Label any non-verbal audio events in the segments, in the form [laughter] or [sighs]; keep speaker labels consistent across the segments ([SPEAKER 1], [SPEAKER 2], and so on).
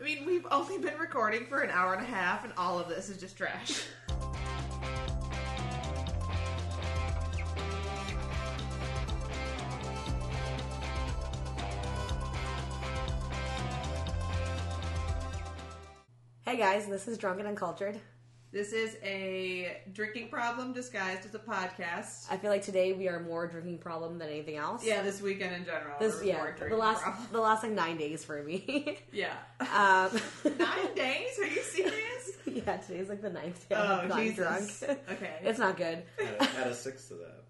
[SPEAKER 1] I mean, we've only been recording for an hour and a half, and all of this is just trash.
[SPEAKER 2] Hey guys, this is Drunken and Cultured.
[SPEAKER 1] [laughs] This is a drinking problem disguised as a podcast.
[SPEAKER 2] I feel like today we are more drinking problem than anything else.
[SPEAKER 1] Yeah, this weekend in general.
[SPEAKER 2] This
[SPEAKER 1] there was more
[SPEAKER 2] yeah, the
[SPEAKER 1] drinking
[SPEAKER 2] last
[SPEAKER 1] problem. [laughs]
[SPEAKER 2] the last like nine days for me.
[SPEAKER 1] Yeah.
[SPEAKER 2] um,
[SPEAKER 1] [laughs] Nine days? Are you serious?
[SPEAKER 2] [laughs] yeah, today's like the ninth day.
[SPEAKER 1] [laughs] Oh,
[SPEAKER 2] I've gotten
[SPEAKER 1] Jesus.
[SPEAKER 2] drunk. [laughs]
[SPEAKER 1] [laughs] Okay.
[SPEAKER 2] it's not good.
[SPEAKER 3] Add a, add a six to that.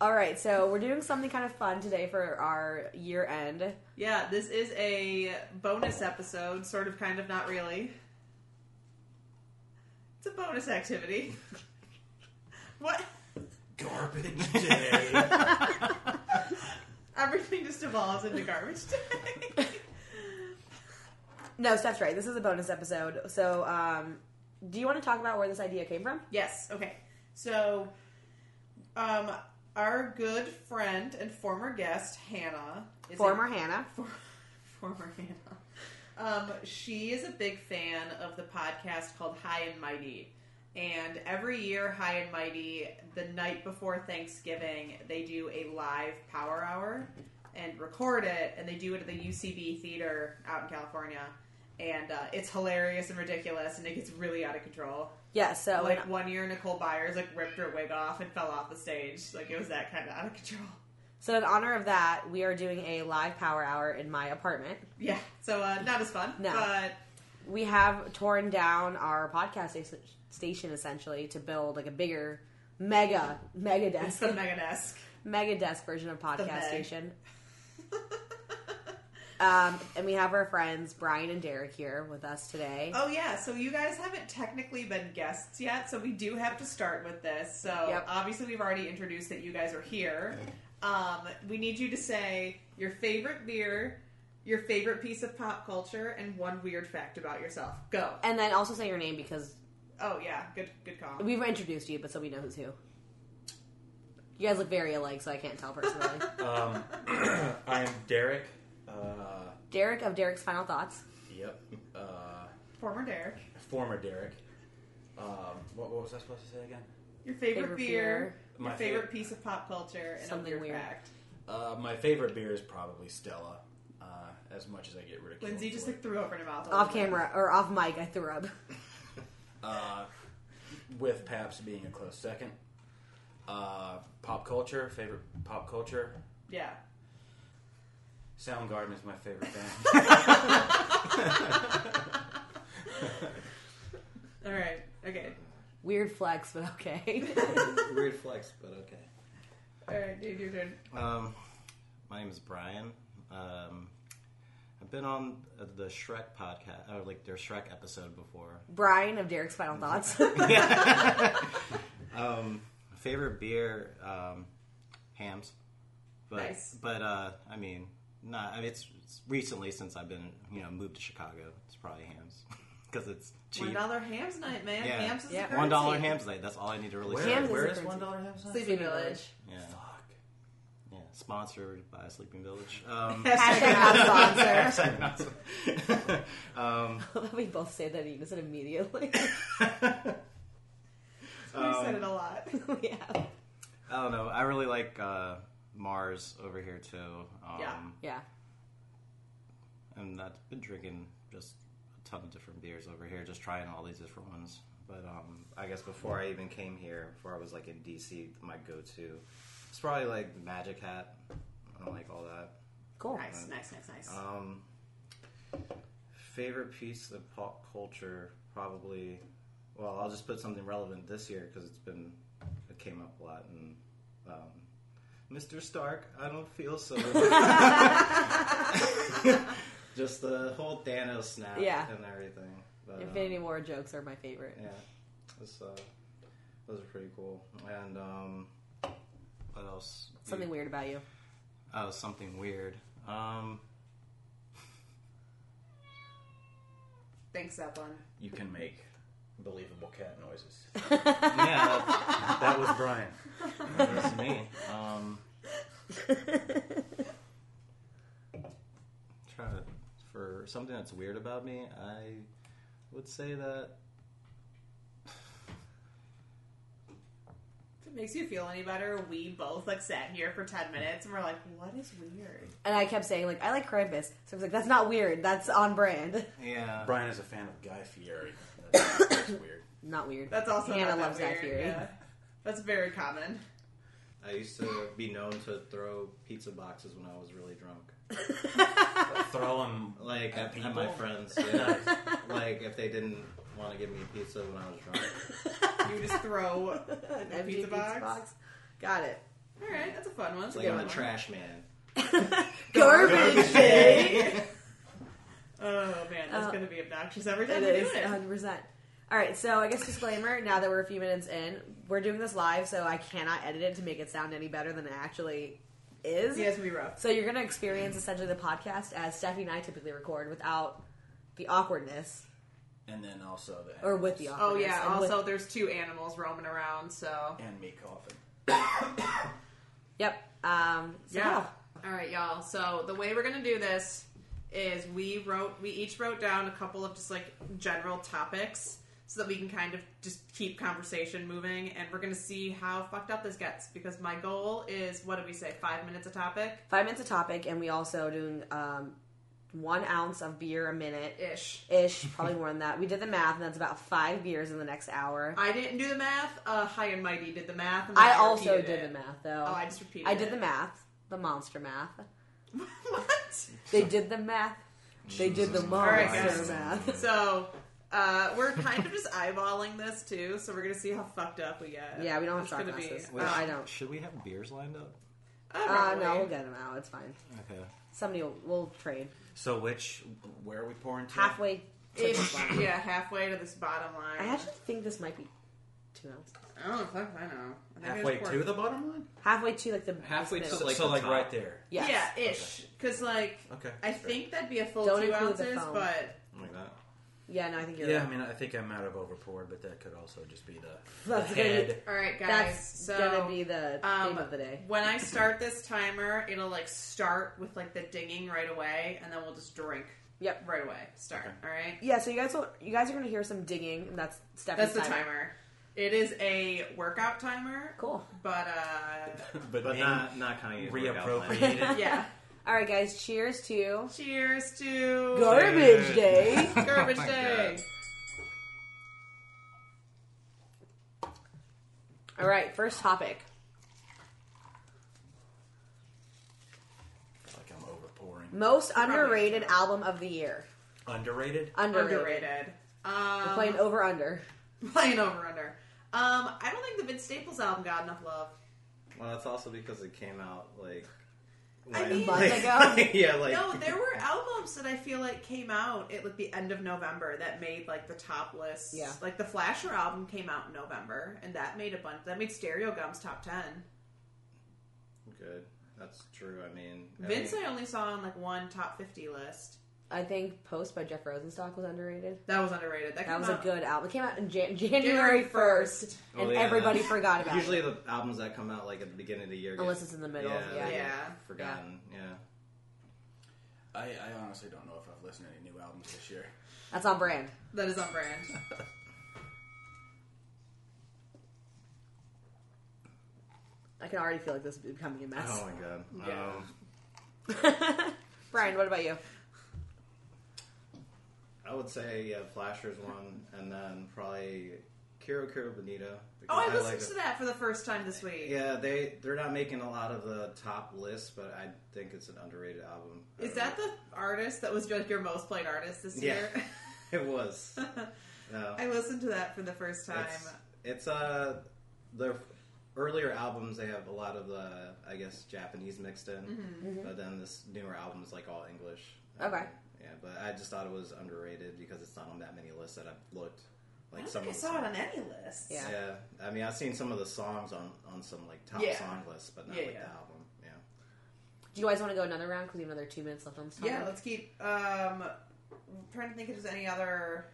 [SPEAKER 2] All right, so we're doing something kind of fun today for our year end.
[SPEAKER 1] Yeah, this is a bonus episode, sort of, kind of, not really. It's a bonus activity. [laughs] what?
[SPEAKER 3] Garbage day. [laughs]
[SPEAKER 1] Everything just evolves into [laughs] garbage day.
[SPEAKER 2] No, Steph's right. This is a bonus episode. So, um, do you want to talk about where this idea came from?
[SPEAKER 1] yes, okay. So, um, our good friend and former guest, Hannah, is a-
[SPEAKER 2] Former Hannah.
[SPEAKER 1] [laughs] for, former Hannah. Um, she is a big fan of the podcast called High and Mighty. And every year, High and Mighty, the night before Thanksgiving, they do a live power hour and record it. And they do it at the UCB Theater out in California. And uh, it's hilarious and ridiculous, and it gets really out of control.
[SPEAKER 2] Yeah. So
[SPEAKER 1] like one year, Nicole Byers like ripped her wig off and fell off the stage. Like it was that kind of out of
[SPEAKER 2] [laughs]
[SPEAKER 1] control.
[SPEAKER 2] so in honor of that, we are doing a live power hour in my apartment.
[SPEAKER 1] Yeah, so uh, not as fun,
[SPEAKER 2] No.
[SPEAKER 1] but
[SPEAKER 2] we have torn down our podcast sta- station essentially to build like a bigger mega mega
[SPEAKER 1] It's [laughs]
[SPEAKER 2] desk
[SPEAKER 1] the mega desk.
[SPEAKER 2] mega desk version of podcast
[SPEAKER 1] meg. [laughs]
[SPEAKER 2] station um, and we have our friends brian and derek here with us today
[SPEAKER 1] oh yeah, so you guys haven't technically been guests yet, so we do have to start with this. So
[SPEAKER 2] Yep.
[SPEAKER 1] obviously we've already introduced that you guys are here. Um, we need you to say your favorite beer, your favorite piece of pop culture, and one weird fact about yourself. Go.
[SPEAKER 2] and then also say your name because
[SPEAKER 1] Oh yeah, good good call.
[SPEAKER 2] we've introduced you but so we know who's who you guys look very alike so i can't tell
[SPEAKER 1] [laughs]
[SPEAKER 2] personally
[SPEAKER 3] Um, [clears throat] I am Derek. Uh,
[SPEAKER 2] derek of derek's final thoughts
[SPEAKER 3] yep. Uh,
[SPEAKER 1] Former Derek.
[SPEAKER 3] former Derek. Um, what, what was I supposed to say again?
[SPEAKER 1] Your favorite,
[SPEAKER 2] Favorite
[SPEAKER 1] beer,
[SPEAKER 2] beer.
[SPEAKER 1] your
[SPEAKER 3] My
[SPEAKER 1] favorite
[SPEAKER 3] fav-
[SPEAKER 1] piece of pop culture, and
[SPEAKER 2] Something
[SPEAKER 1] a weird,
[SPEAKER 2] weird.
[SPEAKER 1] fact.
[SPEAKER 3] Uh, my favorite beer is probably Stella. Uh, as much as I get ridiculed.
[SPEAKER 1] Lindsay just
[SPEAKER 3] for
[SPEAKER 1] like
[SPEAKER 3] it.
[SPEAKER 1] threw open her mouth. a
[SPEAKER 2] off
[SPEAKER 1] little bit.
[SPEAKER 2] camera or off mic i threw up [laughs]
[SPEAKER 3] uh, with Paps being a close second. Uh, pop culture, favorite pop culture.
[SPEAKER 1] Yeah.
[SPEAKER 3] Soundgarden is my favorite
[SPEAKER 1] [laughs]
[SPEAKER 3] band.
[SPEAKER 1] All right. Okay.
[SPEAKER 2] weird flex but
[SPEAKER 1] [laughs]
[SPEAKER 2] okay
[SPEAKER 4] Weird flex, but okay.
[SPEAKER 1] All right, dude, your turn.
[SPEAKER 4] Um, my name is Brian. Um, I've been on uh, the Shrek podcast, or like their Shrek episode before.
[SPEAKER 2] brian of derek's final thoughts
[SPEAKER 4] Um, favorite beer, um, hams. But,
[SPEAKER 1] Nice.
[SPEAKER 4] But uh, I mean, not. I mean, it's, it's recently since I've been, you know, moved to Chicago. It's probably hams [laughs] because it's
[SPEAKER 1] One
[SPEAKER 4] cheap.
[SPEAKER 1] dollar hams night, man.
[SPEAKER 4] Yeah.
[SPEAKER 1] Hams is
[SPEAKER 2] Yeah.
[SPEAKER 1] the
[SPEAKER 4] One dollar
[SPEAKER 1] currency.
[SPEAKER 4] hams night. That's all I need to really
[SPEAKER 3] Where,
[SPEAKER 4] say.
[SPEAKER 2] Hams is
[SPEAKER 3] where
[SPEAKER 2] the
[SPEAKER 3] is
[SPEAKER 2] currency.
[SPEAKER 3] one dollar Hams? at?
[SPEAKER 1] Sleepy Village.
[SPEAKER 4] Yeah,
[SPEAKER 3] Fuck.
[SPEAKER 4] yeah. Sponsored by Sleeping Village.
[SPEAKER 1] [laughs]
[SPEAKER 4] Um,
[SPEAKER 2] Hashtag not sponsor.
[SPEAKER 4] um,
[SPEAKER 2] we both say [laughs] that in unison immediately. [laughs]
[SPEAKER 1] We
[SPEAKER 4] Um,
[SPEAKER 1] said it a lot.
[SPEAKER 2] yeah.
[SPEAKER 4] I don't know. I really like uh, Mars over here too. Um,
[SPEAKER 1] Yeah.
[SPEAKER 2] Yeah.
[SPEAKER 4] And I've been drinking just a ton of different beers over here, just trying all these different ones. But um, I guess before I even came here, before I was like in DC, my go-to, it's probably like Magic Hat. I don't like all that.
[SPEAKER 2] Cool. Uh,
[SPEAKER 1] Nice, nice, nice, nice.
[SPEAKER 4] Um, favorite piece of pop culture, probably. Well, I'll just put something relevant this year because it's been it came up a lot. And um, Mr. Stark, I don't
[SPEAKER 2] [laughs]
[SPEAKER 4] feel so. [laughs] just the whole Thanos snap
[SPEAKER 2] Yeah.
[SPEAKER 4] and everything. But,
[SPEAKER 2] Infinity
[SPEAKER 4] um,
[SPEAKER 2] War jokes are my favorite.
[SPEAKER 4] yeah, this, uh, those are pretty cool. And um, what else?
[SPEAKER 2] Something weird about you.
[SPEAKER 4] Oh, something weird. Um,
[SPEAKER 1] Thanks, that one.
[SPEAKER 3] You can make believable cat noises.
[SPEAKER 4] yeah. that's-
[SPEAKER 3] that was Brian.
[SPEAKER 4] That's me. Um, trying to for something that's weird about me, I would say that
[SPEAKER 1] If it makes you feel any better, we both like sat here for ten minutes and we're like, what is weird?
[SPEAKER 2] And I kept saying, like, I like Krampus. So I was like, that's not weird. That's on brand. [laughs]
[SPEAKER 4] yeah.
[SPEAKER 3] Brian is a fan of Guy Fieri. That's, that's weird.
[SPEAKER 2] Not weird.
[SPEAKER 1] That's also
[SPEAKER 2] Hannah
[SPEAKER 1] not that
[SPEAKER 2] loves
[SPEAKER 1] weird.
[SPEAKER 2] that theory.
[SPEAKER 1] yeah. That's very common.
[SPEAKER 4] I used to be known to throw pizza boxes when I was really drunk.
[SPEAKER 3] Throw him
[SPEAKER 4] Like
[SPEAKER 3] At
[SPEAKER 4] at, at my
[SPEAKER 3] people?
[SPEAKER 4] friends,
[SPEAKER 3] [laughs]
[SPEAKER 4] yeah. like if they didn't want to give me pizza when I was drunk.
[SPEAKER 1] You just throw a
[SPEAKER 2] [laughs] An
[SPEAKER 1] pizza,
[SPEAKER 2] empty
[SPEAKER 1] box. [laughs]
[SPEAKER 2] Got it.
[SPEAKER 1] All right, that's a fun one.
[SPEAKER 4] It's like I'm
[SPEAKER 1] Good
[SPEAKER 4] a
[SPEAKER 1] one.
[SPEAKER 4] trash man.
[SPEAKER 2] Garbage
[SPEAKER 1] [laughs]
[SPEAKER 2] eh? day.
[SPEAKER 1] Oh man, that's
[SPEAKER 2] Uh,
[SPEAKER 1] going to be obnoxious every time
[SPEAKER 2] It
[SPEAKER 1] we
[SPEAKER 2] is Uh,
[SPEAKER 1] do it.
[SPEAKER 2] 100%. All right, so I guess disclaimer. Now that we're a few minutes in, we're doing this live, so I cannot edit it to make it sound any better than it actually is.
[SPEAKER 1] yeah, it's gonna be rough.
[SPEAKER 2] So you're gonna experience essentially the podcast as Stephanie and I typically record, without the awkwardness
[SPEAKER 3] and then also the
[SPEAKER 2] or with the
[SPEAKER 3] animals.
[SPEAKER 1] Oh
[SPEAKER 2] awkwardness.
[SPEAKER 1] yeah.
[SPEAKER 2] and with-
[SPEAKER 1] Also, there's two animals roaming around, so
[SPEAKER 3] and me coughing.
[SPEAKER 2] yep. Um, so
[SPEAKER 1] yeah. All right, y'all. So the way we're gonna do this is we wrote we each wrote down a couple of just like general topics so that we can kind of just keep conversation moving and we're gonna see how fucked up this gets because my goal is what did we say five minutes a topic
[SPEAKER 2] five minutes a topic, and we also doing um, one ounce of beer a minute
[SPEAKER 1] ish
[SPEAKER 2] ish, probably more than that. We did the math, and that's about five beers in the next hour.
[SPEAKER 1] i didn't do the math uh high and mighty did the math and then
[SPEAKER 2] I, also
[SPEAKER 1] repeated
[SPEAKER 2] did
[SPEAKER 1] it.
[SPEAKER 2] the math though.
[SPEAKER 1] oh i just repeated
[SPEAKER 2] I
[SPEAKER 1] [laughs]
[SPEAKER 2] did
[SPEAKER 1] it.
[SPEAKER 2] the math, the monster math.
[SPEAKER 1] what
[SPEAKER 2] They did the math. They did the
[SPEAKER 4] Jesus
[SPEAKER 1] All right,
[SPEAKER 2] monster
[SPEAKER 1] guys. [laughs]
[SPEAKER 2] math.
[SPEAKER 1] So uh, we're kind of just eyeballing this too, so we're gonna see how fucked up we get.
[SPEAKER 2] Yeah, we don't have
[SPEAKER 1] It's
[SPEAKER 2] shot
[SPEAKER 1] gonna be-
[SPEAKER 2] glasses.
[SPEAKER 1] uh,
[SPEAKER 2] Wait. I don't.
[SPEAKER 4] Should we have beers lined up?
[SPEAKER 1] uh,
[SPEAKER 2] Uh,
[SPEAKER 1] probably.
[SPEAKER 2] no, we'll get them out. It's fine.
[SPEAKER 4] Okay.
[SPEAKER 2] Somebody will we'll trade
[SPEAKER 3] So which where are we pouring to?
[SPEAKER 2] halfway. To the
[SPEAKER 1] It's-
[SPEAKER 2] bottom.
[SPEAKER 1] yeah, halfway to this bottom line.
[SPEAKER 2] I actually think this might be two ounces.
[SPEAKER 1] I don't know. Fuck, I know. I think
[SPEAKER 3] Halfway
[SPEAKER 1] it's
[SPEAKER 3] to the bottom line.
[SPEAKER 2] Halfway to like the
[SPEAKER 4] Halfway
[SPEAKER 2] this
[SPEAKER 4] to
[SPEAKER 2] bit.
[SPEAKER 3] So,
[SPEAKER 4] like
[SPEAKER 3] so
[SPEAKER 4] the
[SPEAKER 3] like
[SPEAKER 4] top.
[SPEAKER 3] right there.
[SPEAKER 2] yes.
[SPEAKER 1] Yeah, ish. Because like,
[SPEAKER 3] Okay.
[SPEAKER 1] I
[SPEAKER 3] That's fair.
[SPEAKER 1] think that'd be a full
[SPEAKER 2] Don't
[SPEAKER 1] two
[SPEAKER 2] include the
[SPEAKER 1] ounces,
[SPEAKER 2] foam.
[SPEAKER 1] but
[SPEAKER 4] Like that.
[SPEAKER 2] Yeah, no, I think you're
[SPEAKER 3] Yeah, I
[SPEAKER 2] right.
[SPEAKER 3] mean, I think I might have overpoured, but that could also just be the, the
[SPEAKER 2] That's gonna be-
[SPEAKER 3] [laughs] head.
[SPEAKER 1] all right, guys.
[SPEAKER 2] That's
[SPEAKER 1] so
[SPEAKER 2] gonna be the
[SPEAKER 1] um,
[SPEAKER 2] name of the day.
[SPEAKER 1] when I start this timer, it'll like start with like the dinging right away, and then we'll just drink.
[SPEAKER 2] Yep.
[SPEAKER 1] Right away. Start.
[SPEAKER 3] Okay.
[SPEAKER 1] All right.
[SPEAKER 2] Yeah, so you guys will, you guys are gonna hear some digging, and that's Stephanie's
[SPEAKER 1] That's the timer. It is a workout timer.
[SPEAKER 2] Cool.
[SPEAKER 1] But uh
[SPEAKER 3] but,
[SPEAKER 4] But
[SPEAKER 3] being
[SPEAKER 4] not not Kanye's workout plan.
[SPEAKER 3] reappropriated.
[SPEAKER 1] yeah.
[SPEAKER 2] All right, guys. Cheers to
[SPEAKER 1] Cheers to
[SPEAKER 2] garbage day.
[SPEAKER 1] garbage
[SPEAKER 4] Oh my
[SPEAKER 1] day.
[SPEAKER 4] God.
[SPEAKER 2] All right, first topic.
[SPEAKER 3] like [laughs] I'm overpouring.
[SPEAKER 2] Most underrated album of the year.
[SPEAKER 3] Underrated.
[SPEAKER 2] Underrated.
[SPEAKER 1] Underrated.
[SPEAKER 2] We're
[SPEAKER 1] Um
[SPEAKER 2] playing over under.
[SPEAKER 1] [laughs] playing over under. Um I don't think the Vince Staples album got enough love.
[SPEAKER 4] Well, it's also because it came out like.
[SPEAKER 1] I mean- um,
[SPEAKER 2] Months ago?
[SPEAKER 4] [laughs] yeah, like
[SPEAKER 1] No, there were albums that I feel like came out at like the end of November that made like the top lists.
[SPEAKER 2] Yeah.
[SPEAKER 1] Like the Flasher album came out in November and that made a bunch that made Stereo Gum's top ten.
[SPEAKER 4] good. That's true. I mean,
[SPEAKER 1] Vince
[SPEAKER 4] I mean,
[SPEAKER 1] I only saw on like one top fifty list.
[SPEAKER 2] I think Post by Jeff Rosenstock was underrated.
[SPEAKER 1] That was underrated. That,
[SPEAKER 2] That
[SPEAKER 1] came
[SPEAKER 2] was a
[SPEAKER 1] out-
[SPEAKER 2] good album. It came out in Jan-
[SPEAKER 1] January
[SPEAKER 2] January 1st, and
[SPEAKER 4] Well, Oh, yeah,
[SPEAKER 2] everybody
[SPEAKER 4] that's-
[SPEAKER 2] forgot about
[SPEAKER 4] Usually
[SPEAKER 2] it.
[SPEAKER 4] the albums that come out like at the beginning of the year, get-
[SPEAKER 2] Unless it's in the middle.
[SPEAKER 4] yeah,
[SPEAKER 2] Yeah.
[SPEAKER 4] they get
[SPEAKER 1] Yeah.
[SPEAKER 4] forgotten. Yeah.
[SPEAKER 3] I, I honestly don't know if I've listened to any new albums this year.
[SPEAKER 2] That's on brand.
[SPEAKER 1] That is on brand.
[SPEAKER 4] [laughs]
[SPEAKER 2] I can already feel like this is becoming a mess.
[SPEAKER 4] Oh my god.
[SPEAKER 1] Yeah.
[SPEAKER 4] Um,
[SPEAKER 2] [laughs] Brian, what about you?
[SPEAKER 4] I would say yeah, Flasher's one, and then probably Kiro Kiro Bonito.
[SPEAKER 1] Oh, I
[SPEAKER 4] like
[SPEAKER 1] listened
[SPEAKER 4] it.
[SPEAKER 1] to that for the first time this week.
[SPEAKER 4] Yeah, they they're not making a lot of the top lists, but I think it's an underrated album. I
[SPEAKER 1] Is
[SPEAKER 4] don't
[SPEAKER 1] that the artist that was like your most played artist this
[SPEAKER 4] Yeah.
[SPEAKER 1] year? [laughs]
[SPEAKER 4] know. [laughs] it was? No,
[SPEAKER 1] I listened to that for the first time.
[SPEAKER 4] it's, it's uh their earlier albums they have a lot of the I guess Japanese mixed in,
[SPEAKER 1] Mm-hmm.
[SPEAKER 4] but then this newer album is like all English.
[SPEAKER 2] Mm-hmm.
[SPEAKER 4] Um,
[SPEAKER 2] Okay.
[SPEAKER 4] Yeah, but I just thought it was underrated because it's not on that many lists that I've looked.
[SPEAKER 1] I
[SPEAKER 4] Like
[SPEAKER 1] don't
[SPEAKER 4] some
[SPEAKER 1] think I
[SPEAKER 4] of the
[SPEAKER 1] saw it on
[SPEAKER 4] songs.
[SPEAKER 1] any list.
[SPEAKER 2] Yeah.
[SPEAKER 4] Yeah, I mean, I've seen some of the songs on on some like top
[SPEAKER 1] Yeah.
[SPEAKER 4] song lists, but not
[SPEAKER 1] Yeah,
[SPEAKER 4] like
[SPEAKER 1] yeah.
[SPEAKER 4] the album. Yeah,
[SPEAKER 2] Do you guys want to go another round? Because we have another two minutes left on this topic.
[SPEAKER 1] Yeah, let's keep um I'm trying to think if there's any other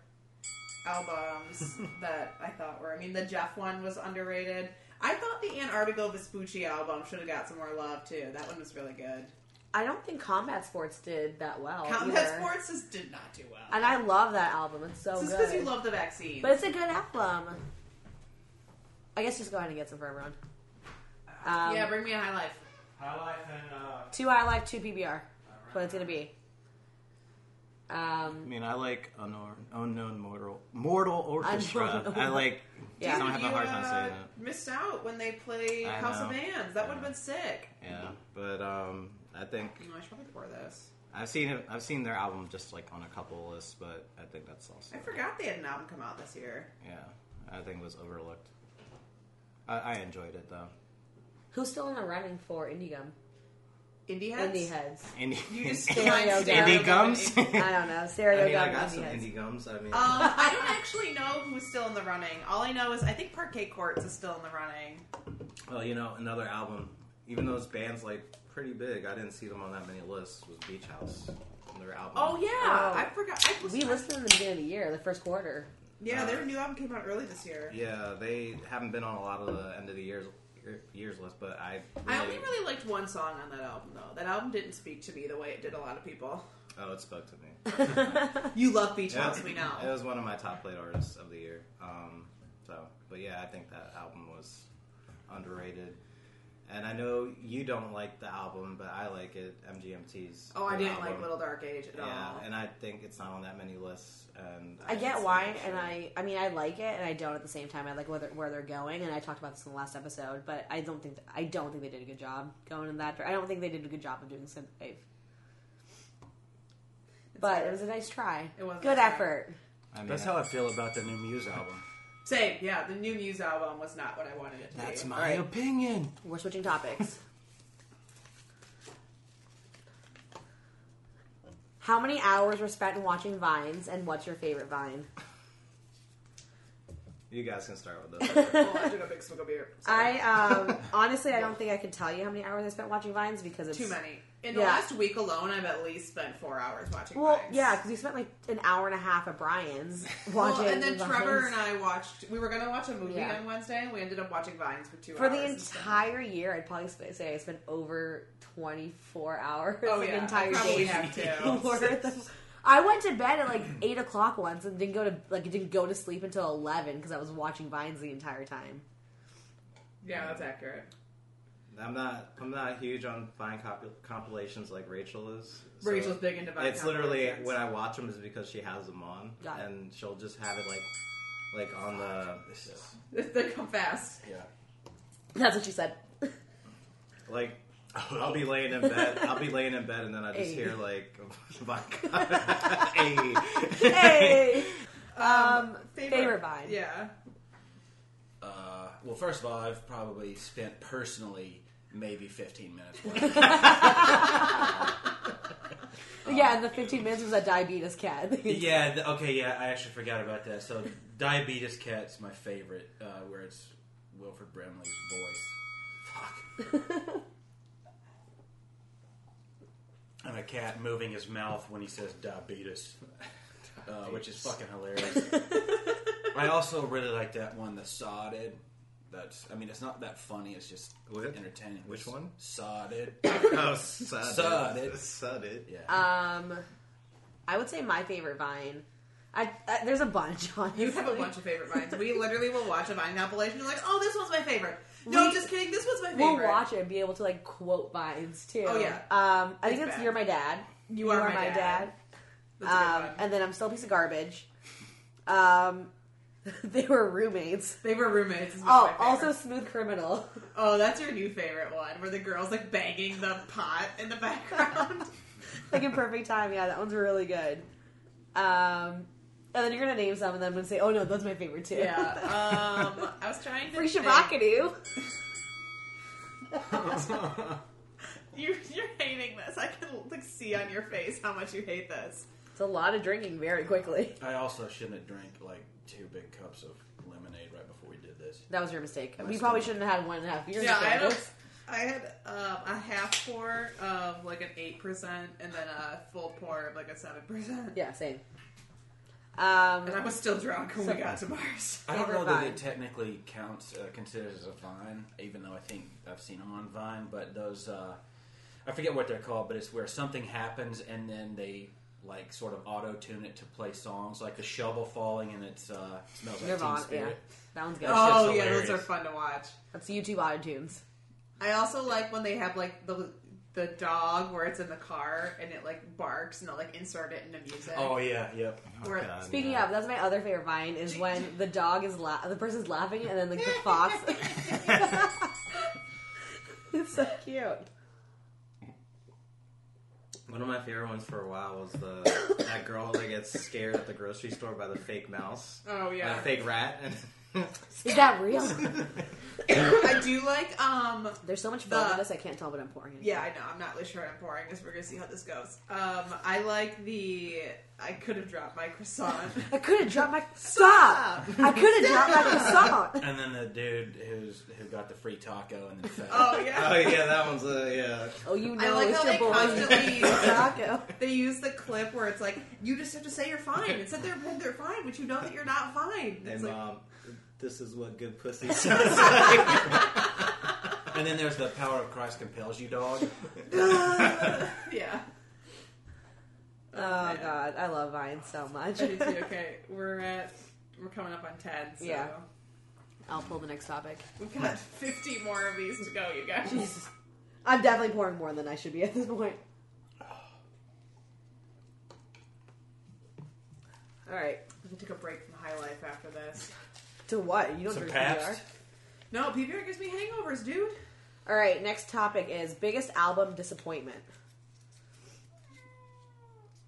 [SPEAKER 4] [laughs]
[SPEAKER 1] albums that I thought were I mean the Jeff one was underrated. I thought the Antarctica Vespucci album should have got some more love too. That one was really good.
[SPEAKER 2] I don't think combat sports did that well.
[SPEAKER 1] Combat
[SPEAKER 2] either.
[SPEAKER 1] Sports just did not do well.
[SPEAKER 2] And I love that album. It's so
[SPEAKER 1] Just
[SPEAKER 2] good.
[SPEAKER 1] because you love the vaccine.
[SPEAKER 2] but it's a good album. I guess just go ahead and get some for everyone. Um,
[SPEAKER 1] yeah, bring me a high life.
[SPEAKER 5] High Life and uh,
[SPEAKER 2] two I like, two PBR. That's what it's gonna
[SPEAKER 5] alright.
[SPEAKER 2] be.
[SPEAKER 4] I
[SPEAKER 2] Um,
[SPEAKER 4] mean, I like unknown, unknown mortal, mortal orchestra.
[SPEAKER 2] Unknown.
[SPEAKER 4] I like.
[SPEAKER 2] Yeah.
[SPEAKER 4] I don't have a
[SPEAKER 1] You,
[SPEAKER 4] hard time
[SPEAKER 1] uh,
[SPEAKER 4] saying it.
[SPEAKER 1] Missed out when they played
[SPEAKER 4] I
[SPEAKER 1] House of
[SPEAKER 4] know.
[SPEAKER 1] Bands. That would have
[SPEAKER 4] know.
[SPEAKER 1] been sick.
[SPEAKER 4] Yeah, but um, I think
[SPEAKER 1] No, I should probably pour this.
[SPEAKER 4] I've seen it, I've seen their album just like on a couple lists, but I think that's also.
[SPEAKER 1] I forgot they had an album come out this year.
[SPEAKER 4] Yeah, I think it was overlooked. I, I enjoyed it though.
[SPEAKER 2] who's still in the running for Indie Gum?
[SPEAKER 1] Indie Heads.
[SPEAKER 2] Indie Heads.
[SPEAKER 4] Indie,
[SPEAKER 1] You
[SPEAKER 4] [laughs]
[SPEAKER 1] just
[SPEAKER 2] Stereo
[SPEAKER 1] can't
[SPEAKER 2] Gum.
[SPEAKER 1] stand
[SPEAKER 4] indie
[SPEAKER 1] up
[SPEAKER 4] gums.
[SPEAKER 1] and-
[SPEAKER 2] I don't know. Stereo
[SPEAKER 4] I mean,
[SPEAKER 2] Gum.
[SPEAKER 4] I got
[SPEAKER 2] Indie
[SPEAKER 4] some
[SPEAKER 2] Heads.
[SPEAKER 4] indie gums. I mean,
[SPEAKER 1] Um, I don't actually know who's still in the running. All I know is I think Parquet Courts is still in the running.
[SPEAKER 4] well, you know, another album. Even those bands like pretty big, I didn't see them on that many lists. Was Beach House and their album?
[SPEAKER 1] Oh yeah,
[SPEAKER 2] Oh.
[SPEAKER 1] I forgot. I
[SPEAKER 2] We listened to them in the beginning of the year, the first quarter. [laughs]
[SPEAKER 1] Yeah, their new album came out early this year.
[SPEAKER 4] Yeah, they haven't been on a lot of the end of the years years list, but I.
[SPEAKER 1] I only really liked one song on that album though. That album didn't speak to me the way it did a lot of people.
[SPEAKER 4] Oh, it spoke to me.
[SPEAKER 1] You love Beach
[SPEAKER 4] Yeah.
[SPEAKER 1] House, we know.
[SPEAKER 4] It was one of my top played artists of the year. Um, so, but yeah, I think that album was underrated. And I know you don't like the album, but I like it. MGMT's.
[SPEAKER 1] Oh, I
[SPEAKER 4] new
[SPEAKER 1] didn't
[SPEAKER 4] album.
[SPEAKER 1] like Little Dark Age at
[SPEAKER 4] Yeah,
[SPEAKER 1] all.
[SPEAKER 4] and I think it's not on that many lists. And
[SPEAKER 2] I
[SPEAKER 4] haven't
[SPEAKER 2] get
[SPEAKER 4] seen
[SPEAKER 2] why,
[SPEAKER 4] it,
[SPEAKER 2] and
[SPEAKER 4] so-
[SPEAKER 2] I, I mean, I like it, and I don't at the same time. I like where they're, where they're going, and I talked about this in the last episode. But I don't think I don't think they did a good job going in that. dir- I don't think they did a good job of doing synthwave. But
[SPEAKER 1] fair.
[SPEAKER 2] it was a nice try.
[SPEAKER 1] It was a nice
[SPEAKER 2] good
[SPEAKER 1] try.
[SPEAKER 2] effort.
[SPEAKER 4] I mean,
[SPEAKER 3] That's how I feel about the new Muse album.
[SPEAKER 1] Same, yeah. The new Muse album was not what I wanted it to
[SPEAKER 3] That's
[SPEAKER 1] be.
[SPEAKER 3] my
[SPEAKER 2] Alright.
[SPEAKER 3] opinion.
[SPEAKER 2] We're switching [laughs] topics. How many hours were spent watching vines, and what's your favorite vine?
[SPEAKER 4] you guys can start with
[SPEAKER 1] [laughs]
[SPEAKER 4] this.
[SPEAKER 1] Well, I took a big swig of beer. Sorry.
[SPEAKER 2] I [laughs] um, honestly, I don't think I can tell you how many hours I spent watching vines because it's
[SPEAKER 1] too many. In the
[SPEAKER 2] Yeah.
[SPEAKER 1] last week alone, I've at least spent four hours watching.
[SPEAKER 2] Well,
[SPEAKER 1] Vines.
[SPEAKER 2] yeah, because we spent like an hour and a half at Brian's watching.
[SPEAKER 1] Well, and then
[SPEAKER 2] Vines
[SPEAKER 1] Trevor and I watched. We were going to watch a movie
[SPEAKER 2] Yeah.
[SPEAKER 1] on Wednesday, and we ended up watching Vines for two
[SPEAKER 2] for
[SPEAKER 1] hours.
[SPEAKER 2] the
[SPEAKER 1] instead.
[SPEAKER 2] entire year, I'd probably sp- say I spent over twenty four hours.
[SPEAKER 1] Oh,
[SPEAKER 2] like,
[SPEAKER 1] yeah, I
[SPEAKER 2] entire
[SPEAKER 1] probably
[SPEAKER 2] days
[SPEAKER 1] have to.
[SPEAKER 2] [laughs] worth of- I went to bed at like eight o'clock once and didn't go to like didn't go to sleep until eleven because I was watching Vines the entire time.
[SPEAKER 1] Yeah, that's accurate. [laughs]
[SPEAKER 4] I'm not. I'm not huge on fine comp- compilations like Rachel is. so-
[SPEAKER 1] Rachel's big into Vine
[SPEAKER 4] it's literally
[SPEAKER 1] compilations.
[SPEAKER 4] when I watch them is because she has them on,
[SPEAKER 2] Got it.
[SPEAKER 4] and she'll just have it like, like on the
[SPEAKER 3] [laughs] This is
[SPEAKER 1] they come fast.
[SPEAKER 3] yeah.
[SPEAKER 2] That's what she said.
[SPEAKER 1] [laughs]
[SPEAKER 4] like. [laughs] I'll be laying in bed. I'll be laying in bed, and then I just
[SPEAKER 2] Hey.
[SPEAKER 4] hear like, [laughs] oh
[SPEAKER 1] [laughs]
[SPEAKER 4] my God, hey,
[SPEAKER 2] Hey,
[SPEAKER 1] Um,
[SPEAKER 2] favorite Vine.
[SPEAKER 1] Yeah.
[SPEAKER 3] Uh, well, first of all, I've probably spent personally maybe 15 minutes. [laughs] watching
[SPEAKER 1] Oh.
[SPEAKER 2] yeah, and the fifteen minutes was a diabetes cat. [laughs]
[SPEAKER 3] yeah. th- Okay. Yeah. I actually forgot about that. So, Diabetes Cat's my favorite, uh, where it's Wilfred Brimley's voice. Fuck.
[SPEAKER 4] [laughs]
[SPEAKER 3] and a cat moving his mouth when he says diabetes, uh, which is fucking hilarious. [laughs] I also really like that one, the sodded. That's. I mean, it's not that funny. It's just
[SPEAKER 4] What?
[SPEAKER 3] entertaining.
[SPEAKER 4] Which
[SPEAKER 3] It's
[SPEAKER 4] one?
[SPEAKER 3] Sodded.
[SPEAKER 4] [laughs] oh, sud,
[SPEAKER 3] Sud
[SPEAKER 4] it,
[SPEAKER 3] it.
[SPEAKER 4] sud it.
[SPEAKER 3] Yeah.
[SPEAKER 2] [laughs]
[SPEAKER 3] [laughs]
[SPEAKER 2] Um, I would say my favorite Vine. I, I there's a bunch on
[SPEAKER 1] You have a bunch of
[SPEAKER 2] [laughs]
[SPEAKER 1] favorite Vines. We literally will watch a Vine compilation. You're like, oh, this one's my favorite. No,
[SPEAKER 2] We-
[SPEAKER 1] just kidding. This one's my favorite.
[SPEAKER 2] We'll watch it and be able to like quote vines too.
[SPEAKER 1] Oh, yeah.
[SPEAKER 2] Um, I think
[SPEAKER 1] It's
[SPEAKER 2] that's
[SPEAKER 1] bad.
[SPEAKER 2] you're my dad.
[SPEAKER 1] You Are My Dad. That's a good
[SPEAKER 2] Um,
[SPEAKER 1] one.
[SPEAKER 2] and then I'm still a piece of garbage. Um, [laughs] they were roommates.
[SPEAKER 1] They were roommates. is
[SPEAKER 2] Oh,
[SPEAKER 1] not my favorite.
[SPEAKER 2] also smooth criminal. [laughs]
[SPEAKER 1] oh, that's your new favorite one, where the girls like banging the pot in the background.
[SPEAKER 2] [laughs] like in perfect time. Yeah, that one's really good. Um, and then you're gonna name some of them and say, "Oh no, that's my favorite too." [laughs]
[SPEAKER 1] yeah. Um, I was trying to
[SPEAKER 2] Free
[SPEAKER 1] think.
[SPEAKER 2] Shabakadu.
[SPEAKER 1] You, you're hating this. I can like see on your face how much you hate this.
[SPEAKER 2] It's a lot of drinking very quickly.
[SPEAKER 3] I also shouldn't have drank like two big cups of lemonade right before we did this.
[SPEAKER 2] That was your mistake. We
[SPEAKER 3] Must
[SPEAKER 2] probably
[SPEAKER 3] have.
[SPEAKER 2] shouldn't have had one and a half beers.
[SPEAKER 1] Yeah, I
[SPEAKER 2] before
[SPEAKER 1] had a,
[SPEAKER 2] this.
[SPEAKER 1] I had um, a half pour of like an eight percent, and then a full pour of like a seven percent.
[SPEAKER 2] Yeah, same.
[SPEAKER 1] And
[SPEAKER 2] Um,
[SPEAKER 1] I was still drunk when
[SPEAKER 2] So-
[SPEAKER 1] we got to Mars.
[SPEAKER 3] I don't
[SPEAKER 2] Favorite
[SPEAKER 3] know that
[SPEAKER 2] vine.
[SPEAKER 3] it technically counts uh, considered as a vine, even though I think I've seen them on Vine. But those, uh, I forget what they're called, but it's where something happens and then they like sort of auto tune it to play songs, like the shovel falling and it uh, smells like Teen
[SPEAKER 2] Nirvana, yeah.
[SPEAKER 3] Spirit.
[SPEAKER 2] That one's good.
[SPEAKER 3] That's just
[SPEAKER 1] Oh yeah, those
[SPEAKER 3] hilarious.
[SPEAKER 1] are fun to watch.
[SPEAKER 2] That's YouTube auto tunes.
[SPEAKER 1] I also like when they have like the the dog where it's in the car and it like barks and they'll like insert it into music.
[SPEAKER 3] Oh yeah, yep.
[SPEAKER 1] Where-
[SPEAKER 4] God,
[SPEAKER 2] Speaking
[SPEAKER 4] no.
[SPEAKER 2] of, that's my other favorite vine is when the dog is la- the person's laughing and then like
[SPEAKER 1] [laughs]
[SPEAKER 2] the fox. it's so cute.
[SPEAKER 4] One of my favorite ones for a while was the that girl that gets scared at the grocery store by the fake mouse,
[SPEAKER 1] Oh,
[SPEAKER 4] by
[SPEAKER 1] yeah.
[SPEAKER 4] the fake
[SPEAKER 1] [laughs]
[SPEAKER 4] rat, [laughs] and
[SPEAKER 2] Is that real?
[SPEAKER 1] I do like um
[SPEAKER 2] [laughs] There's so much
[SPEAKER 1] The-
[SPEAKER 2] fun in this. I can't tell what I'm pouring. in.
[SPEAKER 1] Yeah, I know. I'm not really sure what I'm pouring this. We're gonna see how this goes. Um, I like the. I could have dropped my
[SPEAKER 2] [laughs]
[SPEAKER 1] croissant.
[SPEAKER 2] I could have dropped my stop. I
[SPEAKER 1] [laughs]
[SPEAKER 2] could have dropped my croissant.
[SPEAKER 3] And then the dude who's who got the free taco
[SPEAKER 2] [laughs]
[SPEAKER 3] and then fell.
[SPEAKER 1] oh yeah. [laughs]
[SPEAKER 4] oh yeah, that one's a yeah.
[SPEAKER 2] Oh, you know
[SPEAKER 1] I like
[SPEAKER 2] it's
[SPEAKER 1] how
[SPEAKER 2] your
[SPEAKER 1] they
[SPEAKER 2] boy.
[SPEAKER 1] constantly- [laughs]
[SPEAKER 2] [laughs] taco. Oh,
[SPEAKER 1] They use the clip where it's like you just have to say you're fine and sit there and pretend they're fine, but you know that you're not fine. It's
[SPEAKER 4] And
[SPEAKER 1] like,
[SPEAKER 4] um, this is what
[SPEAKER 1] [laughs]
[SPEAKER 4] good pussy sounds like.
[SPEAKER 3] And then there's the power of Christ compels
[SPEAKER 2] [laughs]
[SPEAKER 3] you, dog.
[SPEAKER 1] yeah.
[SPEAKER 2] Oh god, I love Vine so
[SPEAKER 1] [laughs]
[SPEAKER 2] much.
[SPEAKER 1] I do too. Okay, we're at. We're coming up on ten. So
[SPEAKER 2] Yeah. I'll pull the next topic.
[SPEAKER 1] We've got [laughs] 50 more of these to go, you guys.
[SPEAKER 2] I'm definitely pouring more than I should be at this point. All right,
[SPEAKER 1] We can take a break from High Life after this.
[SPEAKER 2] to what? You don't
[SPEAKER 3] Some
[SPEAKER 2] drink PBR.
[SPEAKER 3] Pabst.
[SPEAKER 1] No, PBR gives me hangovers, dude.
[SPEAKER 2] All right, next topic is biggest album disappointment.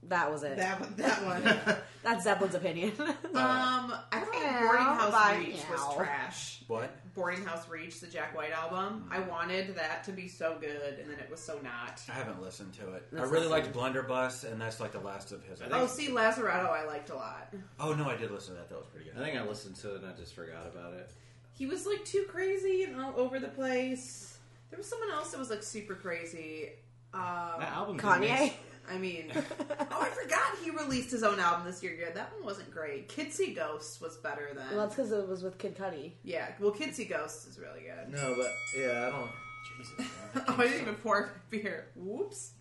[SPEAKER 2] That was it.
[SPEAKER 1] That that one.
[SPEAKER 2] That's Zeppelin's opinion.
[SPEAKER 1] [laughs]
[SPEAKER 2] [laughs]
[SPEAKER 3] Oh,
[SPEAKER 1] Um, I thought
[SPEAKER 2] Meow,
[SPEAKER 1] Boarding House
[SPEAKER 2] bye,
[SPEAKER 1] Reach was
[SPEAKER 2] meow.
[SPEAKER 1] trash.
[SPEAKER 3] What?
[SPEAKER 1] Boarding House Reach, the Jack White album. I wanted that to be so good, and then it was so not.
[SPEAKER 3] I haven't listened to it.
[SPEAKER 2] That's
[SPEAKER 3] I really
[SPEAKER 2] awesome.
[SPEAKER 3] liked Blunderbuss, and that's like the last of his.
[SPEAKER 1] Oh, see, Lazaretto, I liked a lot.
[SPEAKER 3] Oh no, I did listen to that. That was pretty
[SPEAKER 4] I
[SPEAKER 3] good.
[SPEAKER 4] think I listened to it and I just forgot about it.
[SPEAKER 1] He was like too crazy and all over the place. There was someone else that was like super crazy. Um,
[SPEAKER 4] That album,
[SPEAKER 2] Kanye.
[SPEAKER 1] I mean, oh, I forgot he released his own album this year. Yeah, that one wasn't great. Kitsy Ghosts was better than.
[SPEAKER 2] Well, that's because it was with Kid
[SPEAKER 3] [laughs]
[SPEAKER 2] Cudi.
[SPEAKER 1] yeah, well, Kitsy Ghosts is really good. [laughs]
[SPEAKER 4] No, but yeah, I don't.
[SPEAKER 3] [laughs] Jesus. man. [laughs]
[SPEAKER 1] Oh, I didn't even pour beer. Whoops.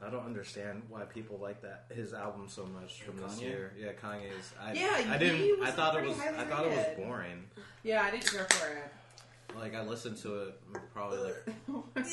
[SPEAKER 4] I don't understand why people like that his album so much from this
[SPEAKER 3] Kanye?
[SPEAKER 4] year. Yeah, Kanye's. I,
[SPEAKER 1] Yeah, he
[SPEAKER 4] I didn't.
[SPEAKER 1] was
[SPEAKER 4] I thought it
[SPEAKER 1] pretty
[SPEAKER 4] was. I
[SPEAKER 1] highly
[SPEAKER 4] thought it was
[SPEAKER 1] rated.
[SPEAKER 4] boring.
[SPEAKER 1] Yeah, I didn't care for it.
[SPEAKER 4] Like I listened to it probably like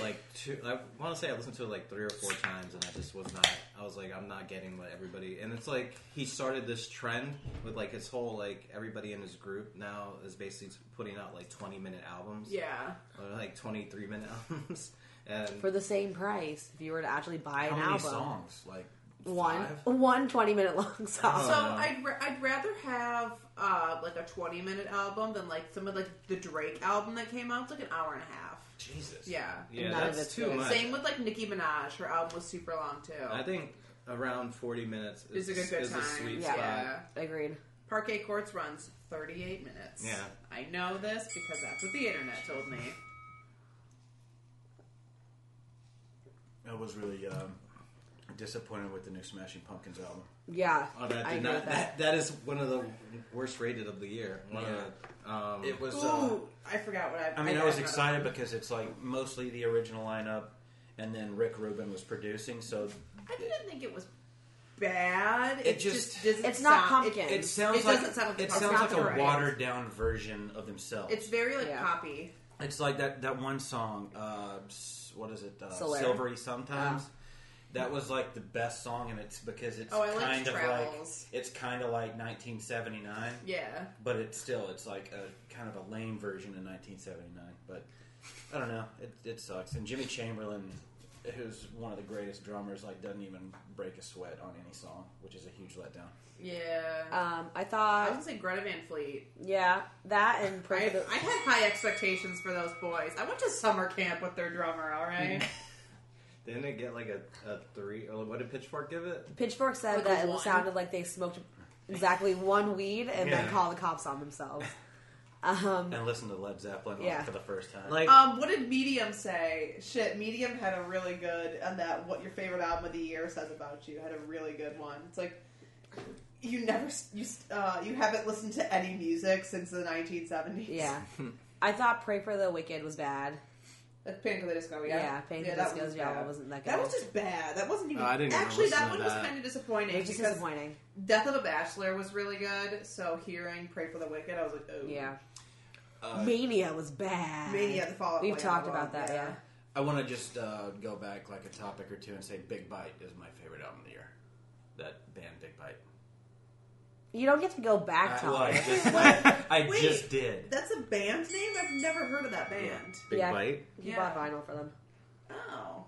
[SPEAKER 4] like two. I want to say I listened to it like three or four times, and I just was not. I was like, I'm not getting what everybody. And it's like he started this trend with like his whole like everybody in his group now is basically putting out like 20 minute albums,
[SPEAKER 1] [laughs] yeah.
[SPEAKER 4] or like 23 minute [laughs] albums, and
[SPEAKER 2] For the same price, if you were to actually buy
[SPEAKER 3] How
[SPEAKER 2] an
[SPEAKER 3] many
[SPEAKER 2] album,
[SPEAKER 3] songs? Like
[SPEAKER 2] one
[SPEAKER 3] five?
[SPEAKER 2] one 20 minute long
[SPEAKER 4] Oh,
[SPEAKER 2] song.
[SPEAKER 1] So I'd, ra- I'd rather have uh, like a 20 minute album than like some of like the Drake album that came out. It's like an hour and a half.
[SPEAKER 3] Jesus.
[SPEAKER 1] Yeah.
[SPEAKER 4] yeah,
[SPEAKER 2] None of
[SPEAKER 4] that's
[SPEAKER 2] it's
[SPEAKER 4] too
[SPEAKER 2] good.
[SPEAKER 4] much.
[SPEAKER 1] Same with like Nicki Minaj. Her album was super long too.
[SPEAKER 4] I think around 40 minutes
[SPEAKER 1] It's
[SPEAKER 4] is,
[SPEAKER 1] a good, good
[SPEAKER 4] is
[SPEAKER 1] time.
[SPEAKER 4] a sweet
[SPEAKER 2] Yeah.
[SPEAKER 4] spot.
[SPEAKER 3] Oh.
[SPEAKER 1] Yeah.
[SPEAKER 2] Agreed.
[SPEAKER 1] Parquet Courts runs 38 minutes.
[SPEAKER 4] Yeah.
[SPEAKER 1] I know this because that's what the internet told me.
[SPEAKER 3] I was really um, disappointed with the new Smashing Pumpkins album.
[SPEAKER 2] Yeah,
[SPEAKER 4] Oh, that
[SPEAKER 2] I
[SPEAKER 4] did
[SPEAKER 2] agree
[SPEAKER 4] not,
[SPEAKER 2] with that.
[SPEAKER 4] that. [laughs] that is one of the worst rated of the year. One
[SPEAKER 3] Yeah.
[SPEAKER 4] of the, um,
[SPEAKER 3] It was. Uh,
[SPEAKER 1] Ooh, I forgot what I.
[SPEAKER 3] I mean, I was
[SPEAKER 1] forgot.
[SPEAKER 3] excited because it's like mostly the original lineup, and then Rick Rubin was producing, so
[SPEAKER 1] I didn't think it was bad. It,
[SPEAKER 3] It
[SPEAKER 1] just,
[SPEAKER 3] just-
[SPEAKER 1] doesn't.
[SPEAKER 2] It's not
[SPEAKER 1] sound-
[SPEAKER 2] pumpkin.
[SPEAKER 1] It,
[SPEAKER 3] it sounds
[SPEAKER 1] It
[SPEAKER 3] like
[SPEAKER 1] doesn't sound like the
[SPEAKER 3] it
[SPEAKER 1] Pumpkins.
[SPEAKER 3] sounds like
[SPEAKER 1] Right.
[SPEAKER 3] a watered down version of themselves.
[SPEAKER 1] it's very like
[SPEAKER 2] Yeah.
[SPEAKER 1] poppy.
[SPEAKER 3] It's like that that one song. Uh, s- what is it? Uh,
[SPEAKER 2] Solaire.
[SPEAKER 3] Silvery sometimes. That was like the best song, and it's because it's
[SPEAKER 1] Oh, I liked
[SPEAKER 3] kind of
[SPEAKER 1] Travels.
[SPEAKER 3] like it's kind of like 1979,
[SPEAKER 1] Yeah.
[SPEAKER 3] but it's still it's like a kind of a lame version of 1979. But I don't know, it, it sucks. And Jimmy Chamberlain, who's one of the greatest drummers, like doesn't even break a sweat on any song, which is a huge letdown.
[SPEAKER 1] Yeah.
[SPEAKER 2] Um,
[SPEAKER 1] I
[SPEAKER 2] I
[SPEAKER 1] was
[SPEAKER 2] thought,
[SPEAKER 1] gonna say Greta Van Fleet.
[SPEAKER 2] yeah, that and
[SPEAKER 1] I,
[SPEAKER 2] Pray for the-
[SPEAKER 1] I had high expectations for those boys. I went to summer camp with their drummer. All
[SPEAKER 3] [laughs]
[SPEAKER 1] right.
[SPEAKER 4] Didn't it get like a, a three? Or what did Pitchfork give it?
[SPEAKER 2] Pitchfork said
[SPEAKER 1] Like a
[SPEAKER 2] that it
[SPEAKER 1] one.
[SPEAKER 2] sounded like they smoked exactly one weed and then
[SPEAKER 3] Yeah.
[SPEAKER 2] called the cops on
[SPEAKER 1] [laughs]
[SPEAKER 2] themselves. Um,
[SPEAKER 3] And listen to Led Zeppelin like,
[SPEAKER 2] Yeah.
[SPEAKER 3] for the first
[SPEAKER 2] Uh,
[SPEAKER 3] time.
[SPEAKER 4] Like,
[SPEAKER 1] Um, what did Medium say? Shit, Medium had a really good on that. What your favorite album of the year says about you had a really good one. It's like you never s- you s- uh, you haven't listened to any music since the 1970s. [laughs]
[SPEAKER 2] yeah, I thought Pray for the Wicked was bad.
[SPEAKER 1] Uh, Panic at the Disco, yeah.
[SPEAKER 2] Yeah, Panic
[SPEAKER 1] yeah,
[SPEAKER 2] at
[SPEAKER 1] that
[SPEAKER 2] the Disco's
[SPEAKER 1] was bad.
[SPEAKER 2] Java wasn't that good.
[SPEAKER 1] That was just bad. That wasn't even.
[SPEAKER 4] Uh, I didn't even
[SPEAKER 1] actually, that
[SPEAKER 4] listen to
[SPEAKER 1] one was
[SPEAKER 4] that.
[SPEAKER 1] kind of
[SPEAKER 2] it
[SPEAKER 1] disappointing
[SPEAKER 2] was just
[SPEAKER 1] because
[SPEAKER 2] disappointing.
[SPEAKER 1] Death of the Bachelor was really good. So hearing "Pray for the Wicked," I was like, oh,
[SPEAKER 2] Yeah,
[SPEAKER 3] Uh,
[SPEAKER 2] Mania was bad.
[SPEAKER 1] Mania the Fallout.
[SPEAKER 2] We've
[SPEAKER 1] Boy
[SPEAKER 2] talked
[SPEAKER 1] album,
[SPEAKER 2] about that. Yeah.
[SPEAKER 3] I want to just uh, go back like a topic or two and say Big Bite is my favorite album of the year. That band Big Bite.
[SPEAKER 2] you don't get to go back
[SPEAKER 3] I,
[SPEAKER 2] to
[SPEAKER 3] well,
[SPEAKER 1] [laughs]
[SPEAKER 3] I
[SPEAKER 2] it.
[SPEAKER 3] just,
[SPEAKER 1] Wait,
[SPEAKER 3] I
[SPEAKER 1] wait.
[SPEAKER 3] just did.
[SPEAKER 1] That's a band name. I've never heard of that band.
[SPEAKER 4] Big
[SPEAKER 2] Yeah.
[SPEAKER 4] bite.
[SPEAKER 2] You
[SPEAKER 1] Yeah.
[SPEAKER 2] bought vinyl for them.
[SPEAKER 1] Oh,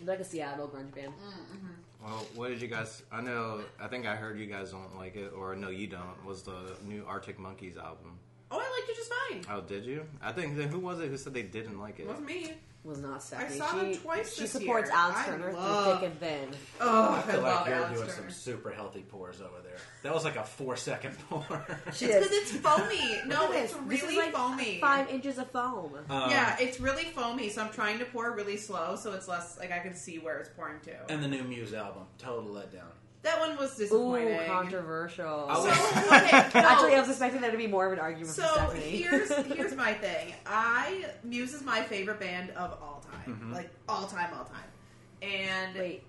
[SPEAKER 2] They're like a Seattle grunge band.
[SPEAKER 1] Mm.
[SPEAKER 4] Well, what did you guys? I know. I think I heard you guys don't like it, or no, you don't. Was the new Arctic Monkeys album?
[SPEAKER 1] oh, I liked it just fine.
[SPEAKER 4] Oh, did you? I think that who was it who said they didn't like it?
[SPEAKER 1] It
[SPEAKER 4] [laughs]
[SPEAKER 1] wasn't me.
[SPEAKER 2] Was not sexy.
[SPEAKER 1] saw them
[SPEAKER 2] she,
[SPEAKER 1] twice
[SPEAKER 2] She
[SPEAKER 1] this
[SPEAKER 2] supports
[SPEAKER 1] year.
[SPEAKER 2] Alex
[SPEAKER 1] I
[SPEAKER 2] Turner
[SPEAKER 1] love-
[SPEAKER 2] through thick and thin.
[SPEAKER 1] Oh,
[SPEAKER 3] I
[SPEAKER 1] I,
[SPEAKER 3] feel
[SPEAKER 1] love
[SPEAKER 3] like you're
[SPEAKER 1] Alex
[SPEAKER 3] doing
[SPEAKER 1] Turner.
[SPEAKER 3] some super healthy pours over there. That was like a four second [laughs]
[SPEAKER 1] [laughs]
[SPEAKER 3] pour.
[SPEAKER 2] She
[SPEAKER 1] It's because it's foamy.
[SPEAKER 2] [laughs]
[SPEAKER 1] No,
[SPEAKER 2] Look at
[SPEAKER 1] it's
[SPEAKER 2] this.
[SPEAKER 1] really
[SPEAKER 2] This is like
[SPEAKER 1] foamy.
[SPEAKER 2] Five inches of foam.
[SPEAKER 3] Um,
[SPEAKER 1] yeah, it's really foamy. So I'm trying to pour really slow, so it's less like I can see where it's pouring to.
[SPEAKER 3] And the new Muse album, total letdown.
[SPEAKER 1] that one was disappointing.
[SPEAKER 2] Ooh, controversial.
[SPEAKER 3] I
[SPEAKER 1] so
[SPEAKER 4] [laughs]
[SPEAKER 3] was-
[SPEAKER 1] okay, no.
[SPEAKER 2] [laughs] Actually, I was expecting there to be more of an argument for
[SPEAKER 1] so
[SPEAKER 2] Stephanie. [laughs]
[SPEAKER 1] here's here's my thing. I Muse is my favorite band of all time,
[SPEAKER 3] Mhm.
[SPEAKER 1] like all time, all time, and
[SPEAKER 2] Wait,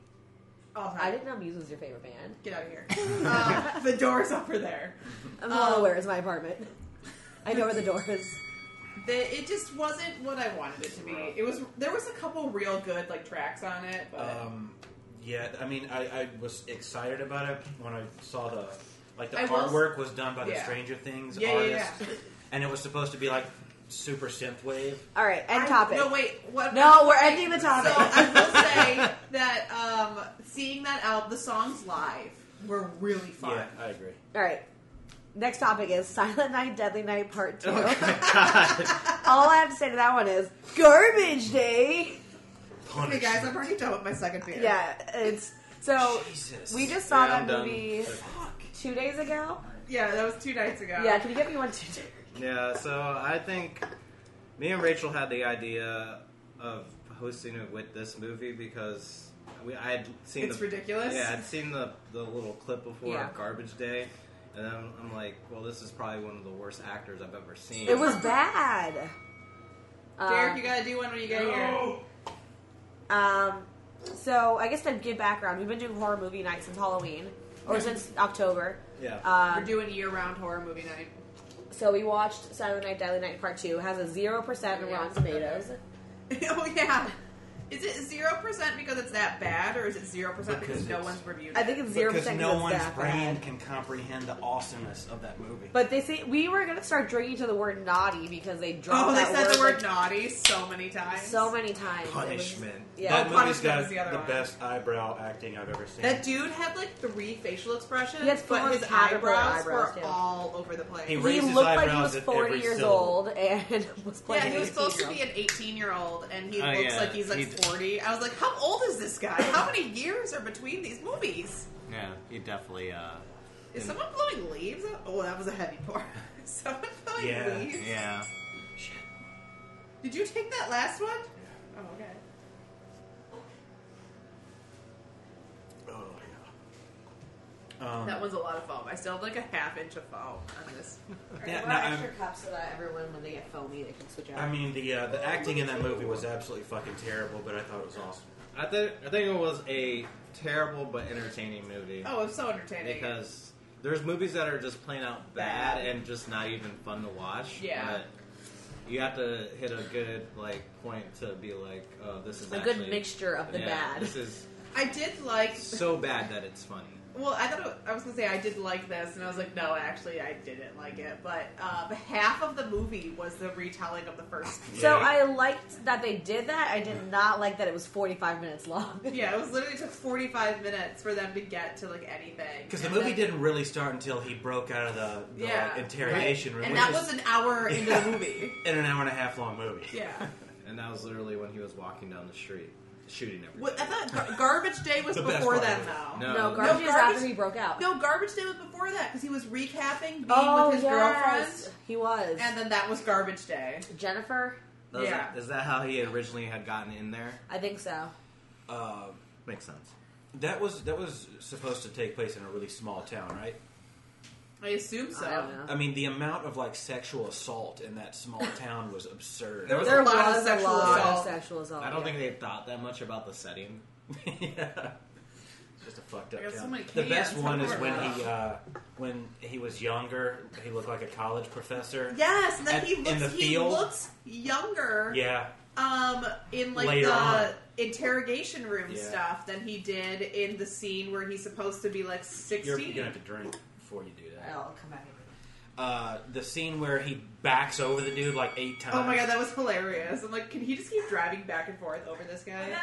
[SPEAKER 1] all time.
[SPEAKER 2] I didn't know Muse was your favorite band.
[SPEAKER 1] Get out of
[SPEAKER 2] [laughs]
[SPEAKER 1] here. um, the door's over there.
[SPEAKER 2] I'm
[SPEAKER 1] Um,
[SPEAKER 2] well aware it's my apartment. I know where the door is.
[SPEAKER 1] The, it just wasn't what I wanted it to be. It was there was a couple real good like tracks on it, but
[SPEAKER 3] Um, yeah, I mean, I, I was excited about it when I saw the like the
[SPEAKER 1] I will s-
[SPEAKER 3] artwork was done by the
[SPEAKER 1] Yeah.
[SPEAKER 3] Stranger Things
[SPEAKER 1] yeah, yeah,
[SPEAKER 3] artist,
[SPEAKER 1] yeah.
[SPEAKER 3] and it was supposed to be like super synthwave.
[SPEAKER 2] All right, end
[SPEAKER 1] I-
[SPEAKER 2] topic.
[SPEAKER 1] No, wait. What,
[SPEAKER 2] No, we're ending the
[SPEAKER 1] So
[SPEAKER 2] topic.
[SPEAKER 1] I
[SPEAKER 2] [laughs]
[SPEAKER 1] will say that um, seeing that album, the songs live were really fun.
[SPEAKER 3] Yeah, I agree.
[SPEAKER 2] All right. Next topic is Silent Night, Deadly Night Part 2.
[SPEAKER 4] Oh, God.
[SPEAKER 2] [laughs] All I have to say to that one is Garbage Day.
[SPEAKER 1] Okay, guys, I'm already done with my second beer.
[SPEAKER 2] Yeah, it's so
[SPEAKER 3] Jesus.
[SPEAKER 2] we just saw
[SPEAKER 4] Yeah, I'm
[SPEAKER 2] that
[SPEAKER 4] done.
[SPEAKER 2] movie two days ago.
[SPEAKER 1] yeah, that was two nights ago.
[SPEAKER 2] Yeah, can you get me one two?
[SPEAKER 4] Yeah, so I think me and Rachel had the idea of hosting it with this movie because we I had seen
[SPEAKER 1] It's
[SPEAKER 4] the,
[SPEAKER 1] ridiculous.
[SPEAKER 4] Yeah, I'd seen the the little clip before
[SPEAKER 2] Yeah.
[SPEAKER 4] of Garbage Day, and I'm, I'm like, well, this is probably one of the worst actors I've ever seen.
[SPEAKER 2] It was bad. Uh,
[SPEAKER 1] Derek, you gotta do one when you get here.
[SPEAKER 2] Um, so I guess to give background, we've been doing horror movie night since Halloween or since October.
[SPEAKER 4] yeah.
[SPEAKER 1] We're
[SPEAKER 2] Um,
[SPEAKER 1] doing year-round horror movie night. [laughs]
[SPEAKER 2] so we watched Silent Night, Deadly Night Part Two. It has a zero percent on
[SPEAKER 1] Yeah.
[SPEAKER 2] Rotten Tomatoes.
[SPEAKER 1] oh yeah. Is it zero percent because it's that bad, or is it zero percent
[SPEAKER 3] Because
[SPEAKER 1] because no
[SPEAKER 3] it's-
[SPEAKER 1] one's reviewed?
[SPEAKER 2] I
[SPEAKER 1] it?
[SPEAKER 2] think it's zero
[SPEAKER 3] because
[SPEAKER 2] percent
[SPEAKER 3] no
[SPEAKER 2] it's
[SPEAKER 3] one's
[SPEAKER 2] that
[SPEAKER 3] brain
[SPEAKER 2] bad.
[SPEAKER 3] can comprehend the awesomeness of that movie.
[SPEAKER 2] But they say we were gonna start drinking to the word naughty because they dropped
[SPEAKER 1] Oh, they
[SPEAKER 2] that
[SPEAKER 1] said
[SPEAKER 2] word,
[SPEAKER 1] the word
[SPEAKER 2] like,
[SPEAKER 1] naughty so many times.
[SPEAKER 2] so many times. It was-
[SPEAKER 4] punishment.
[SPEAKER 2] yeah.
[SPEAKER 3] that movie's
[SPEAKER 1] Punishment
[SPEAKER 3] got
[SPEAKER 1] is the other
[SPEAKER 3] the
[SPEAKER 1] one.
[SPEAKER 3] best eyebrow acting I've ever seen.
[SPEAKER 1] That dude had like three facial expressions,
[SPEAKER 2] He had full
[SPEAKER 1] but his
[SPEAKER 2] caterpillar
[SPEAKER 1] eyebrows,
[SPEAKER 2] eyebrows,
[SPEAKER 1] were
[SPEAKER 2] too.
[SPEAKER 1] all over the place.
[SPEAKER 3] He
[SPEAKER 2] he
[SPEAKER 3] raised his
[SPEAKER 2] looked like he
[SPEAKER 3] eyebrows
[SPEAKER 2] was
[SPEAKER 3] at
[SPEAKER 2] 40
[SPEAKER 3] every
[SPEAKER 2] years
[SPEAKER 3] syllable.
[SPEAKER 2] old [laughs] and was playing
[SPEAKER 1] yeah, he was
[SPEAKER 2] a
[SPEAKER 1] supposed to
[SPEAKER 2] piano.
[SPEAKER 1] be an 18 year old, and he
[SPEAKER 4] Oh,
[SPEAKER 1] looks
[SPEAKER 4] yeah,
[SPEAKER 1] like he's like
[SPEAKER 4] he d-
[SPEAKER 1] 40. I was like, how old is this guy? How many years are between these movies?
[SPEAKER 4] yeah, he definitely. Uh,
[SPEAKER 1] Is
[SPEAKER 4] Mm.
[SPEAKER 1] someone blowing leaves? out? Oh, that was a heavy pour. [laughs] Is someone blowing
[SPEAKER 3] Yeah.
[SPEAKER 1] leaves?
[SPEAKER 4] yeah.
[SPEAKER 3] Shit.
[SPEAKER 1] Did you take that last one? Oh, okay.
[SPEAKER 3] Oh yeah. Um,
[SPEAKER 1] That one's a lot of foam. I still have like a half inch of foam on this.
[SPEAKER 3] Yeah, no, I'm-
[SPEAKER 2] cups so that everyone, when they get foamy, they can switch out.
[SPEAKER 3] I mean, the uh, the acting in that movie was absolutely fucking terrible, but I thought it was awesome.
[SPEAKER 4] I think I think it was a terrible but entertaining movie.
[SPEAKER 1] Oh, it's so entertaining.
[SPEAKER 4] because there's movies that are just plain out bad and just not even fun to watch.
[SPEAKER 1] Yeah.
[SPEAKER 4] But you have to hit a good like point to be like, oh, this is
[SPEAKER 2] a
[SPEAKER 4] actually,
[SPEAKER 2] good mixture of the
[SPEAKER 4] yeah,
[SPEAKER 2] bad.
[SPEAKER 4] This is
[SPEAKER 1] I did like
[SPEAKER 4] so bad that it's funny.
[SPEAKER 1] Well, I thought it, I was gonna say I did like this, and I was like, no, actually, I didn't like it. But um, half of the movie was the retelling of the first. [laughs]
[SPEAKER 2] So
[SPEAKER 3] Yeah.
[SPEAKER 2] I liked that they did that. I did not like that it was 45 minutes long. [laughs]
[SPEAKER 1] yeah, it was literally took forty five minutes for them to get to like anything
[SPEAKER 3] Because the
[SPEAKER 1] And
[SPEAKER 3] movie
[SPEAKER 1] then-
[SPEAKER 3] didn't really start until he broke out of the, the
[SPEAKER 1] Yeah.
[SPEAKER 3] like, interrogation room,
[SPEAKER 1] and
[SPEAKER 3] which
[SPEAKER 1] that
[SPEAKER 3] is
[SPEAKER 1] was an
[SPEAKER 3] [laughs]
[SPEAKER 1] hour into the movie.
[SPEAKER 3] in an hour and a half long movie.
[SPEAKER 1] Yeah,
[SPEAKER 4] And that was literally when he was walking down the street shooting everything.
[SPEAKER 1] Well, I thought Gar- Garbage Day was
[SPEAKER 3] The best
[SPEAKER 1] before
[SPEAKER 3] part
[SPEAKER 1] then,
[SPEAKER 3] of it.
[SPEAKER 1] though.
[SPEAKER 4] No.
[SPEAKER 2] no,
[SPEAKER 4] No,
[SPEAKER 2] garbage is after
[SPEAKER 1] Garbage-
[SPEAKER 2] he broke out.
[SPEAKER 1] No, Garbage Day was before that because he was recapping being
[SPEAKER 2] oh,
[SPEAKER 1] with his
[SPEAKER 2] yes. He was.
[SPEAKER 1] girlfriend, and then that was Garbage Day.
[SPEAKER 2] Jennifer?
[SPEAKER 4] That was-
[SPEAKER 1] yeah.
[SPEAKER 4] Is that how he originally had gotten in there?
[SPEAKER 2] I think so.
[SPEAKER 3] Uh,
[SPEAKER 4] Makes sense.
[SPEAKER 3] that was that was supposed to take place in a really small town, right?
[SPEAKER 1] I assume so.
[SPEAKER 2] I don't know.
[SPEAKER 3] I mean, the amount of like sexual assault in that
[SPEAKER 4] [laughs]
[SPEAKER 3] small town was absurd.
[SPEAKER 4] There was-
[SPEAKER 1] There was
[SPEAKER 2] a
[SPEAKER 1] sexual
[SPEAKER 2] lot
[SPEAKER 1] assault.
[SPEAKER 2] of sexual assault.
[SPEAKER 4] I don't
[SPEAKER 2] Oh, yeah.
[SPEAKER 4] think they thought that much about the setting.
[SPEAKER 3] [laughs] yeah. Just a fucked up.
[SPEAKER 1] I got so
[SPEAKER 3] town.
[SPEAKER 1] many
[SPEAKER 3] the best
[SPEAKER 1] cans.
[SPEAKER 3] one
[SPEAKER 1] How
[SPEAKER 3] is
[SPEAKER 1] do I
[SPEAKER 3] when
[SPEAKER 1] know?
[SPEAKER 3] he uh, when he was younger. He looked like a college professor.
[SPEAKER 1] Yes, and then
[SPEAKER 3] At-
[SPEAKER 1] he
[SPEAKER 3] in
[SPEAKER 1] looks
[SPEAKER 3] the
[SPEAKER 1] he
[SPEAKER 3] field?
[SPEAKER 1] looks younger
[SPEAKER 3] Yeah,
[SPEAKER 1] um in like
[SPEAKER 3] Later
[SPEAKER 1] the
[SPEAKER 3] on.
[SPEAKER 1] interrogation room
[SPEAKER 3] Yeah.
[SPEAKER 1] stuff than he did in the scene where he's supposed to be like 16
[SPEAKER 3] you're, you're gonna have to drink before you do that.
[SPEAKER 2] I'll come back.
[SPEAKER 3] Uh, the scene where he backs over the dude like eight times.
[SPEAKER 1] Oh my god, that was hilarious. I'm like, can he just keep driving back and forth over this guy?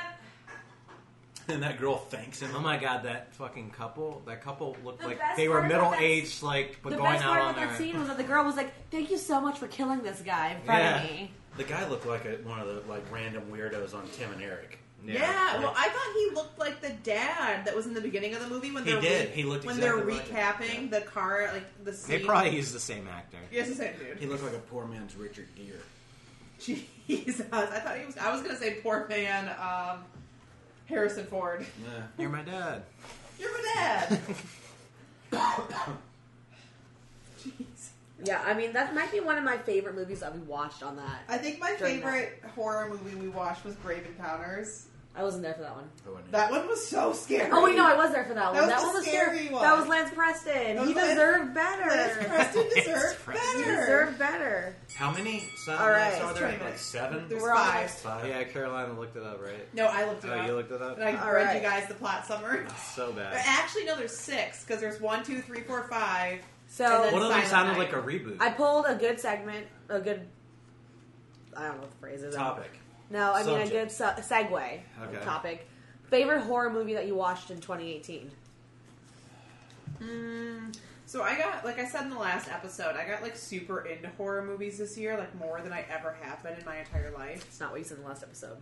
[SPEAKER 3] And that girl thanks him.
[SPEAKER 4] Oh my god, that fucking couple! That couple looked
[SPEAKER 6] The
[SPEAKER 4] like
[SPEAKER 6] best
[SPEAKER 4] they were
[SPEAKER 6] part about
[SPEAKER 4] middle
[SPEAKER 6] that-
[SPEAKER 4] aged, like but
[SPEAKER 2] The
[SPEAKER 4] going
[SPEAKER 2] best
[SPEAKER 4] out
[SPEAKER 2] part
[SPEAKER 4] on
[SPEAKER 2] of that
[SPEAKER 4] their.
[SPEAKER 2] scene was that the girl was like, "Thank you so much for killing this guy in front
[SPEAKER 4] Yeah.
[SPEAKER 2] of me."
[SPEAKER 3] The guy looked like a, one of the like random weirdos on Tim and Eric.
[SPEAKER 1] Yeah, well, I thought he looked like the dad that was in the beginning of the movie when
[SPEAKER 3] He
[SPEAKER 1] they're
[SPEAKER 3] did.
[SPEAKER 1] re-
[SPEAKER 3] He looked
[SPEAKER 1] when
[SPEAKER 3] exactly
[SPEAKER 1] they're
[SPEAKER 3] like him.
[SPEAKER 1] recapping the car, like the
[SPEAKER 4] they
[SPEAKER 1] scene.
[SPEAKER 4] probably used the same actor.
[SPEAKER 1] Yes, the same dude.
[SPEAKER 3] He looked like a poor man's Richard Gere.
[SPEAKER 1] [laughs] Jesus, I thought he was. I was gonna say poor man, um, Harrison Ford.
[SPEAKER 3] [coughs] Yeah.
[SPEAKER 4] You're my dad.
[SPEAKER 1] You're my dad.
[SPEAKER 3] Oh,
[SPEAKER 1] Jeez.
[SPEAKER 2] Yeah, I mean that might be one of my favorite movies that we watched on that.
[SPEAKER 1] I think my
[SPEAKER 2] During
[SPEAKER 1] favorite horror movie we watched was Brave Encounters.
[SPEAKER 2] I wasn't there for that one.
[SPEAKER 3] Oh, and-
[SPEAKER 1] That one was so scary.
[SPEAKER 2] Oh wait, no, I was there for that one.
[SPEAKER 1] That was the
[SPEAKER 2] one was
[SPEAKER 1] scary
[SPEAKER 2] scary.
[SPEAKER 1] one.
[SPEAKER 2] That was Lance
[SPEAKER 1] That
[SPEAKER 2] Preston.
[SPEAKER 1] was
[SPEAKER 2] he
[SPEAKER 1] Lance-
[SPEAKER 2] deserved better.
[SPEAKER 1] Liz
[SPEAKER 2] [laughs]
[SPEAKER 1] Preston
[SPEAKER 4] It's
[SPEAKER 1] deserved
[SPEAKER 4] Preston.
[SPEAKER 1] better.
[SPEAKER 2] He deserved better.
[SPEAKER 3] How many sound
[SPEAKER 2] All right.
[SPEAKER 3] bites are there?
[SPEAKER 1] Let's try
[SPEAKER 3] Like
[SPEAKER 1] this.
[SPEAKER 3] seven?
[SPEAKER 1] There's
[SPEAKER 2] We're all-
[SPEAKER 1] five.
[SPEAKER 3] Five?
[SPEAKER 4] Oh, Yeah, Carolina looked it up, right?
[SPEAKER 1] No, I looked it
[SPEAKER 4] Oh,
[SPEAKER 1] up.
[SPEAKER 4] you looked it up. Ah,
[SPEAKER 1] and I
[SPEAKER 2] All
[SPEAKER 1] read you
[SPEAKER 2] right.
[SPEAKER 1] guys the plot summary.
[SPEAKER 4] so
[SPEAKER 1] But
[SPEAKER 4] bad.
[SPEAKER 1] Actually, no, there's six because there's one, two, three, four, five.
[SPEAKER 2] So
[SPEAKER 1] And
[SPEAKER 4] One of them
[SPEAKER 1] Silent
[SPEAKER 4] sounded
[SPEAKER 1] Night.
[SPEAKER 4] like a reboot.
[SPEAKER 2] I pulled a good segment, a good. I don't know what the phrase is.
[SPEAKER 3] Topic.
[SPEAKER 2] No, I mean a
[SPEAKER 3] Subject.
[SPEAKER 2] good se- segue
[SPEAKER 4] Okay.
[SPEAKER 2] topic. Favorite horror movie that you watched in 2018? Hmm.
[SPEAKER 1] Mm, so I got, like I said in the last episode, I got like super into horror movies this year, like more than I ever have been in my entire life.
[SPEAKER 2] It's not what you said in the last episode.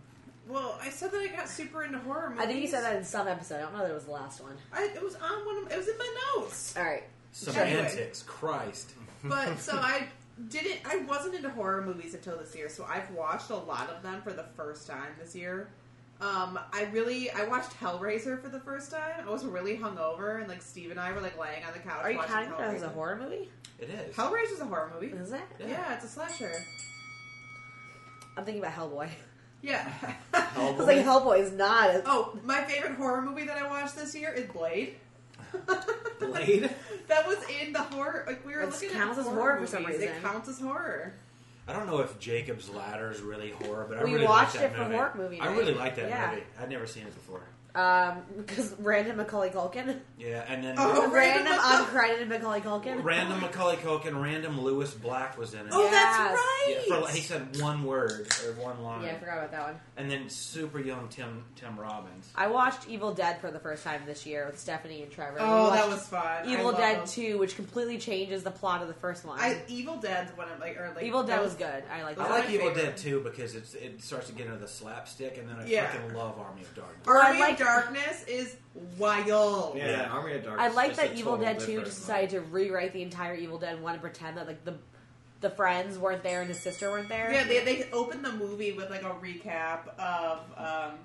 [SPEAKER 1] Well, I said that I got super into horror movies.
[SPEAKER 2] I think you said that in some episode. I don't know that it was the last one.
[SPEAKER 1] I, it was on one. Of, it was in my notes.
[SPEAKER 2] All right.
[SPEAKER 3] Semantics.
[SPEAKER 2] [laughs]
[SPEAKER 3] Christ. [laughs]
[SPEAKER 1] But so I didn't. I wasn't into horror movies until this year, so I've watched a lot of them for the first time this year. Um, I really I watched Hellraiser for the first time. I was really hungover, and like Steve and I were like laying on the couch.
[SPEAKER 2] Are you
[SPEAKER 1] watching
[SPEAKER 2] counting that
[SPEAKER 1] Hellraiser.
[SPEAKER 2] as a horror movie?
[SPEAKER 3] It is.
[SPEAKER 1] Hellraiser's a horror movie.
[SPEAKER 2] Is that?
[SPEAKER 1] Yeah, it's a slasher.
[SPEAKER 2] I'm thinking about Hellboy. [laughs]
[SPEAKER 1] Yeah.
[SPEAKER 2] I was like, Hellboy is not. A-
[SPEAKER 1] [laughs] oh, my favorite horror movie that I watched this year is Blade.
[SPEAKER 3] Blade?
[SPEAKER 1] [laughs] That was in the horror. Like we were
[SPEAKER 2] It
[SPEAKER 1] looking
[SPEAKER 2] counts
[SPEAKER 1] at
[SPEAKER 2] as
[SPEAKER 1] horror
[SPEAKER 2] horror for
[SPEAKER 1] movies.
[SPEAKER 2] some
[SPEAKER 1] It
[SPEAKER 2] reason.
[SPEAKER 1] counts as horror.
[SPEAKER 3] I don't know if Jacob's Ladder is really horror, but I
[SPEAKER 2] We
[SPEAKER 3] really
[SPEAKER 2] watched
[SPEAKER 3] like that
[SPEAKER 2] it for
[SPEAKER 3] movie.
[SPEAKER 2] horror movie
[SPEAKER 3] I
[SPEAKER 2] night.
[SPEAKER 3] really like that
[SPEAKER 2] Yeah.
[SPEAKER 3] movie. I'd never seen it before.
[SPEAKER 2] um, because random Macaulay
[SPEAKER 3] [laughs]
[SPEAKER 2] Culkin,
[SPEAKER 3] Yeah, and then
[SPEAKER 1] Oh,
[SPEAKER 2] [laughs] random,
[SPEAKER 1] random Macaul-
[SPEAKER 2] uncredited Macaulay Culkin.
[SPEAKER 3] random Macaulay Culkin, random Lewis Black was in it.
[SPEAKER 1] Oh, that's
[SPEAKER 2] Yes.
[SPEAKER 1] right.
[SPEAKER 3] Yeah, for, like, he said one word or one line,
[SPEAKER 2] Yeah, I forgot about that one.
[SPEAKER 3] and then super young Tim Tim Robbins.
[SPEAKER 2] I watched Evil Dead for the first time this year with Stephanie and Trevor.
[SPEAKER 1] oh,
[SPEAKER 2] We
[SPEAKER 1] that
[SPEAKER 2] watched
[SPEAKER 1] was fun. I
[SPEAKER 2] Evil
[SPEAKER 1] love
[SPEAKER 2] Dead
[SPEAKER 1] those.
[SPEAKER 2] 2, which completely changes the plot of the first one.
[SPEAKER 1] I Evil Dead's one of like or like
[SPEAKER 2] Evil Dead
[SPEAKER 1] that
[SPEAKER 2] was good. I like
[SPEAKER 1] Those
[SPEAKER 3] I
[SPEAKER 2] that.
[SPEAKER 1] are
[SPEAKER 3] like
[SPEAKER 1] my
[SPEAKER 3] Evil
[SPEAKER 1] favorite.
[SPEAKER 3] Dead too because it's it starts to get into the slapstick, and then I
[SPEAKER 1] Yeah.
[SPEAKER 3] fucking love Army of Darkness.
[SPEAKER 2] Or I
[SPEAKER 1] Army
[SPEAKER 2] like-
[SPEAKER 1] of Darkness is wild.
[SPEAKER 4] yeah,
[SPEAKER 3] Yeah.
[SPEAKER 4] Army of Darkness.
[SPEAKER 2] I like
[SPEAKER 4] just a
[SPEAKER 2] that Evil
[SPEAKER 4] total
[SPEAKER 2] Dead 2
[SPEAKER 4] different
[SPEAKER 2] just
[SPEAKER 4] one.
[SPEAKER 2] decided to rewrite the entire Evil Dead 1 and pretend that like the the friends weren't there and his sister weren't there.
[SPEAKER 1] Yeah, they they opened the movie with like a recap of um,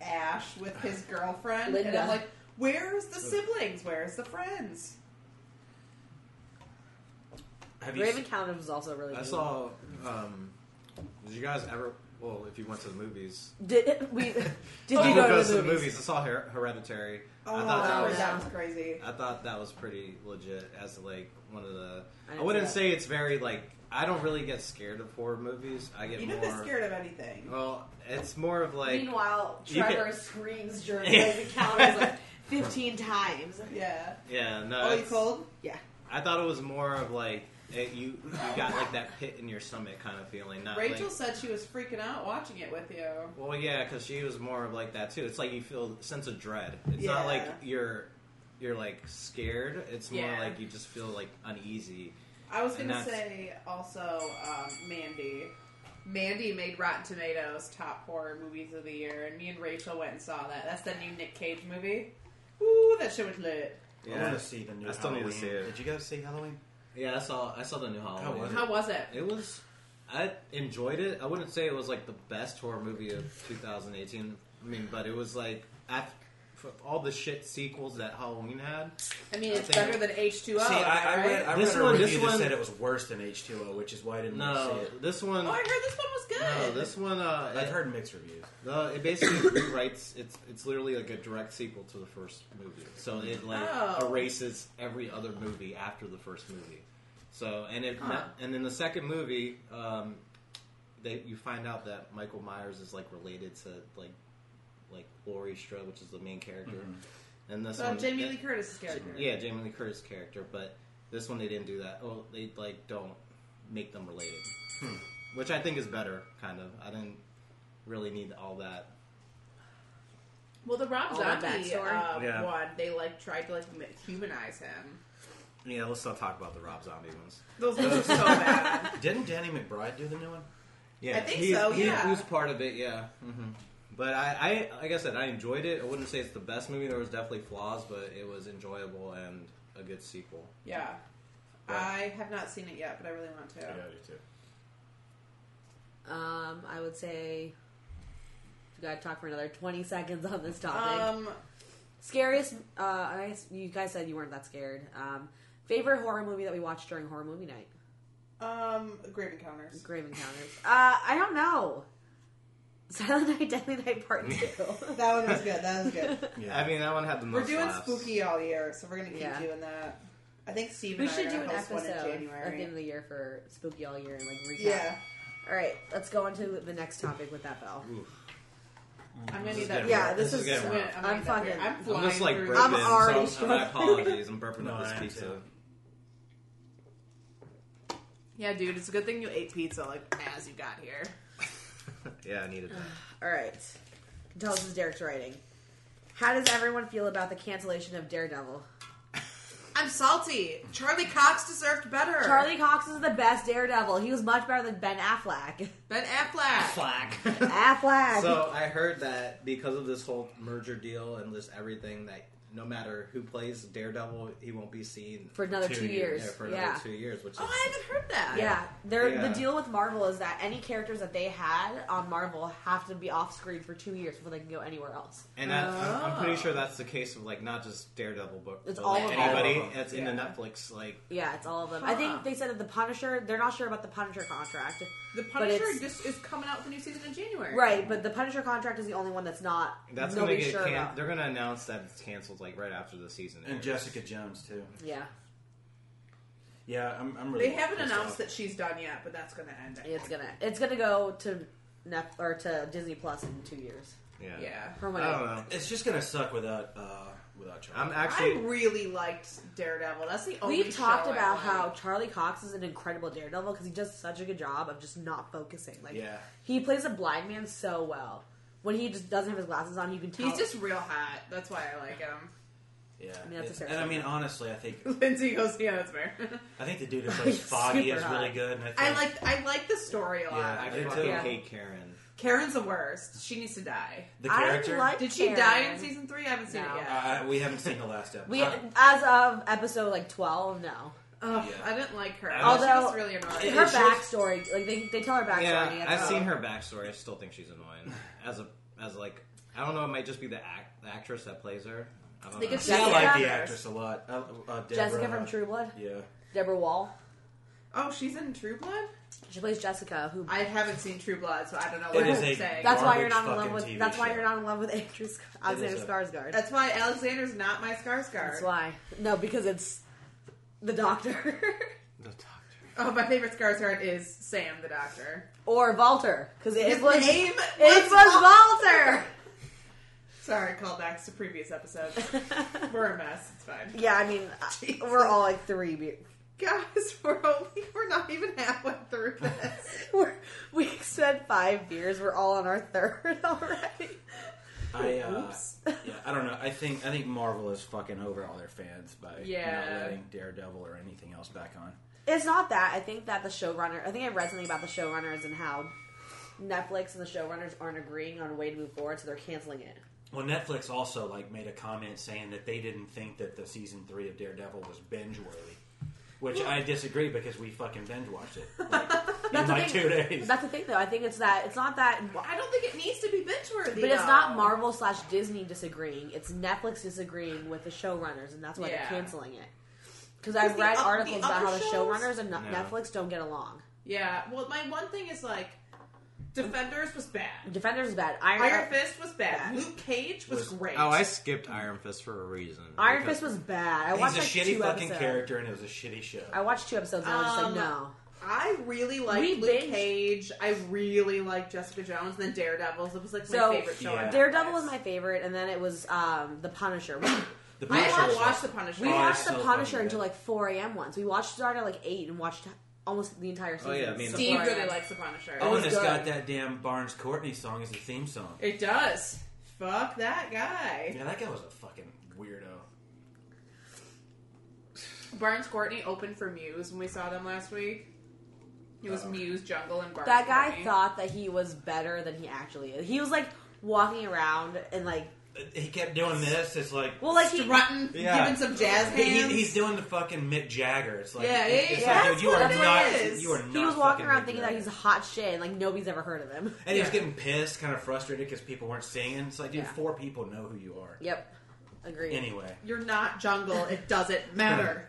[SPEAKER 1] Ash with his girlfriend, and
[SPEAKER 2] Linda.
[SPEAKER 1] I'm like, "Where's the siblings? Where's the friends?"
[SPEAKER 3] Have you
[SPEAKER 2] Raven
[SPEAKER 3] seen-
[SPEAKER 2] Countess was also really
[SPEAKER 4] I
[SPEAKER 2] good.
[SPEAKER 4] saw. Um, did you guys ever? Well, if you went to the movies,
[SPEAKER 2] Did we [laughs] Did
[SPEAKER 1] Oh,
[SPEAKER 2] you
[SPEAKER 4] Who
[SPEAKER 2] go to
[SPEAKER 4] goes
[SPEAKER 2] the movies?
[SPEAKER 4] I saw Her- Hereditary.
[SPEAKER 1] Oh,
[SPEAKER 4] I thought that
[SPEAKER 2] no,
[SPEAKER 4] was.
[SPEAKER 2] no.
[SPEAKER 1] crazy.
[SPEAKER 4] I thought that was pretty legit as like one of the.
[SPEAKER 2] I
[SPEAKER 4] I,
[SPEAKER 2] didn't
[SPEAKER 4] wouldn't
[SPEAKER 2] see
[SPEAKER 4] say it's very like. I don't really get scared of horror movies. I get
[SPEAKER 1] You
[SPEAKER 4] more.
[SPEAKER 1] don't get scared of anything.
[SPEAKER 4] Well, it's more of like.
[SPEAKER 2] Meanwhile,
[SPEAKER 4] You
[SPEAKER 2] Trevor
[SPEAKER 4] can-
[SPEAKER 2] screams
[SPEAKER 4] [laughs]
[SPEAKER 2] during Raven Countess like 15 times.
[SPEAKER 1] Yeah.
[SPEAKER 4] Yeah, no.
[SPEAKER 1] Oh, you
[SPEAKER 4] it's-
[SPEAKER 1] cold?
[SPEAKER 2] Yeah.
[SPEAKER 4] I thought it was more of like it, you you got like that pit in your stomach kind of feeling. Not
[SPEAKER 1] Rachel
[SPEAKER 4] Like,
[SPEAKER 1] said she was freaking out watching it with you.
[SPEAKER 4] well, yeah, because she was more of like that too. It's like you feel a sense of dread. It's
[SPEAKER 1] Yeah.
[SPEAKER 4] not like you're you're like scared. It's more
[SPEAKER 1] Yeah.
[SPEAKER 4] like you just feel like uneasy.
[SPEAKER 1] I was
[SPEAKER 4] And
[SPEAKER 1] gonna
[SPEAKER 4] that's-
[SPEAKER 1] say also um, Mandy. Mandy made Rotten Tomatoes top horror movies of the year, and me and Rachel went and saw that. That's the new Nick Cage movie. Ooh, that shit was lit.
[SPEAKER 3] I
[SPEAKER 4] Yeah,
[SPEAKER 3] want to see the new.
[SPEAKER 4] I still need to
[SPEAKER 3] Halloween.
[SPEAKER 4] see it.
[SPEAKER 3] Did you guys see Halloween?
[SPEAKER 4] yeah. I saw I saw the new Halloween.
[SPEAKER 3] was
[SPEAKER 1] How was it?
[SPEAKER 4] It was. I enjoyed it. I wouldn't say it was like the best horror movie of 2018. I mean, but it was like af f- all the shit sequels that Halloween had.
[SPEAKER 1] I mean,
[SPEAKER 4] I
[SPEAKER 1] it's
[SPEAKER 4] think-
[SPEAKER 1] better than H two O.
[SPEAKER 3] See, I, I read, I
[SPEAKER 4] This
[SPEAKER 3] read a
[SPEAKER 4] one-
[SPEAKER 3] review
[SPEAKER 4] this
[SPEAKER 3] that
[SPEAKER 4] one-
[SPEAKER 3] said it was worse than H2O, which is why I didn't want
[SPEAKER 4] No,
[SPEAKER 3] to see it.
[SPEAKER 4] this one.
[SPEAKER 1] Oh, I heard this one was
[SPEAKER 4] No,
[SPEAKER 1] good.
[SPEAKER 4] this one. Uh,
[SPEAKER 3] I've
[SPEAKER 4] it-
[SPEAKER 3] heard mixed reviews.
[SPEAKER 4] The, it basically [coughs] rewrites. It's it's literally like a direct sequel to the first movie. So it like
[SPEAKER 1] Oh.
[SPEAKER 4] erases every other movie after the first movie. So and it
[SPEAKER 1] Huh.
[SPEAKER 4] and in the second movie, um, they you find out that Michael Myers is like related to like like Laurie Strode, which is the main character. And this
[SPEAKER 1] so
[SPEAKER 4] one,
[SPEAKER 1] Oh, Jamie Lee
[SPEAKER 4] it-
[SPEAKER 1] Curtis is character.
[SPEAKER 4] yeah, Jamie Lee Curtis character, but this one they didn't do that. Oh, they like don't make them related, which I think is better. Kind of, I didn't really need all that.
[SPEAKER 1] Well, the Rob
[SPEAKER 2] All that
[SPEAKER 1] Zombie
[SPEAKER 2] backstory.
[SPEAKER 1] uh,
[SPEAKER 4] Yeah.
[SPEAKER 1] one, they like tried to like m- humanize him.
[SPEAKER 4] Yeah, let's not talk about the Rob Zombie ones.
[SPEAKER 1] Those ones are so bad.
[SPEAKER 3] Didn't Danny McBride do the new one?
[SPEAKER 4] Yeah,
[SPEAKER 1] I think so,
[SPEAKER 4] He,
[SPEAKER 1] yeah.
[SPEAKER 4] he was part of it. Yeah, hmm but I, I, like I said, I enjoyed it. I wouldn't say it's the best movie. There was definitely flaws, but it was enjoyable and a good sequel.
[SPEAKER 1] Yeah, I have not seen it yet, but I really want to.
[SPEAKER 3] I do too.
[SPEAKER 2] Um, I would say we gotta talk for another twenty seconds on this topic.
[SPEAKER 1] Um,
[SPEAKER 2] Scariest? Uh, I guess you guys said you weren't that scared. Um, favorite horror movie that we watched during horror movie night?
[SPEAKER 1] um, Grave Encounters.
[SPEAKER 2] Grave [laughs] Encounters. Uh, I don't know. Silent Night, Deadly Night Part
[SPEAKER 1] [laughs]
[SPEAKER 2] Two.
[SPEAKER 1] That one was good. That was good.
[SPEAKER 3] Yeah.
[SPEAKER 4] I mean, that one had the
[SPEAKER 1] We're
[SPEAKER 4] most.
[SPEAKER 1] doing
[SPEAKER 4] laughs.
[SPEAKER 1] spooky all year, so we're gonna keep
[SPEAKER 2] Yeah.
[SPEAKER 1] doing that. I think Steve
[SPEAKER 2] we
[SPEAKER 1] and I
[SPEAKER 2] should
[SPEAKER 1] are
[SPEAKER 2] do
[SPEAKER 1] gonna
[SPEAKER 2] an
[SPEAKER 1] host one
[SPEAKER 2] episode
[SPEAKER 1] in
[SPEAKER 2] at the
[SPEAKER 1] January.
[SPEAKER 2] end of the year for Spooky All Year and like recap.
[SPEAKER 1] yeah,
[SPEAKER 2] All right, let's go on to the next topic with that bell.
[SPEAKER 1] I'm gonna
[SPEAKER 3] This
[SPEAKER 1] need
[SPEAKER 3] is
[SPEAKER 1] that.
[SPEAKER 3] getting
[SPEAKER 2] Yeah,
[SPEAKER 3] rough.
[SPEAKER 2] this, is.
[SPEAKER 4] This is getting
[SPEAKER 1] I'm,
[SPEAKER 4] rough.
[SPEAKER 1] gonna- I'm,
[SPEAKER 2] I'm
[SPEAKER 1] fucking.
[SPEAKER 2] fucking-
[SPEAKER 1] I'm
[SPEAKER 4] I'm
[SPEAKER 1] flying
[SPEAKER 4] just like
[SPEAKER 1] through.
[SPEAKER 4] burping.
[SPEAKER 2] I'm
[SPEAKER 4] so
[SPEAKER 2] already
[SPEAKER 4] my
[SPEAKER 1] [laughs]
[SPEAKER 2] struggling.
[SPEAKER 4] apologies. I'm burping
[SPEAKER 3] No,
[SPEAKER 4] up
[SPEAKER 3] I
[SPEAKER 4] this
[SPEAKER 3] am
[SPEAKER 4] pizza.
[SPEAKER 3] too.
[SPEAKER 1] Yeah, dude, it's a good thing you ate pizza like as you got here.
[SPEAKER 4] [laughs] Yeah, I needed that.
[SPEAKER 2] All right. Can tell us is Derek's writing. How does everyone feel about the cancellation of Daredevil?
[SPEAKER 1] I'm salty. Charlie Cox deserved better.
[SPEAKER 2] Charlie Cox is the best Daredevil. He was much better than Ben Affleck. [laughs]
[SPEAKER 1] Ben Affleck.
[SPEAKER 2] Affleck.
[SPEAKER 4] [laughs] So I heard that because of this whole merger deal and just everything, that no matter who plays Daredevil, he won't be seen
[SPEAKER 2] for another two,
[SPEAKER 3] Two
[SPEAKER 2] years.
[SPEAKER 3] years.
[SPEAKER 4] yeah, for another
[SPEAKER 2] Yeah.
[SPEAKER 4] two years. Which is
[SPEAKER 1] Oh, I haven't heard that.
[SPEAKER 2] Yeah. They're
[SPEAKER 4] Yeah.
[SPEAKER 2] The deal with Marvel is that any characters that they had on Marvel have to be off screen for two years before they can go anywhere else.
[SPEAKER 4] And that, I'm, I'm
[SPEAKER 1] Oh.
[SPEAKER 4] pretty sure that's the case of like not just Daredevil, but
[SPEAKER 2] It's
[SPEAKER 4] but,
[SPEAKER 2] all
[SPEAKER 4] like,
[SPEAKER 2] of them.
[SPEAKER 4] anybody
[SPEAKER 3] All of them.
[SPEAKER 4] that's in the
[SPEAKER 1] Yeah.
[SPEAKER 4] Netflix. Like
[SPEAKER 2] Yeah, it's all of them. I
[SPEAKER 1] Huh.
[SPEAKER 2] think they said that the Punisher, they're not sure about the Punisher contract.
[SPEAKER 1] The
[SPEAKER 2] But
[SPEAKER 1] Punisher
[SPEAKER 2] it's-
[SPEAKER 1] just is coming out with a new season in January.
[SPEAKER 2] Right, but the Punisher contract is the only one that's not.
[SPEAKER 4] that's gonna
[SPEAKER 2] nobody's
[SPEAKER 4] get
[SPEAKER 2] sure
[SPEAKER 4] can-
[SPEAKER 2] about.
[SPEAKER 4] they're gonna announce that it's canceled like right after the season.
[SPEAKER 3] And
[SPEAKER 4] airs.
[SPEAKER 3] Jessica Jones too.
[SPEAKER 2] Yeah,
[SPEAKER 3] Yeah, I'm. I'm really.
[SPEAKER 1] They haven't
[SPEAKER 3] pissed
[SPEAKER 1] announced
[SPEAKER 3] off.
[SPEAKER 1] that she's done yet, but that's going to end. I
[SPEAKER 2] it's
[SPEAKER 1] think.
[SPEAKER 2] gonna it's gonna go to Net or to Disney Plus in two years.
[SPEAKER 4] yeah.
[SPEAKER 1] Yeah.
[SPEAKER 2] From
[SPEAKER 4] I
[SPEAKER 2] what
[SPEAKER 4] don't know.
[SPEAKER 3] It's just gonna suck without uh, without Charlie.
[SPEAKER 4] I'm
[SPEAKER 1] I
[SPEAKER 4] actually
[SPEAKER 1] really liked Daredevil. That's the only.
[SPEAKER 2] We've talked
[SPEAKER 1] show I
[SPEAKER 2] about
[SPEAKER 1] like.
[SPEAKER 2] how Charlie Cox is an incredible daredevil because he does such a good job of just not focusing. Like
[SPEAKER 3] Yeah.
[SPEAKER 2] he plays a blind man so well. When he just doesn't have his glasses on, you can tell.
[SPEAKER 1] he's just real hot. That's why I like him.
[SPEAKER 3] yeah,
[SPEAKER 2] mean, that's a
[SPEAKER 3] It's-
[SPEAKER 2] fair
[SPEAKER 3] and I mean,
[SPEAKER 2] statement.
[SPEAKER 3] honestly, I think
[SPEAKER 1] [laughs] Lindsay goes, yeah, that's fair.
[SPEAKER 3] I think the
[SPEAKER 2] [laughs]
[SPEAKER 3] dude who plays
[SPEAKER 2] He's
[SPEAKER 3] Foggy
[SPEAKER 2] super
[SPEAKER 3] is really
[SPEAKER 2] hot.
[SPEAKER 3] good. And I,
[SPEAKER 1] [laughs]
[SPEAKER 3] think,
[SPEAKER 1] I like I like the story a lot.
[SPEAKER 3] Yeah, I
[SPEAKER 4] I
[SPEAKER 3] do
[SPEAKER 4] fucking
[SPEAKER 3] too.
[SPEAKER 4] hate Karen.
[SPEAKER 1] Karen's the worst. She needs to die.
[SPEAKER 3] the
[SPEAKER 2] I
[SPEAKER 3] character.
[SPEAKER 2] like-
[SPEAKER 1] Did she
[SPEAKER 2] Karen.
[SPEAKER 1] die in season three? I haven't seen
[SPEAKER 2] No.
[SPEAKER 1] it yet.
[SPEAKER 3] Uh, we haven't seen the last episode.
[SPEAKER 2] we as of episode like twelve. No,
[SPEAKER 1] Ugh,
[SPEAKER 3] Yeah.
[SPEAKER 1] I didn't like her. Oh,
[SPEAKER 4] Although-
[SPEAKER 1] she was really annoying.
[SPEAKER 3] It-
[SPEAKER 2] her
[SPEAKER 3] it's just-
[SPEAKER 2] backstory like they, they tell her backstory. Oh. and
[SPEAKER 4] Yeah,
[SPEAKER 2] it's
[SPEAKER 4] I've
[SPEAKER 2] all-
[SPEAKER 4] seen her backstory. I still think she's annoying. As a as like I don't know. It might just be the act the actress that plays her. I don't
[SPEAKER 1] They
[SPEAKER 4] know.
[SPEAKER 1] could
[SPEAKER 3] See, I like
[SPEAKER 1] Jessica.
[SPEAKER 3] the actress a lot. Uh, uh, Deborah.
[SPEAKER 2] Jessica from True Blood,
[SPEAKER 3] Yeah,
[SPEAKER 2] Deborah Wall.
[SPEAKER 1] Oh, she's in True Blood.
[SPEAKER 2] She plays Jessica, who
[SPEAKER 1] I haven't seen True Blood, so I don't know
[SPEAKER 3] It
[SPEAKER 1] what
[SPEAKER 3] is
[SPEAKER 1] I'm
[SPEAKER 3] a-
[SPEAKER 1] saying.
[SPEAKER 2] that's why you're
[SPEAKER 3] garbage
[SPEAKER 2] not in love
[SPEAKER 3] fucking
[SPEAKER 2] with.
[SPEAKER 3] TV
[SPEAKER 2] that's why
[SPEAKER 3] show.
[SPEAKER 2] you're not in love with Andrew Sc- Alexander
[SPEAKER 3] a-
[SPEAKER 2] Skarsgård.
[SPEAKER 1] That's why Alexander's not my Skarsgård.
[SPEAKER 2] That's why. No, because it's the Doctor. [laughs]
[SPEAKER 4] The doctor.
[SPEAKER 1] Oh, my favorite Skarsgård is Sam the Doctor.
[SPEAKER 2] Or Walter, because it
[SPEAKER 1] His
[SPEAKER 2] was
[SPEAKER 1] name
[SPEAKER 2] it
[SPEAKER 1] was
[SPEAKER 2] was Walter.
[SPEAKER 1] Sorry, callbacks to previous episodes. We're a mess. It's fine,
[SPEAKER 2] [laughs] yeah, I mean, I-
[SPEAKER 1] Jesus.
[SPEAKER 2] we're all like three. Be-
[SPEAKER 1] guys. [laughs] We're only we're not even halfway through this.
[SPEAKER 2] [laughs] we're, we spent five beers. We're all on our third [laughs] already.
[SPEAKER 3] I. Uh,
[SPEAKER 2] Oops.
[SPEAKER 3] yeah, I don't know. I think I think Marvel is fucking over all their fans by
[SPEAKER 1] Yeah.
[SPEAKER 3] not letting Daredevil or anything else back on.
[SPEAKER 2] [laughs] It's not that. I think that the showrunner. I think I read something about the showrunners and how Netflix and the showrunners aren't agreeing on a way to move forward, so they're canceling it.
[SPEAKER 3] Well, Netflix also like made a comment saying that they didn't think that the season
[SPEAKER 2] [laughs]
[SPEAKER 3] three of Daredevil was binge worthy, which I disagree because we fucking binge watched it. Like,
[SPEAKER 2] That's
[SPEAKER 3] in
[SPEAKER 2] the
[SPEAKER 3] like
[SPEAKER 2] thing.
[SPEAKER 3] two days.
[SPEAKER 2] That's the thing, though. I think it's that it's not that,
[SPEAKER 1] I don't think it needs to be bitch worthy.
[SPEAKER 2] but it's
[SPEAKER 1] um,
[SPEAKER 2] not Marvel slash Disney disagreeing. It's Netflix disagreeing with the showrunners, and that's why
[SPEAKER 1] Yeah.
[SPEAKER 2] they're canceling it. Because I've
[SPEAKER 1] the
[SPEAKER 2] read
[SPEAKER 1] up- the
[SPEAKER 2] articles about how
[SPEAKER 1] other
[SPEAKER 2] the
[SPEAKER 1] shows-
[SPEAKER 2] showrunners and
[SPEAKER 4] No.
[SPEAKER 2] Netflix don't get along.
[SPEAKER 1] Yeah. Well, my one thing is like, Defenders was bad.
[SPEAKER 2] Defenders is bad. Iron,
[SPEAKER 1] Iron Fist was bad.
[SPEAKER 2] bad.
[SPEAKER 1] Luke Cage was, great.
[SPEAKER 4] Oh, I skipped Iron Fist for a reason.
[SPEAKER 2] Iron
[SPEAKER 4] because
[SPEAKER 2] Fist was bad. I
[SPEAKER 3] He's
[SPEAKER 2] watched
[SPEAKER 3] a
[SPEAKER 2] like
[SPEAKER 3] shitty
[SPEAKER 2] two
[SPEAKER 3] fucking
[SPEAKER 2] episodes.
[SPEAKER 3] character, and it was a shitty show.
[SPEAKER 2] I watched two episodes and I was just
[SPEAKER 1] Um,
[SPEAKER 2] like, no.
[SPEAKER 1] I really liked
[SPEAKER 2] We
[SPEAKER 1] Luke
[SPEAKER 2] binged-
[SPEAKER 1] Cage. I really liked Jessica Jones. And then Daredevils. It was like
[SPEAKER 2] So,
[SPEAKER 1] my favorite show.
[SPEAKER 3] yeah.
[SPEAKER 1] I've
[SPEAKER 2] Daredevil
[SPEAKER 1] ever
[SPEAKER 2] was my favorite, and then it was um, The Punisher.
[SPEAKER 3] [laughs]
[SPEAKER 2] We,
[SPEAKER 3] the
[SPEAKER 1] watched. I
[SPEAKER 3] Punisher
[SPEAKER 1] haven't
[SPEAKER 3] was-
[SPEAKER 1] watched The Punisher.
[SPEAKER 2] we
[SPEAKER 3] Oh,
[SPEAKER 2] watched
[SPEAKER 3] it's
[SPEAKER 2] The
[SPEAKER 3] so
[SPEAKER 2] Punisher
[SPEAKER 3] fucking
[SPEAKER 2] until
[SPEAKER 3] good.
[SPEAKER 2] like 4 a.m. once. We watched it at like 8 and watched almost the entire season.
[SPEAKER 4] yeah, I mean,
[SPEAKER 2] So
[SPEAKER 1] Steve
[SPEAKER 2] 4
[SPEAKER 1] really
[SPEAKER 2] a.m.
[SPEAKER 1] likes The Punisher.
[SPEAKER 3] Oh,
[SPEAKER 2] was
[SPEAKER 3] and it's
[SPEAKER 2] good.
[SPEAKER 3] got that damn Barnes Courtney song as the theme song.
[SPEAKER 1] It does. Fuck that guy.
[SPEAKER 3] Yeah, that guy was a fucking weirdo.
[SPEAKER 1] Barnes Courtney opened for Muse when we saw them last week. It was
[SPEAKER 3] Oh.
[SPEAKER 1] Muse, Jungle, and Barnes.
[SPEAKER 2] That guy
[SPEAKER 1] Courtney.
[SPEAKER 2] thought that he was better than he actually is. He was like walking around and like,
[SPEAKER 3] He kept doing this. It's like
[SPEAKER 2] well, like he,
[SPEAKER 1] strutting,
[SPEAKER 4] Yeah.
[SPEAKER 1] giving some jazz
[SPEAKER 3] he,
[SPEAKER 1] hands.
[SPEAKER 3] he- he's doing the fucking Mick Jagger. It's like
[SPEAKER 1] Yeah,
[SPEAKER 3] it- it's
[SPEAKER 1] yeah,
[SPEAKER 3] like,
[SPEAKER 1] yeah,
[SPEAKER 3] dude, you
[SPEAKER 1] that's
[SPEAKER 3] are
[SPEAKER 1] what
[SPEAKER 3] not.
[SPEAKER 1] it is.
[SPEAKER 3] You are not.
[SPEAKER 2] he was walking
[SPEAKER 3] fucking
[SPEAKER 2] around
[SPEAKER 3] Mick
[SPEAKER 2] thinking that
[SPEAKER 3] Jagger.
[SPEAKER 2] he's hot shit and like nobody's ever heard of him. [laughs]
[SPEAKER 3] And he was
[SPEAKER 1] Yeah.
[SPEAKER 3] getting pissed, kind of frustrated because people weren't singing. It's like, dude,
[SPEAKER 2] Yeah.
[SPEAKER 3] four people know who you are.
[SPEAKER 2] Yep, agreed.
[SPEAKER 3] Anyway,
[SPEAKER 1] You're not Jungle. It
[SPEAKER 3] [laughs]
[SPEAKER 1] doesn't matter.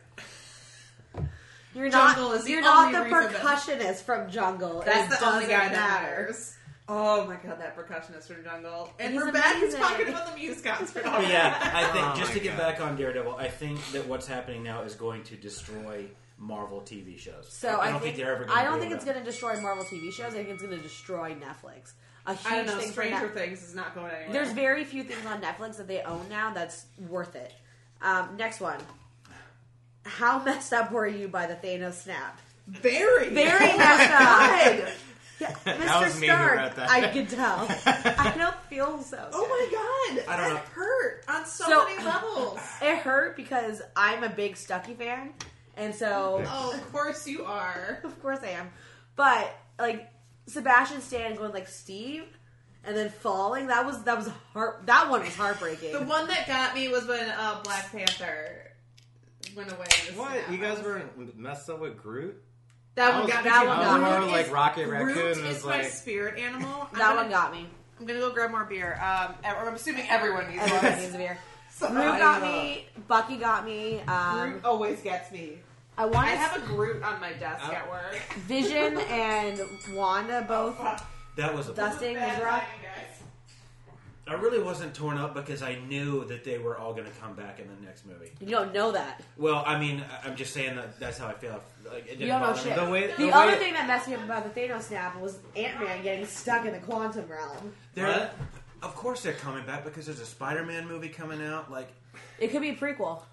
[SPEAKER 2] You're
[SPEAKER 1] Jungle
[SPEAKER 2] not.
[SPEAKER 1] is the
[SPEAKER 2] you're not
[SPEAKER 1] only
[SPEAKER 2] the
[SPEAKER 1] reason that-
[SPEAKER 2] percussionist from Jungle.
[SPEAKER 1] That's
[SPEAKER 2] It
[SPEAKER 1] the only
[SPEAKER 2] doesn't
[SPEAKER 1] guy that
[SPEAKER 2] matter.
[SPEAKER 1] matters. Oh my god, that percussionist from Jungle. And
[SPEAKER 2] He's
[SPEAKER 1] we're back he's
[SPEAKER 2] amazing.
[SPEAKER 1] talking about the Muse concert.
[SPEAKER 3] but Oh, yeah, I
[SPEAKER 2] [laughs]
[SPEAKER 3] think
[SPEAKER 4] Oh
[SPEAKER 3] just
[SPEAKER 4] my
[SPEAKER 3] to get
[SPEAKER 4] God.
[SPEAKER 3] back on Daredevil, I think that what's happening now is going to destroy Marvel TV shows.
[SPEAKER 2] So
[SPEAKER 3] I,
[SPEAKER 2] I,
[SPEAKER 3] don't
[SPEAKER 2] think,
[SPEAKER 3] think, they're ever. Gonna
[SPEAKER 2] I don't
[SPEAKER 3] do
[SPEAKER 2] think
[SPEAKER 3] it.
[SPEAKER 2] it's going to destroy Marvel TV shows. I think it's going to destroy Netflix. A
[SPEAKER 1] [laughs]
[SPEAKER 2] huge
[SPEAKER 1] I don't know.
[SPEAKER 2] thing for
[SPEAKER 1] Stranger
[SPEAKER 2] Net-
[SPEAKER 1] Things is not going anywhere.
[SPEAKER 2] There's very few things on Netflix that they own now that's worth it. Um, next one. How messed up were you by the Thanos snap?
[SPEAKER 1] very,
[SPEAKER 4] [laughs]
[SPEAKER 2] Very messed up,
[SPEAKER 1] God.
[SPEAKER 2] Yeah,
[SPEAKER 4] That
[SPEAKER 2] Mr.
[SPEAKER 4] was me who
[SPEAKER 2] Stark.
[SPEAKER 4] wrote that.
[SPEAKER 2] I can
[SPEAKER 4] [laughs]
[SPEAKER 2] tell. I don't feel so.
[SPEAKER 1] Oh my god,
[SPEAKER 3] I don't
[SPEAKER 1] that hurt on so,
[SPEAKER 2] So-
[SPEAKER 1] many levels.
[SPEAKER 2] It hurt because I'm a big Stucky fan, and so
[SPEAKER 1] Oh, of course you are.
[SPEAKER 2] Of course I am. But like Sebastian Stan going like Steve and then falling, that was that was heart that one was heartbreaking.
[SPEAKER 1] The one that got me was when uh, Black Panther went away. in the
[SPEAKER 4] What?
[SPEAKER 1] snap.
[SPEAKER 4] You guys were messed up with Groot?
[SPEAKER 1] That
[SPEAKER 4] I
[SPEAKER 1] one
[SPEAKER 4] was-
[SPEAKER 1] got me.
[SPEAKER 2] that
[SPEAKER 1] too.
[SPEAKER 2] one got me.
[SPEAKER 1] Groot
[SPEAKER 4] I remember, like,
[SPEAKER 1] is-
[SPEAKER 4] Rocket
[SPEAKER 1] Groot
[SPEAKER 4] Raccoon
[SPEAKER 1] is
[SPEAKER 4] was
[SPEAKER 1] my
[SPEAKER 4] like-
[SPEAKER 1] spirit
[SPEAKER 2] [laughs]
[SPEAKER 1] animal. I'm
[SPEAKER 2] that
[SPEAKER 1] gonna-
[SPEAKER 2] one got
[SPEAKER 1] [laughs]
[SPEAKER 2] me.
[SPEAKER 1] I'm gonna go grab more beer. Um, I'm assuming everyone needs
[SPEAKER 2] Everyone needs
[SPEAKER 1] one.
[SPEAKER 2] a beer.
[SPEAKER 1] Sorry.
[SPEAKER 2] Groot got me. Bucky got me. Um,
[SPEAKER 1] Groot always gets me.
[SPEAKER 2] I
[SPEAKER 1] I
[SPEAKER 2] want to
[SPEAKER 1] have a Groot on my desk
[SPEAKER 4] Oh.
[SPEAKER 1] at work. [laughs]
[SPEAKER 2] Vision and Wanda both
[SPEAKER 3] That was a.
[SPEAKER 2] dusting his
[SPEAKER 1] Bad
[SPEAKER 2] rock.
[SPEAKER 1] timing, guys.
[SPEAKER 3] I really wasn't torn up because I knew that they were all going to come back in the next movie.
[SPEAKER 2] You don't know that.
[SPEAKER 3] Well, I mean, I- I'm just saying that that's how I feel. Like, it didn't
[SPEAKER 2] You don't know
[SPEAKER 3] bother me.
[SPEAKER 2] shit.
[SPEAKER 4] The way
[SPEAKER 2] The
[SPEAKER 4] way-
[SPEAKER 2] other thing that messed me up about the Thanos snap was Ant Man getting stuck in the quantum realm.
[SPEAKER 3] They're, of course, they're coming back because there's a Spider-Man movie coming out. Like,
[SPEAKER 2] It could be a prequel.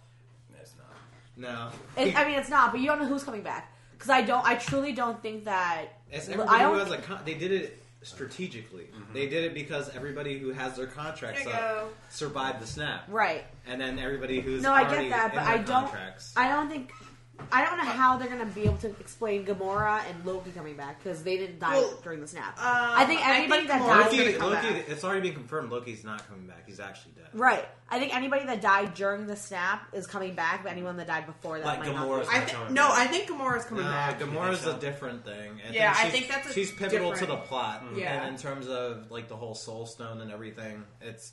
[SPEAKER 3] that's not.
[SPEAKER 4] No.
[SPEAKER 2] It, I mean, it's not, but you don't know who's coming back. Because I don't, I truly don't think that.
[SPEAKER 4] It's
[SPEAKER 2] I
[SPEAKER 4] everybody who
[SPEAKER 2] don't-
[SPEAKER 4] has a con- they did it strategically. They did it because everybody who has their contracts
[SPEAKER 1] Here you
[SPEAKER 4] up
[SPEAKER 1] go.
[SPEAKER 4] survived the snap,
[SPEAKER 2] right.
[SPEAKER 4] and then everybody who's
[SPEAKER 2] No, I get
[SPEAKER 4] already
[SPEAKER 2] that,
[SPEAKER 4] in
[SPEAKER 2] but
[SPEAKER 4] their
[SPEAKER 2] I don't-
[SPEAKER 4] Contracts,
[SPEAKER 2] I don't think. I don't know how they're gonna be able to explain Gamora and Loki coming back because they didn't die
[SPEAKER 1] Well,
[SPEAKER 2] during the snap.
[SPEAKER 1] um,
[SPEAKER 2] I think
[SPEAKER 1] I think
[SPEAKER 2] anybody that
[SPEAKER 1] Gamora-
[SPEAKER 2] died,
[SPEAKER 1] Loki's
[SPEAKER 4] Loki,
[SPEAKER 1] gonna come
[SPEAKER 4] Loki,
[SPEAKER 1] back.
[SPEAKER 4] it's already been confirmed. Loki's not coming back. He's actually dead.
[SPEAKER 2] right? I think anybody that died during the snap is coming back, but anyone that died before that
[SPEAKER 3] Like
[SPEAKER 2] might
[SPEAKER 3] Gamora's
[SPEAKER 2] not.
[SPEAKER 1] I
[SPEAKER 3] not
[SPEAKER 1] think
[SPEAKER 3] coming
[SPEAKER 1] no.
[SPEAKER 3] back.
[SPEAKER 1] I think Gamora's coming
[SPEAKER 4] No,
[SPEAKER 1] back.
[SPEAKER 4] Gamora's
[SPEAKER 3] so?
[SPEAKER 4] a different thing. And
[SPEAKER 1] Yeah, I
[SPEAKER 4] she's-
[SPEAKER 1] think that's a
[SPEAKER 4] she's pivotal to
[SPEAKER 1] different-
[SPEAKER 4] the plot.
[SPEAKER 1] Yeah.
[SPEAKER 4] and in terms of like the whole Soul Stone and everything, it's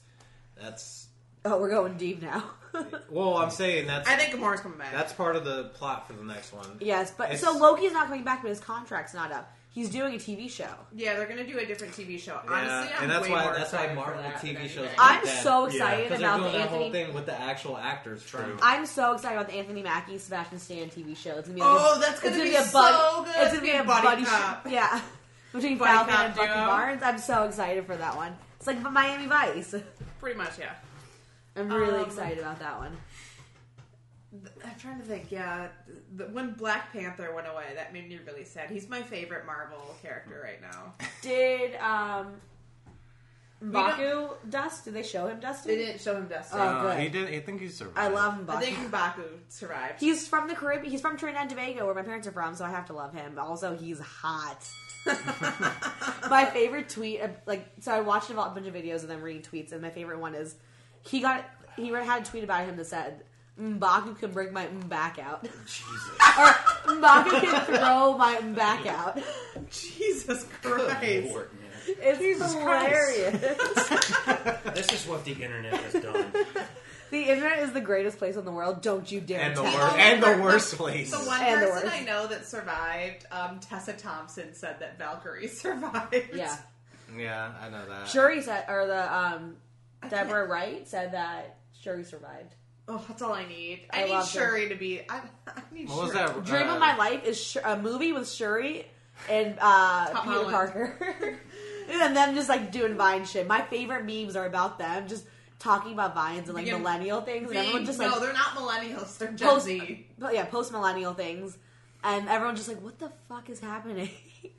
[SPEAKER 4] that's
[SPEAKER 2] Be. Oh, we're going deep now. [laughs]
[SPEAKER 4] well, I'm saying that's
[SPEAKER 1] I think Gamora's coming back.
[SPEAKER 4] that's part of the plot for the next one.
[SPEAKER 2] yes, but
[SPEAKER 4] It's-
[SPEAKER 2] so Loki's not coming back, but his contract's not up. He's doing a TV show.
[SPEAKER 1] yeah, they're gonna do a different TV show.
[SPEAKER 4] Yeah,
[SPEAKER 1] Honestly, I'm
[SPEAKER 4] and that's
[SPEAKER 1] way
[SPEAKER 4] why-
[SPEAKER 1] more
[SPEAKER 4] that's why
[SPEAKER 1] excited for
[SPEAKER 4] Marvel
[SPEAKER 1] that
[SPEAKER 4] TV
[SPEAKER 1] than
[SPEAKER 4] shows-
[SPEAKER 1] anything.
[SPEAKER 2] I'm
[SPEAKER 4] that.
[SPEAKER 2] so
[SPEAKER 3] Yeah,
[SPEAKER 2] excited
[SPEAKER 4] Because they're
[SPEAKER 2] about
[SPEAKER 4] doing
[SPEAKER 2] the
[SPEAKER 4] that
[SPEAKER 2] Anthony
[SPEAKER 4] whole thing with the actual actors too.
[SPEAKER 3] True.
[SPEAKER 2] I'm so excited about the Anthony Mackie Sebastian Stan TV show. It's gonna be like
[SPEAKER 1] Oh, that's gonna be so good.
[SPEAKER 2] It's gonna be a buddy,
[SPEAKER 1] cop.
[SPEAKER 2] sh- yeah, [laughs] between
[SPEAKER 1] Buddy
[SPEAKER 2] Falcon
[SPEAKER 1] cop
[SPEAKER 2] and Bucky
[SPEAKER 1] duo.
[SPEAKER 2] Barnes. I'm so excited for that one. It's like Miami Vice. [laughs]
[SPEAKER 1] Pretty much, yeah.
[SPEAKER 2] I'm really
[SPEAKER 1] Um,
[SPEAKER 2] excited about that one.
[SPEAKER 1] Th- I'm trying to think. Yeah, th- th- when Black Panther went away, that made me really sad. He's my favorite Marvel character right now.
[SPEAKER 2] Did um,
[SPEAKER 1] don't-
[SPEAKER 2] Baku dust? Did they show him dusting?
[SPEAKER 1] They didn't show him Dustin.
[SPEAKER 2] Oh, good.
[SPEAKER 4] Uh, he did. I think he survived.
[SPEAKER 2] I love
[SPEAKER 1] Uh, I
[SPEAKER 2] Baku.
[SPEAKER 1] think Baku survived.
[SPEAKER 2] [laughs] He's from the Caribbean. He's from Trinidad and Tobago, where my parents are from, so I have to love him. Also, he's hot. [laughs] my favorite tweet, uh, like, so I watched a bunch of videos of them reading tweets, and my favorite one is he got he read- had a tweet about him that said. Mbaku can bring my back out, [laughs]
[SPEAKER 3] Jesus.
[SPEAKER 2] or Mbaku can throw my back out. God.
[SPEAKER 1] Jesus
[SPEAKER 3] Good
[SPEAKER 1] Christ.
[SPEAKER 3] Lord, man.
[SPEAKER 2] It's
[SPEAKER 1] Christ.
[SPEAKER 2] hilarious. [laughs]
[SPEAKER 3] This is what the internet has done.
[SPEAKER 2] the internet is the greatest place in the world. Don't you dare
[SPEAKER 4] And the,
[SPEAKER 2] tell
[SPEAKER 4] wor-
[SPEAKER 1] worst.
[SPEAKER 4] and the worst place.
[SPEAKER 1] The one
[SPEAKER 2] And the
[SPEAKER 1] person
[SPEAKER 2] worst.
[SPEAKER 1] I know that survived, um, Tessa Thompson, said that Valkyrie [laughs] survived.
[SPEAKER 2] Yeah.
[SPEAKER 4] Yeah, I know that.
[SPEAKER 2] Shuri said, or the um, Deborah Wright said that Shuri survived.
[SPEAKER 1] Oh, that's all I need. I,
[SPEAKER 2] I
[SPEAKER 1] need
[SPEAKER 2] loved her.
[SPEAKER 1] Shuri to be. I, I need
[SPEAKER 4] What was
[SPEAKER 1] Shuri.
[SPEAKER 4] that? uh,
[SPEAKER 2] Dream of My Life is sh- a movie with Shuri and uh, Peter
[SPEAKER 1] Holland.
[SPEAKER 2] Parker, [laughs] and them just like doing Vine shit. My favorite memes are about them just talking about vines and like
[SPEAKER 1] Being-
[SPEAKER 2] millennial things, and everyone
[SPEAKER 1] Being-
[SPEAKER 2] just like
[SPEAKER 1] no, they're not millennials. They're Gen
[SPEAKER 2] post,
[SPEAKER 1] Z.
[SPEAKER 2] but yeah, post millennial things, and everyone just like, what the fuck is happening? [laughs]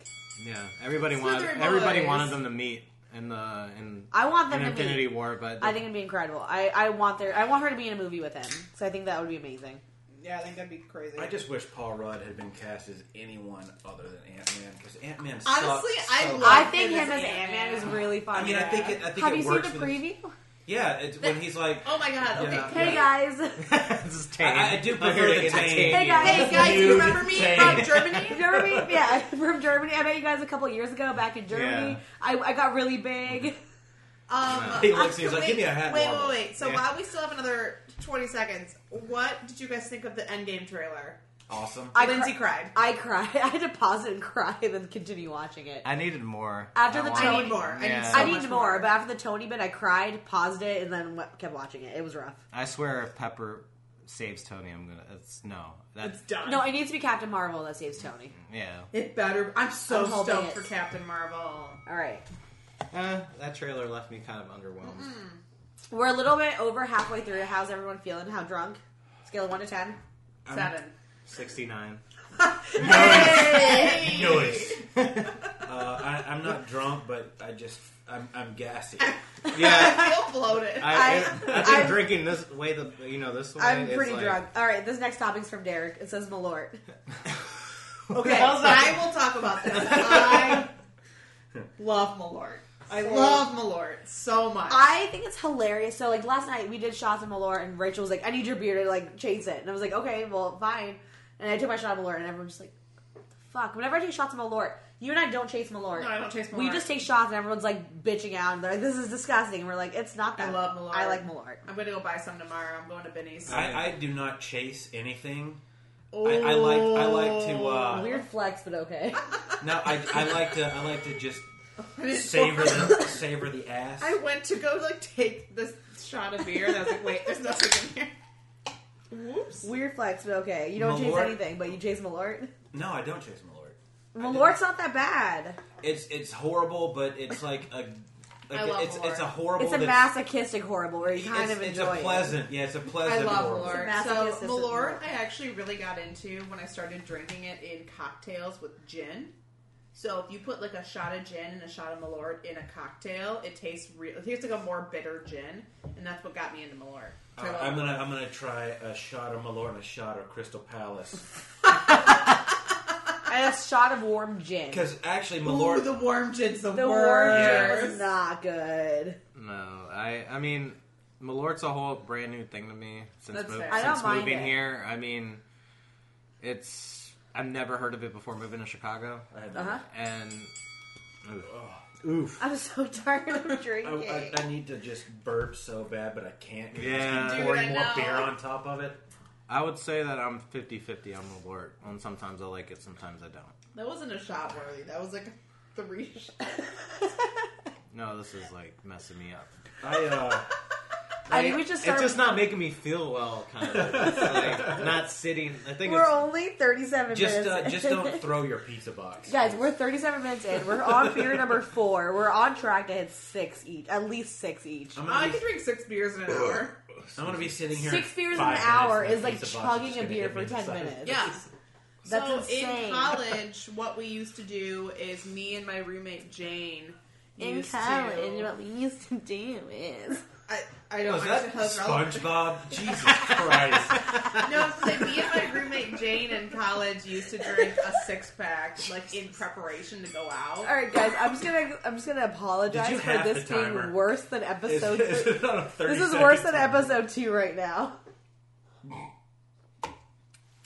[SPEAKER 4] Yeah, everybody
[SPEAKER 1] Slytherin
[SPEAKER 4] wanted everybody
[SPEAKER 1] boys.
[SPEAKER 4] wanted them to meet in the in,
[SPEAKER 2] I want them
[SPEAKER 4] in
[SPEAKER 2] to meet.
[SPEAKER 4] Infinity War, but [laughs]
[SPEAKER 2] I think it'd be incredible. I, I want their I want her to be in a movie with him. So I think that would be amazing.
[SPEAKER 1] Yeah, I think that'd be crazy.
[SPEAKER 3] I just wish Paul Rudd had been cast as anyone other than Ant Man because Ant Man.
[SPEAKER 1] Honestly, I
[SPEAKER 3] so
[SPEAKER 1] love
[SPEAKER 2] I
[SPEAKER 1] Like,
[SPEAKER 2] think
[SPEAKER 1] it is
[SPEAKER 2] him as Ant
[SPEAKER 1] Ant-Man.
[SPEAKER 2] Man is really fun.
[SPEAKER 3] I mean, I think it, I think
[SPEAKER 2] Have
[SPEAKER 3] it
[SPEAKER 2] you seen
[SPEAKER 3] works
[SPEAKER 2] the
[SPEAKER 3] for the-
[SPEAKER 2] preview?
[SPEAKER 3] Yeah, it's when he's like,
[SPEAKER 1] oh my god. Okay.
[SPEAKER 3] Yeah.
[SPEAKER 2] Hey guys,
[SPEAKER 4] this is tame.
[SPEAKER 3] I- I
[SPEAKER 4] [laughs]
[SPEAKER 3] do
[SPEAKER 4] I'm
[SPEAKER 3] prefer
[SPEAKER 4] here to
[SPEAKER 3] the tame.
[SPEAKER 4] entertain
[SPEAKER 2] Hey,
[SPEAKER 4] you.
[SPEAKER 2] guys.
[SPEAKER 1] Hey guys, you
[SPEAKER 3] You
[SPEAKER 1] remember me
[SPEAKER 3] say-
[SPEAKER 1] from Germany?
[SPEAKER 2] [laughs]
[SPEAKER 3] [laughs]
[SPEAKER 2] Germany, yeah, from Germany. I met you guys a couple years ago back in Germany.
[SPEAKER 4] Yeah.
[SPEAKER 2] I, I got really big.
[SPEAKER 1] Um,
[SPEAKER 3] He looks, he's
[SPEAKER 1] wait,
[SPEAKER 3] like, "Give me a hat and
[SPEAKER 1] Wait, wait,
[SPEAKER 3] marbles."
[SPEAKER 1] wait. So
[SPEAKER 4] Yeah.
[SPEAKER 1] while we still have another 20 seconds, what did you guys think of the Endgame trailer?
[SPEAKER 3] awesome.
[SPEAKER 2] I
[SPEAKER 1] Lindsay
[SPEAKER 2] cri-
[SPEAKER 1] cried.
[SPEAKER 2] I cried. [laughs] I had to pause it and cry, and then continue watching it.
[SPEAKER 4] I needed more.
[SPEAKER 2] After the
[SPEAKER 4] want-
[SPEAKER 2] Tony-
[SPEAKER 1] I need more. I need
[SPEAKER 4] Yeah.
[SPEAKER 1] so
[SPEAKER 2] I
[SPEAKER 1] much
[SPEAKER 2] need more, but after the Tony bit, I cried, paused it, and then went, kept watching it. It was rough.
[SPEAKER 4] I swear, if Pepper saves Tony, I'm gonna. It's no. That's
[SPEAKER 1] it's done.
[SPEAKER 2] No, it needs to be Captain Marvel that saves Tony.
[SPEAKER 4] yeah.
[SPEAKER 1] it better. I'm so
[SPEAKER 2] I'm hoping
[SPEAKER 1] stoked for
[SPEAKER 2] it's-
[SPEAKER 1] Captain Marvel.
[SPEAKER 2] All right.
[SPEAKER 4] Uh, that trailer left me kind of underwhelmed.
[SPEAKER 2] We're a little bit over halfway through. How's everyone feeling? How drunk? Scale of one to ten.
[SPEAKER 1] Seven.
[SPEAKER 3] [laughs]
[SPEAKER 4] Sixty nine.
[SPEAKER 2] Hey!
[SPEAKER 3] Noise.
[SPEAKER 2] [laughs]
[SPEAKER 3] uh, I, I'm not drunk, but I just I'm, I'm
[SPEAKER 2] [laughs]
[SPEAKER 3] gassy.
[SPEAKER 4] Yeah.
[SPEAKER 1] [laughs] I feel bloated.
[SPEAKER 4] I,
[SPEAKER 2] I-
[SPEAKER 4] I, I
[SPEAKER 2] I'm-
[SPEAKER 4] think drinking this way, the you know this way.
[SPEAKER 2] I'm
[SPEAKER 4] is
[SPEAKER 2] pretty
[SPEAKER 4] Uh, like-
[SPEAKER 2] drunk. All right, this next topic's from Derek. It says Malort.
[SPEAKER 1] Okay, I will talk about this.
[SPEAKER 3] [laughs]
[SPEAKER 1] I love Malort. I
[SPEAKER 2] Same.
[SPEAKER 1] love Malort so much.
[SPEAKER 2] I think it's hilarious. So like last night we did shots of Malort, and Rachel was like, "I need your beer to like chase it," and I was like, "Okay, well, fine." And I took my shot of Malort, and everyone's just like, what the "Fuck!" Whenever I take shots of Malort, you and I don't chase Malort.
[SPEAKER 1] No, I don't chase
[SPEAKER 2] We
[SPEAKER 1] Malort.
[SPEAKER 2] just take shots, and everyone's like bitching out, and they're like, "This is disgusting." And we're like, "It's not that."
[SPEAKER 1] I love Malort.
[SPEAKER 2] I like Malort.
[SPEAKER 1] I'm going to go buy some tomorrow. I'm going to Benny's.
[SPEAKER 3] I, I do not chase anything.
[SPEAKER 1] oh.
[SPEAKER 3] I like- I like to, uh,
[SPEAKER 2] Weird flex, but okay.
[SPEAKER 3] [laughs]
[SPEAKER 2] [laughs]
[SPEAKER 3] No, I, I like to I like to just
[SPEAKER 1] I didn't-
[SPEAKER 3] savor the savor the ass.
[SPEAKER 1] Oh. I went to go like take this shot of beer, and I was like, "Wait, there's nothing in
[SPEAKER 3] [laughs]
[SPEAKER 1] here." Whoops.
[SPEAKER 2] [laughs] Weird flex, but okay. You don't chase
[SPEAKER 3] Malort.
[SPEAKER 2] anything, but you chase Malort.
[SPEAKER 3] No, I don't chase Malort.
[SPEAKER 2] Malort's not that bad.
[SPEAKER 3] It's it's horrible, but it's like a like
[SPEAKER 1] I love
[SPEAKER 3] it's it's a
[SPEAKER 1] Malort.
[SPEAKER 3] horrible.
[SPEAKER 2] It's a
[SPEAKER 3] that's-
[SPEAKER 2] masochistic horrible where you kind
[SPEAKER 3] it's,
[SPEAKER 2] of
[SPEAKER 3] it's
[SPEAKER 2] enjoy
[SPEAKER 3] a
[SPEAKER 2] it.
[SPEAKER 3] pleasant. Yeah, it's a
[SPEAKER 1] I
[SPEAKER 3] pleasant.
[SPEAKER 1] love
[SPEAKER 3] horrible.
[SPEAKER 1] Malort.
[SPEAKER 2] It's a
[SPEAKER 1] So
[SPEAKER 2] masochist, isn't
[SPEAKER 1] Malort,
[SPEAKER 2] it?
[SPEAKER 1] I actually really got into when I started drinking it in cocktails with gin. So if you put like a shot of gin and a shot of Malort in a cocktail, it tastes real. It tastes like a more bitter gin, and that's what got me into Malort. So I
[SPEAKER 3] Uh,
[SPEAKER 1] love
[SPEAKER 3] I'm gonna
[SPEAKER 1] Malort.
[SPEAKER 3] I'm gonna try a shot of Malort and a shot of Crystal Palace
[SPEAKER 2] and a shot of warm gin.
[SPEAKER 3] because actually
[SPEAKER 1] Ooh,
[SPEAKER 3] Malort
[SPEAKER 1] the warm gin's the,
[SPEAKER 2] The warm
[SPEAKER 1] worst.
[SPEAKER 2] gin was not good.
[SPEAKER 4] No, I I mean, Malort's a whole brand new thing to me since,
[SPEAKER 1] That's
[SPEAKER 4] mov-
[SPEAKER 1] fair.
[SPEAKER 2] I don't
[SPEAKER 4] since
[SPEAKER 2] mind
[SPEAKER 4] moving
[SPEAKER 2] it.
[SPEAKER 4] here. I mean, it's I've never heard of it before moving to Chicago,
[SPEAKER 3] I had-
[SPEAKER 2] Uh-huh.
[SPEAKER 4] and
[SPEAKER 3] Ugh.
[SPEAKER 4] oof,
[SPEAKER 2] I'm so [laughs] tired of
[SPEAKER 3] [laughs] I,
[SPEAKER 2] drinking.
[SPEAKER 3] I,
[SPEAKER 2] [laughs]
[SPEAKER 3] I need to just burp so bad, but I can't. 'cause
[SPEAKER 4] Yeah.
[SPEAKER 3] I keep
[SPEAKER 4] Dude,
[SPEAKER 3] pouring
[SPEAKER 1] I
[SPEAKER 3] more
[SPEAKER 1] know.
[SPEAKER 3] beer on top
[SPEAKER 1] [laughs]
[SPEAKER 3] of it.
[SPEAKER 4] I would say that I'm 50-50 on Malort, and sometimes I like it, sometimes I don't.
[SPEAKER 1] That wasn't a shot worthy. That was like a three. [laughs] shot.
[SPEAKER 4] No, this is like messing me up.
[SPEAKER 3] I uh,
[SPEAKER 2] I think we should start-
[SPEAKER 4] It's just not making me feel well, kind of. It's
[SPEAKER 2] [laughs]
[SPEAKER 4] like not sitting. I think
[SPEAKER 2] we're
[SPEAKER 4] it's
[SPEAKER 2] only 37
[SPEAKER 3] just
[SPEAKER 2] minutes.
[SPEAKER 3] uh,
[SPEAKER 2] in. [laughs]
[SPEAKER 3] just [laughs] don't throw your pizza box,
[SPEAKER 2] Guys, we're 37 minutes in. We're on beer number four. We're on track to hit six each, at least six each.
[SPEAKER 3] I'm
[SPEAKER 1] I
[SPEAKER 3] gonna,
[SPEAKER 1] could
[SPEAKER 3] be,
[SPEAKER 1] Uh, drink six beers in an hour.
[SPEAKER 3] I'm gonna be sitting here.
[SPEAKER 2] Six beers in an
[SPEAKER 3] five minutes
[SPEAKER 2] hour
[SPEAKER 3] and that
[SPEAKER 2] is like
[SPEAKER 3] pizza box
[SPEAKER 2] chugging
[SPEAKER 3] just
[SPEAKER 2] a
[SPEAKER 3] gonna
[SPEAKER 2] beer
[SPEAKER 3] hit me
[SPEAKER 2] for
[SPEAKER 3] in the
[SPEAKER 2] 10
[SPEAKER 3] side.
[SPEAKER 2] minutes.
[SPEAKER 1] Yeah.
[SPEAKER 2] That's
[SPEAKER 1] so
[SPEAKER 2] insane.
[SPEAKER 1] in college, what we used to do is me and my roommate Jane
[SPEAKER 2] In
[SPEAKER 1] used
[SPEAKER 2] college,
[SPEAKER 1] to.
[SPEAKER 2] what we used to do is.
[SPEAKER 1] I, I don't
[SPEAKER 3] Was Oh, that
[SPEAKER 1] understand how it's relevant.
[SPEAKER 3] SpongeBob? [laughs] Jesus
[SPEAKER 2] [laughs]
[SPEAKER 3] Christ!
[SPEAKER 4] [laughs]
[SPEAKER 1] No, it's like me and my roommate Jane in college used to drink a six pack like in preparation to go
[SPEAKER 2] All
[SPEAKER 1] out.
[SPEAKER 2] right, guys, I'm just gonna I'm just gonna
[SPEAKER 3] Did
[SPEAKER 2] apologize
[SPEAKER 3] you
[SPEAKER 2] for
[SPEAKER 3] half
[SPEAKER 2] this
[SPEAKER 3] the
[SPEAKER 2] being
[SPEAKER 3] timer?
[SPEAKER 2] worse than
[SPEAKER 3] Is-
[SPEAKER 2] episode.
[SPEAKER 3] is [laughs]
[SPEAKER 2] three.
[SPEAKER 3] it on a
[SPEAKER 2] This is
[SPEAKER 3] 30
[SPEAKER 2] worse than
[SPEAKER 3] second timer?
[SPEAKER 2] episode two right now.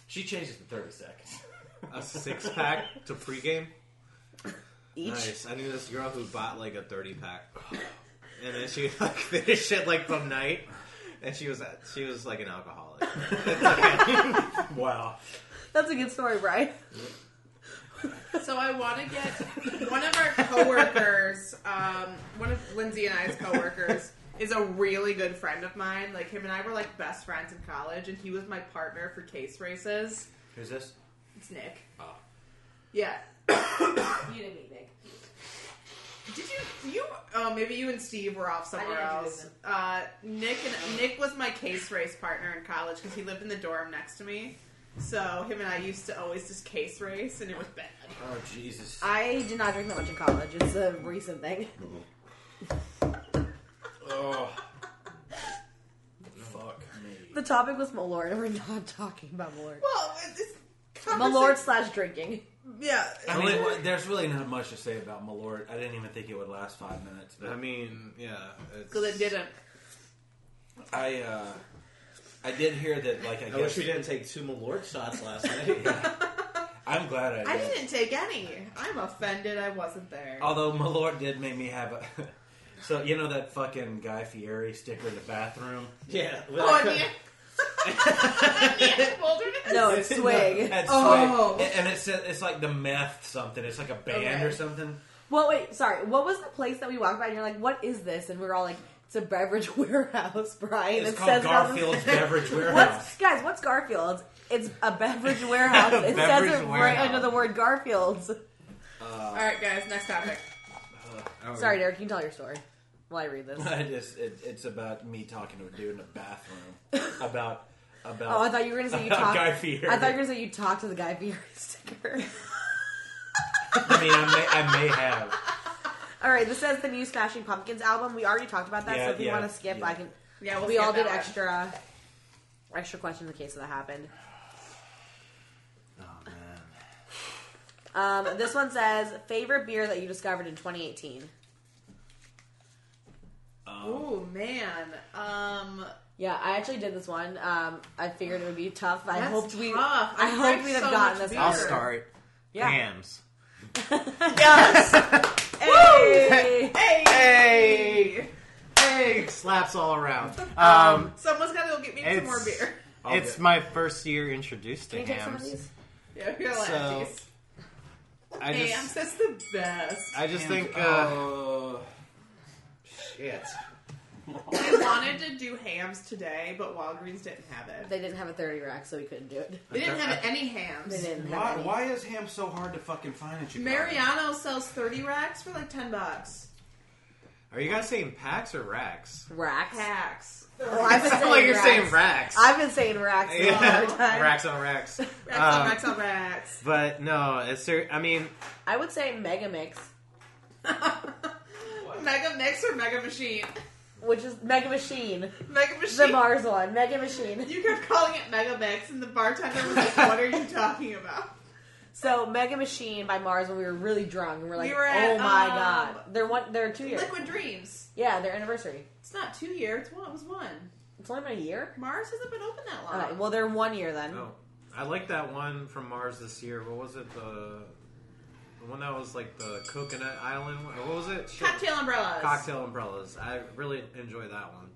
[SPEAKER 3] She changes the thirty seconds. [laughs]
[SPEAKER 4] a six pack to pregame.
[SPEAKER 2] each.
[SPEAKER 4] Nice. I knew this girl who bought like a thirty pack, and then she [laughs] like finished it like from night, and she was she was like an alcoholic. [laughs]
[SPEAKER 3] Wow.
[SPEAKER 2] That's a good story, Brian.
[SPEAKER 1] So I want to get one of our coworkers, um, one of Lindsay and I's coworkers, is a really good friend of mine. Like him and I were like best friends in college, and he was my partner for case races.
[SPEAKER 3] Who's this?
[SPEAKER 1] It's Nick.
[SPEAKER 3] Oh.
[SPEAKER 1] Yeah. [coughs]
[SPEAKER 2] You didn't meet Nick.
[SPEAKER 1] Did you? You? Oh, maybe you and Steve were off somewhere
[SPEAKER 2] I didn't
[SPEAKER 1] else. Uh, Nick and Nick was my case race partner in college because he lived in the dorm next to me. So him and I used to always just case race, and it was bad.
[SPEAKER 3] Oh Jesus.
[SPEAKER 2] I did not drink that much in college. It's a recent thing.
[SPEAKER 3] Oh. Fuck me.
[SPEAKER 2] The topic was Malort, and we're not [laughs] talking about Malort.
[SPEAKER 1] Well, it's
[SPEAKER 2] Malort slash drinking.
[SPEAKER 1] Yeah.
[SPEAKER 3] I mean, what- there's really not much to say about Malort. I didn't even think it would last five minutes. but-
[SPEAKER 4] I mean, yeah. It's,
[SPEAKER 1] Because it didn't.
[SPEAKER 3] I uh, I did hear that. Like, I,
[SPEAKER 4] I
[SPEAKER 3] guess
[SPEAKER 4] wish we didn't take two Malort shots
[SPEAKER 2] [laughs]
[SPEAKER 4] last night. [laughs]
[SPEAKER 3] I'm glad I did.
[SPEAKER 1] I didn't take any. I'm offended I wasn't there.
[SPEAKER 3] Although Malort did make me have a. [laughs] So you know that fucking Guy Fieri sticker in the bathroom?
[SPEAKER 4] yeah.
[SPEAKER 1] oh, and the, [laughs] and the wilderness?
[SPEAKER 2] [laughs] No, it's
[SPEAKER 3] [laughs]
[SPEAKER 2] swig.
[SPEAKER 3] That's
[SPEAKER 1] Oh.
[SPEAKER 3] swig. And it says it's like the meth something. It's like a band
[SPEAKER 1] Okay.
[SPEAKER 3] or something.
[SPEAKER 2] Well, wait, sorry. What was the place that we walked by and you're like, what is this? And we are all like, it's a beverage [laughs] warehouse, Brian.
[SPEAKER 3] It's
[SPEAKER 2] it
[SPEAKER 3] called
[SPEAKER 2] says it on the- [laughs]
[SPEAKER 3] Garfield's Beverage Warehouse.
[SPEAKER 2] What's, guys, what's Garfield's? It's a beverage
[SPEAKER 3] [laughs]
[SPEAKER 2] warehouse. It
[SPEAKER 3] Beverage
[SPEAKER 2] says it right
[SPEAKER 3] warehouse.
[SPEAKER 2] under the word Garfield's.
[SPEAKER 1] All right, guys, next topic.
[SPEAKER 4] Oh,
[SPEAKER 2] Sorry, Derek, you can tell your story while I read this.
[SPEAKER 3] [laughs] I just it, it's about me talking to a dude in a
[SPEAKER 2] [laughs]
[SPEAKER 3] bathroom about about.
[SPEAKER 2] Oh, I thought you were gonna say you talked.
[SPEAKER 3] [laughs] Guy Fieri.
[SPEAKER 2] I thought you were gonna say you talked to the Guy Fieri [laughs] sticker.
[SPEAKER 3] I mean, I may, I may have.
[SPEAKER 2] all right, this says the new Smashing Pumpkins album. We already talked about that,
[SPEAKER 3] Yeah,
[SPEAKER 2] so if you
[SPEAKER 3] yeah,
[SPEAKER 2] want to skip,
[SPEAKER 3] yeah.
[SPEAKER 2] I can.
[SPEAKER 1] Yeah, we'll
[SPEAKER 2] we
[SPEAKER 1] skip
[SPEAKER 2] all did
[SPEAKER 1] that one.
[SPEAKER 2] extra, extra questions in case that happened.
[SPEAKER 4] Oh man.
[SPEAKER 2] Um, this one says favorite beer that you discovered in 2018.
[SPEAKER 1] Ooh, man. Um,
[SPEAKER 2] Yeah, I actually did this one. Um, I figured it would be tough. I
[SPEAKER 1] That's
[SPEAKER 2] hoped we.
[SPEAKER 1] tough. I
[SPEAKER 2] I hoped
[SPEAKER 1] drank
[SPEAKER 2] we'd have
[SPEAKER 1] so
[SPEAKER 2] gotten
[SPEAKER 1] much
[SPEAKER 2] this.
[SPEAKER 1] beer. I'll
[SPEAKER 2] one.
[SPEAKER 1] start.
[SPEAKER 2] Yeah.
[SPEAKER 4] Hams.
[SPEAKER 2] Yes. [laughs]
[SPEAKER 1] [laughs]
[SPEAKER 2] hey.
[SPEAKER 1] hey! Hey!
[SPEAKER 4] Hey, slaps all
[SPEAKER 2] [laughs]
[SPEAKER 4] around. Um,
[SPEAKER 1] Someone's got to go get me some
[SPEAKER 4] It's-
[SPEAKER 1] more beer. [laughs]
[SPEAKER 3] I'll
[SPEAKER 4] it's
[SPEAKER 3] do-
[SPEAKER 4] my first year introduced to
[SPEAKER 2] Can you take some of
[SPEAKER 4] hams.
[SPEAKER 2] these? Oh,
[SPEAKER 1] Yeah, you're
[SPEAKER 4] So,
[SPEAKER 1] lefties.
[SPEAKER 4] I just,
[SPEAKER 1] Hams is the best.
[SPEAKER 4] I just
[SPEAKER 3] And,
[SPEAKER 4] think, uh,
[SPEAKER 3] uh,
[SPEAKER 4] shit.
[SPEAKER 1] I wanted to do hams today, but Walgreens didn't have it.
[SPEAKER 2] They didn't have a 30 rack, so we couldn't do it.
[SPEAKER 1] They didn't have any hams.
[SPEAKER 2] They didn't have
[SPEAKER 3] why,
[SPEAKER 2] any.
[SPEAKER 3] why is ham so hard to fucking find in Chicago?
[SPEAKER 1] Mariano sells 30 racks for like 10 bucks.
[SPEAKER 4] Are you guys saying packs or racks?
[SPEAKER 2] Racks.
[SPEAKER 1] Packs.
[SPEAKER 2] Well, I've been
[SPEAKER 4] [laughs] Sound
[SPEAKER 2] saying
[SPEAKER 4] like you're
[SPEAKER 2] racks.
[SPEAKER 4] saying racks.
[SPEAKER 2] I've been saying racks the
[SPEAKER 4] [laughs] Yeah.
[SPEAKER 2] entire time.
[SPEAKER 4] racks on
[SPEAKER 2] [laughs]
[SPEAKER 4] racks.
[SPEAKER 1] Racks
[SPEAKER 4] Um,
[SPEAKER 1] on racks on racks. [laughs]
[SPEAKER 4] But no, it's ser- I mean,
[SPEAKER 2] I would say Mega Mix,
[SPEAKER 1] Mega Mix or Mega Machine? [laughs]
[SPEAKER 2] which is Mega Machine,
[SPEAKER 1] Mega
[SPEAKER 2] the
[SPEAKER 1] Machine.
[SPEAKER 2] Mars one. Mega Machine.
[SPEAKER 1] you kept calling it Mega Mix, and the bartender was like, what are you talking
[SPEAKER 2] [laughs]
[SPEAKER 1] about?
[SPEAKER 2] So Mega Machine by Mars when we were really drunk and we're like,
[SPEAKER 1] We were at,
[SPEAKER 2] oh my
[SPEAKER 1] um,
[SPEAKER 2] god, they're one, they're two years.
[SPEAKER 1] Liquid Dreams.
[SPEAKER 2] Yeah, their anniversary.
[SPEAKER 1] It's not two year, it's one. It was one.
[SPEAKER 2] It's only been a year.
[SPEAKER 1] Mars hasn't been open that long.
[SPEAKER 2] Okay, well, they're one year then.
[SPEAKER 3] Oh.
[SPEAKER 4] no, oh, I like that one from Mars this year. What was it? The the one that was like the coconut island. one? What was it? Shit.
[SPEAKER 1] Cocktail umbrellas.
[SPEAKER 4] Cocktail umbrellas. I really enjoyed that one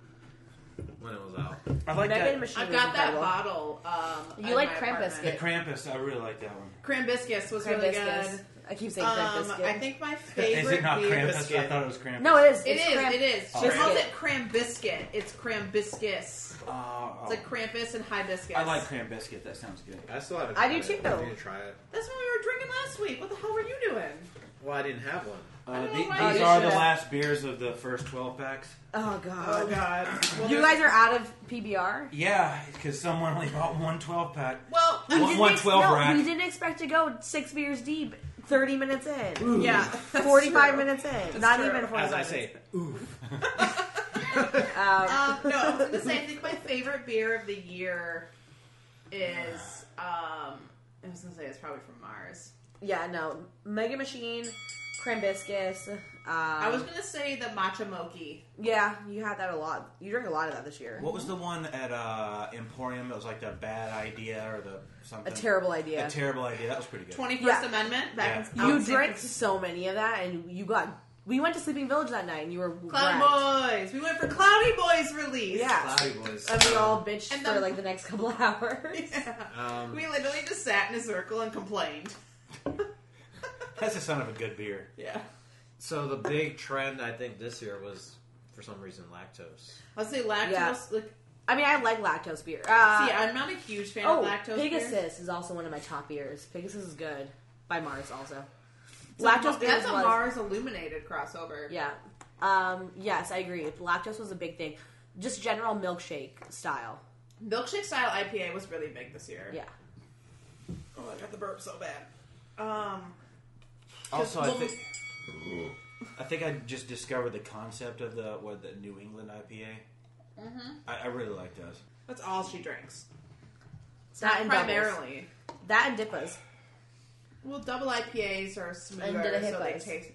[SPEAKER 4] when it was out.
[SPEAKER 3] I like
[SPEAKER 2] Mega
[SPEAKER 3] that.
[SPEAKER 2] Machine.
[SPEAKER 1] I've
[SPEAKER 2] was
[SPEAKER 1] got that
[SPEAKER 2] incredible.
[SPEAKER 1] bottle. Um,
[SPEAKER 2] You
[SPEAKER 1] in
[SPEAKER 2] like
[SPEAKER 1] my
[SPEAKER 2] creme
[SPEAKER 1] apartment.
[SPEAKER 2] biscuit.
[SPEAKER 3] Krampus, I really like that one.
[SPEAKER 1] Creme biscuits was
[SPEAKER 2] Creme
[SPEAKER 1] really
[SPEAKER 2] biscuits.
[SPEAKER 1] good.
[SPEAKER 2] I keep saying creme
[SPEAKER 1] Um,
[SPEAKER 2] biscuit.
[SPEAKER 1] I think my favorite
[SPEAKER 3] Is it not
[SPEAKER 1] beer.
[SPEAKER 3] Krampus? I thought it was Krampus.
[SPEAKER 2] no, it is.
[SPEAKER 1] It
[SPEAKER 2] it's
[SPEAKER 1] is.
[SPEAKER 2] creme-
[SPEAKER 1] It is. She
[SPEAKER 2] biscuit.
[SPEAKER 1] calls it creme biscuit. It's creme biscuits.
[SPEAKER 3] Oh, oh.
[SPEAKER 1] It's like Krampus and hibiscus.
[SPEAKER 3] I like cram biscuit. That sounds good.
[SPEAKER 4] I still haven't.
[SPEAKER 2] I
[SPEAKER 4] tried
[SPEAKER 2] do
[SPEAKER 4] it.
[SPEAKER 2] too.
[SPEAKER 4] I need to try it.
[SPEAKER 1] That's what we were drinking last week. What the hell were you doing?
[SPEAKER 4] Well, I didn't have one.
[SPEAKER 1] I don't
[SPEAKER 3] Uh, the-
[SPEAKER 1] know
[SPEAKER 3] these
[SPEAKER 1] why
[SPEAKER 2] you
[SPEAKER 3] are the
[SPEAKER 2] should've-
[SPEAKER 3] last beers of the first twelve packs.
[SPEAKER 2] Oh god.
[SPEAKER 1] God. Well,
[SPEAKER 2] You
[SPEAKER 1] there's-
[SPEAKER 2] guys are out of PBR.
[SPEAKER 3] Yeah, because someone only bought one 12 pack.
[SPEAKER 1] Well,
[SPEAKER 2] We
[SPEAKER 3] One-
[SPEAKER 2] didn't
[SPEAKER 3] one
[SPEAKER 2] ex-
[SPEAKER 3] 12
[SPEAKER 2] no,
[SPEAKER 3] rack.
[SPEAKER 2] We didn't expect to go six beers deep, thirty minutes in,
[SPEAKER 1] yeah. [laughs] that's
[SPEAKER 2] forty-five
[SPEAKER 1] true.
[SPEAKER 2] minutes in, not
[SPEAKER 1] true.
[SPEAKER 2] even
[SPEAKER 1] As
[SPEAKER 2] forty-five.
[SPEAKER 3] As I say,
[SPEAKER 2] minutes. Um,
[SPEAKER 1] Um, no, I was
[SPEAKER 2] [laughs]
[SPEAKER 1] going to say, I think my favorite beer of the year is. Um, I was going to say it's probably from Mars.
[SPEAKER 2] yeah, no. Mega Machine, Crambiscus. Um,
[SPEAKER 1] I was gonna say the matcha mochi.
[SPEAKER 2] yeah, you had that a lot. You drank a lot of that this year.
[SPEAKER 3] What was the one at uh, Emporium? It was like the bad idea or the
[SPEAKER 2] A
[SPEAKER 3] something.
[SPEAKER 2] terrible idea.
[SPEAKER 3] A terrible idea. That was pretty good.
[SPEAKER 1] Twenty First
[SPEAKER 2] Yeah.
[SPEAKER 1] Amendment. Back
[SPEAKER 3] Yeah.
[SPEAKER 1] in,
[SPEAKER 2] you
[SPEAKER 1] out in San
[SPEAKER 2] drank
[SPEAKER 1] Francisco.
[SPEAKER 2] so many of that, and you got. We went to Sleeping Village that night, and you were
[SPEAKER 1] Cloudy Boys.
[SPEAKER 2] wrecked.
[SPEAKER 1] We went for Cloudy Boys release.
[SPEAKER 2] Yeah,
[SPEAKER 4] Cloudy boys.
[SPEAKER 2] and we all bitched
[SPEAKER 1] And
[SPEAKER 2] for
[SPEAKER 1] the-
[SPEAKER 2] like the next couple [laughs] of hours.
[SPEAKER 1] [laughs] Yeah.
[SPEAKER 4] Um,
[SPEAKER 1] We literally just sat in a circle and complained.
[SPEAKER 3] That's the sound of a good beer.
[SPEAKER 1] Yeah.
[SPEAKER 4] so the big trend I think this year was for some reason lactose.
[SPEAKER 1] I'll say lactose.
[SPEAKER 2] Yeah.
[SPEAKER 1] Like,
[SPEAKER 2] I mean, I like lactose beer. Uh,
[SPEAKER 1] see, I'm not a huge fan
[SPEAKER 2] oh,
[SPEAKER 1] of lactose.
[SPEAKER 2] Pegasus
[SPEAKER 1] beer.
[SPEAKER 2] is also one of my top beers. Pegasus is good by Mars also.
[SPEAKER 1] So
[SPEAKER 2] lactose beer
[SPEAKER 1] That's a
[SPEAKER 2] was,
[SPEAKER 1] Mars illuminated crossover.
[SPEAKER 2] Yeah. Um, yes, I agree. Lactose was a big thing. Just general milkshake style.
[SPEAKER 1] Milkshake style IPA was really big this year.
[SPEAKER 2] Yeah.
[SPEAKER 1] Oh, I got the burp so bad. Um.
[SPEAKER 3] Also, I
[SPEAKER 1] well,
[SPEAKER 3] think I think I just discovered the concept of the what the New England IPA.
[SPEAKER 1] Mm-hmm.
[SPEAKER 3] I, I really like those.
[SPEAKER 1] That's all she drinks. It's
[SPEAKER 2] That
[SPEAKER 1] not
[SPEAKER 2] and
[SPEAKER 1] primarily.
[SPEAKER 2] That and dippas.
[SPEAKER 1] Well, double IPAs are
[SPEAKER 2] And
[SPEAKER 1] smoother,
[SPEAKER 2] did a
[SPEAKER 1] so they
[SPEAKER 2] hippos.
[SPEAKER 1] taste.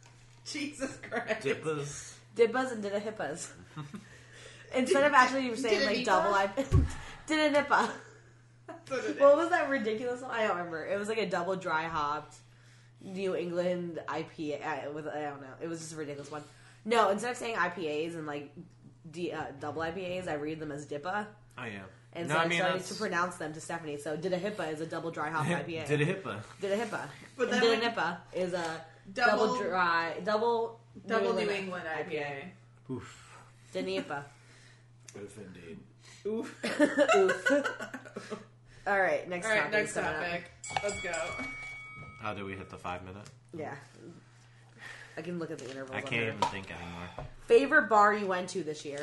[SPEAKER 1] [laughs] Jesus Christ.
[SPEAKER 3] Dippas.
[SPEAKER 2] Dippas and did
[SPEAKER 1] [laughs]
[SPEAKER 2] a hippas. Instead of actually saying
[SPEAKER 1] Did a
[SPEAKER 2] like
[SPEAKER 1] nippa?
[SPEAKER 2] double I [laughs] did a nippa.
[SPEAKER 1] That's what it is.
[SPEAKER 2] What was that ridiculous one? I don't remember. It was like a double dry hopped New England IPA I- with I don't know. It was just a ridiculous one. No, instead of saying IPAs and like D, uh, double IPAs, I read them as dippa.
[SPEAKER 4] I am.
[SPEAKER 2] And so I, started to pronounce them to Stephanie. So did a hippa is a double dry hop IPA.
[SPEAKER 4] Did a HIPAA.
[SPEAKER 2] Did a hippa.
[SPEAKER 1] But
[SPEAKER 2] and
[SPEAKER 1] then
[SPEAKER 2] did a
[SPEAKER 1] when-
[SPEAKER 2] nippa is a double,
[SPEAKER 1] Double-
[SPEAKER 2] dry double
[SPEAKER 1] Double New England IPA.
[SPEAKER 4] Oof.
[SPEAKER 2] Did
[SPEAKER 1] [laughs]
[SPEAKER 2] a nippa.
[SPEAKER 3] Oof, indeed.
[SPEAKER 1] Oof.
[SPEAKER 2] Oof. All right, next
[SPEAKER 1] All right,
[SPEAKER 2] topic.
[SPEAKER 1] next
[SPEAKER 2] coming up.
[SPEAKER 1] topic. Let's go.
[SPEAKER 4] How do we hit the five minute?
[SPEAKER 2] Yeah. I can look at the intervals.
[SPEAKER 4] I
[SPEAKER 2] on there.
[SPEAKER 4] can't even think anymore.
[SPEAKER 2] Favorite bar you went to this year?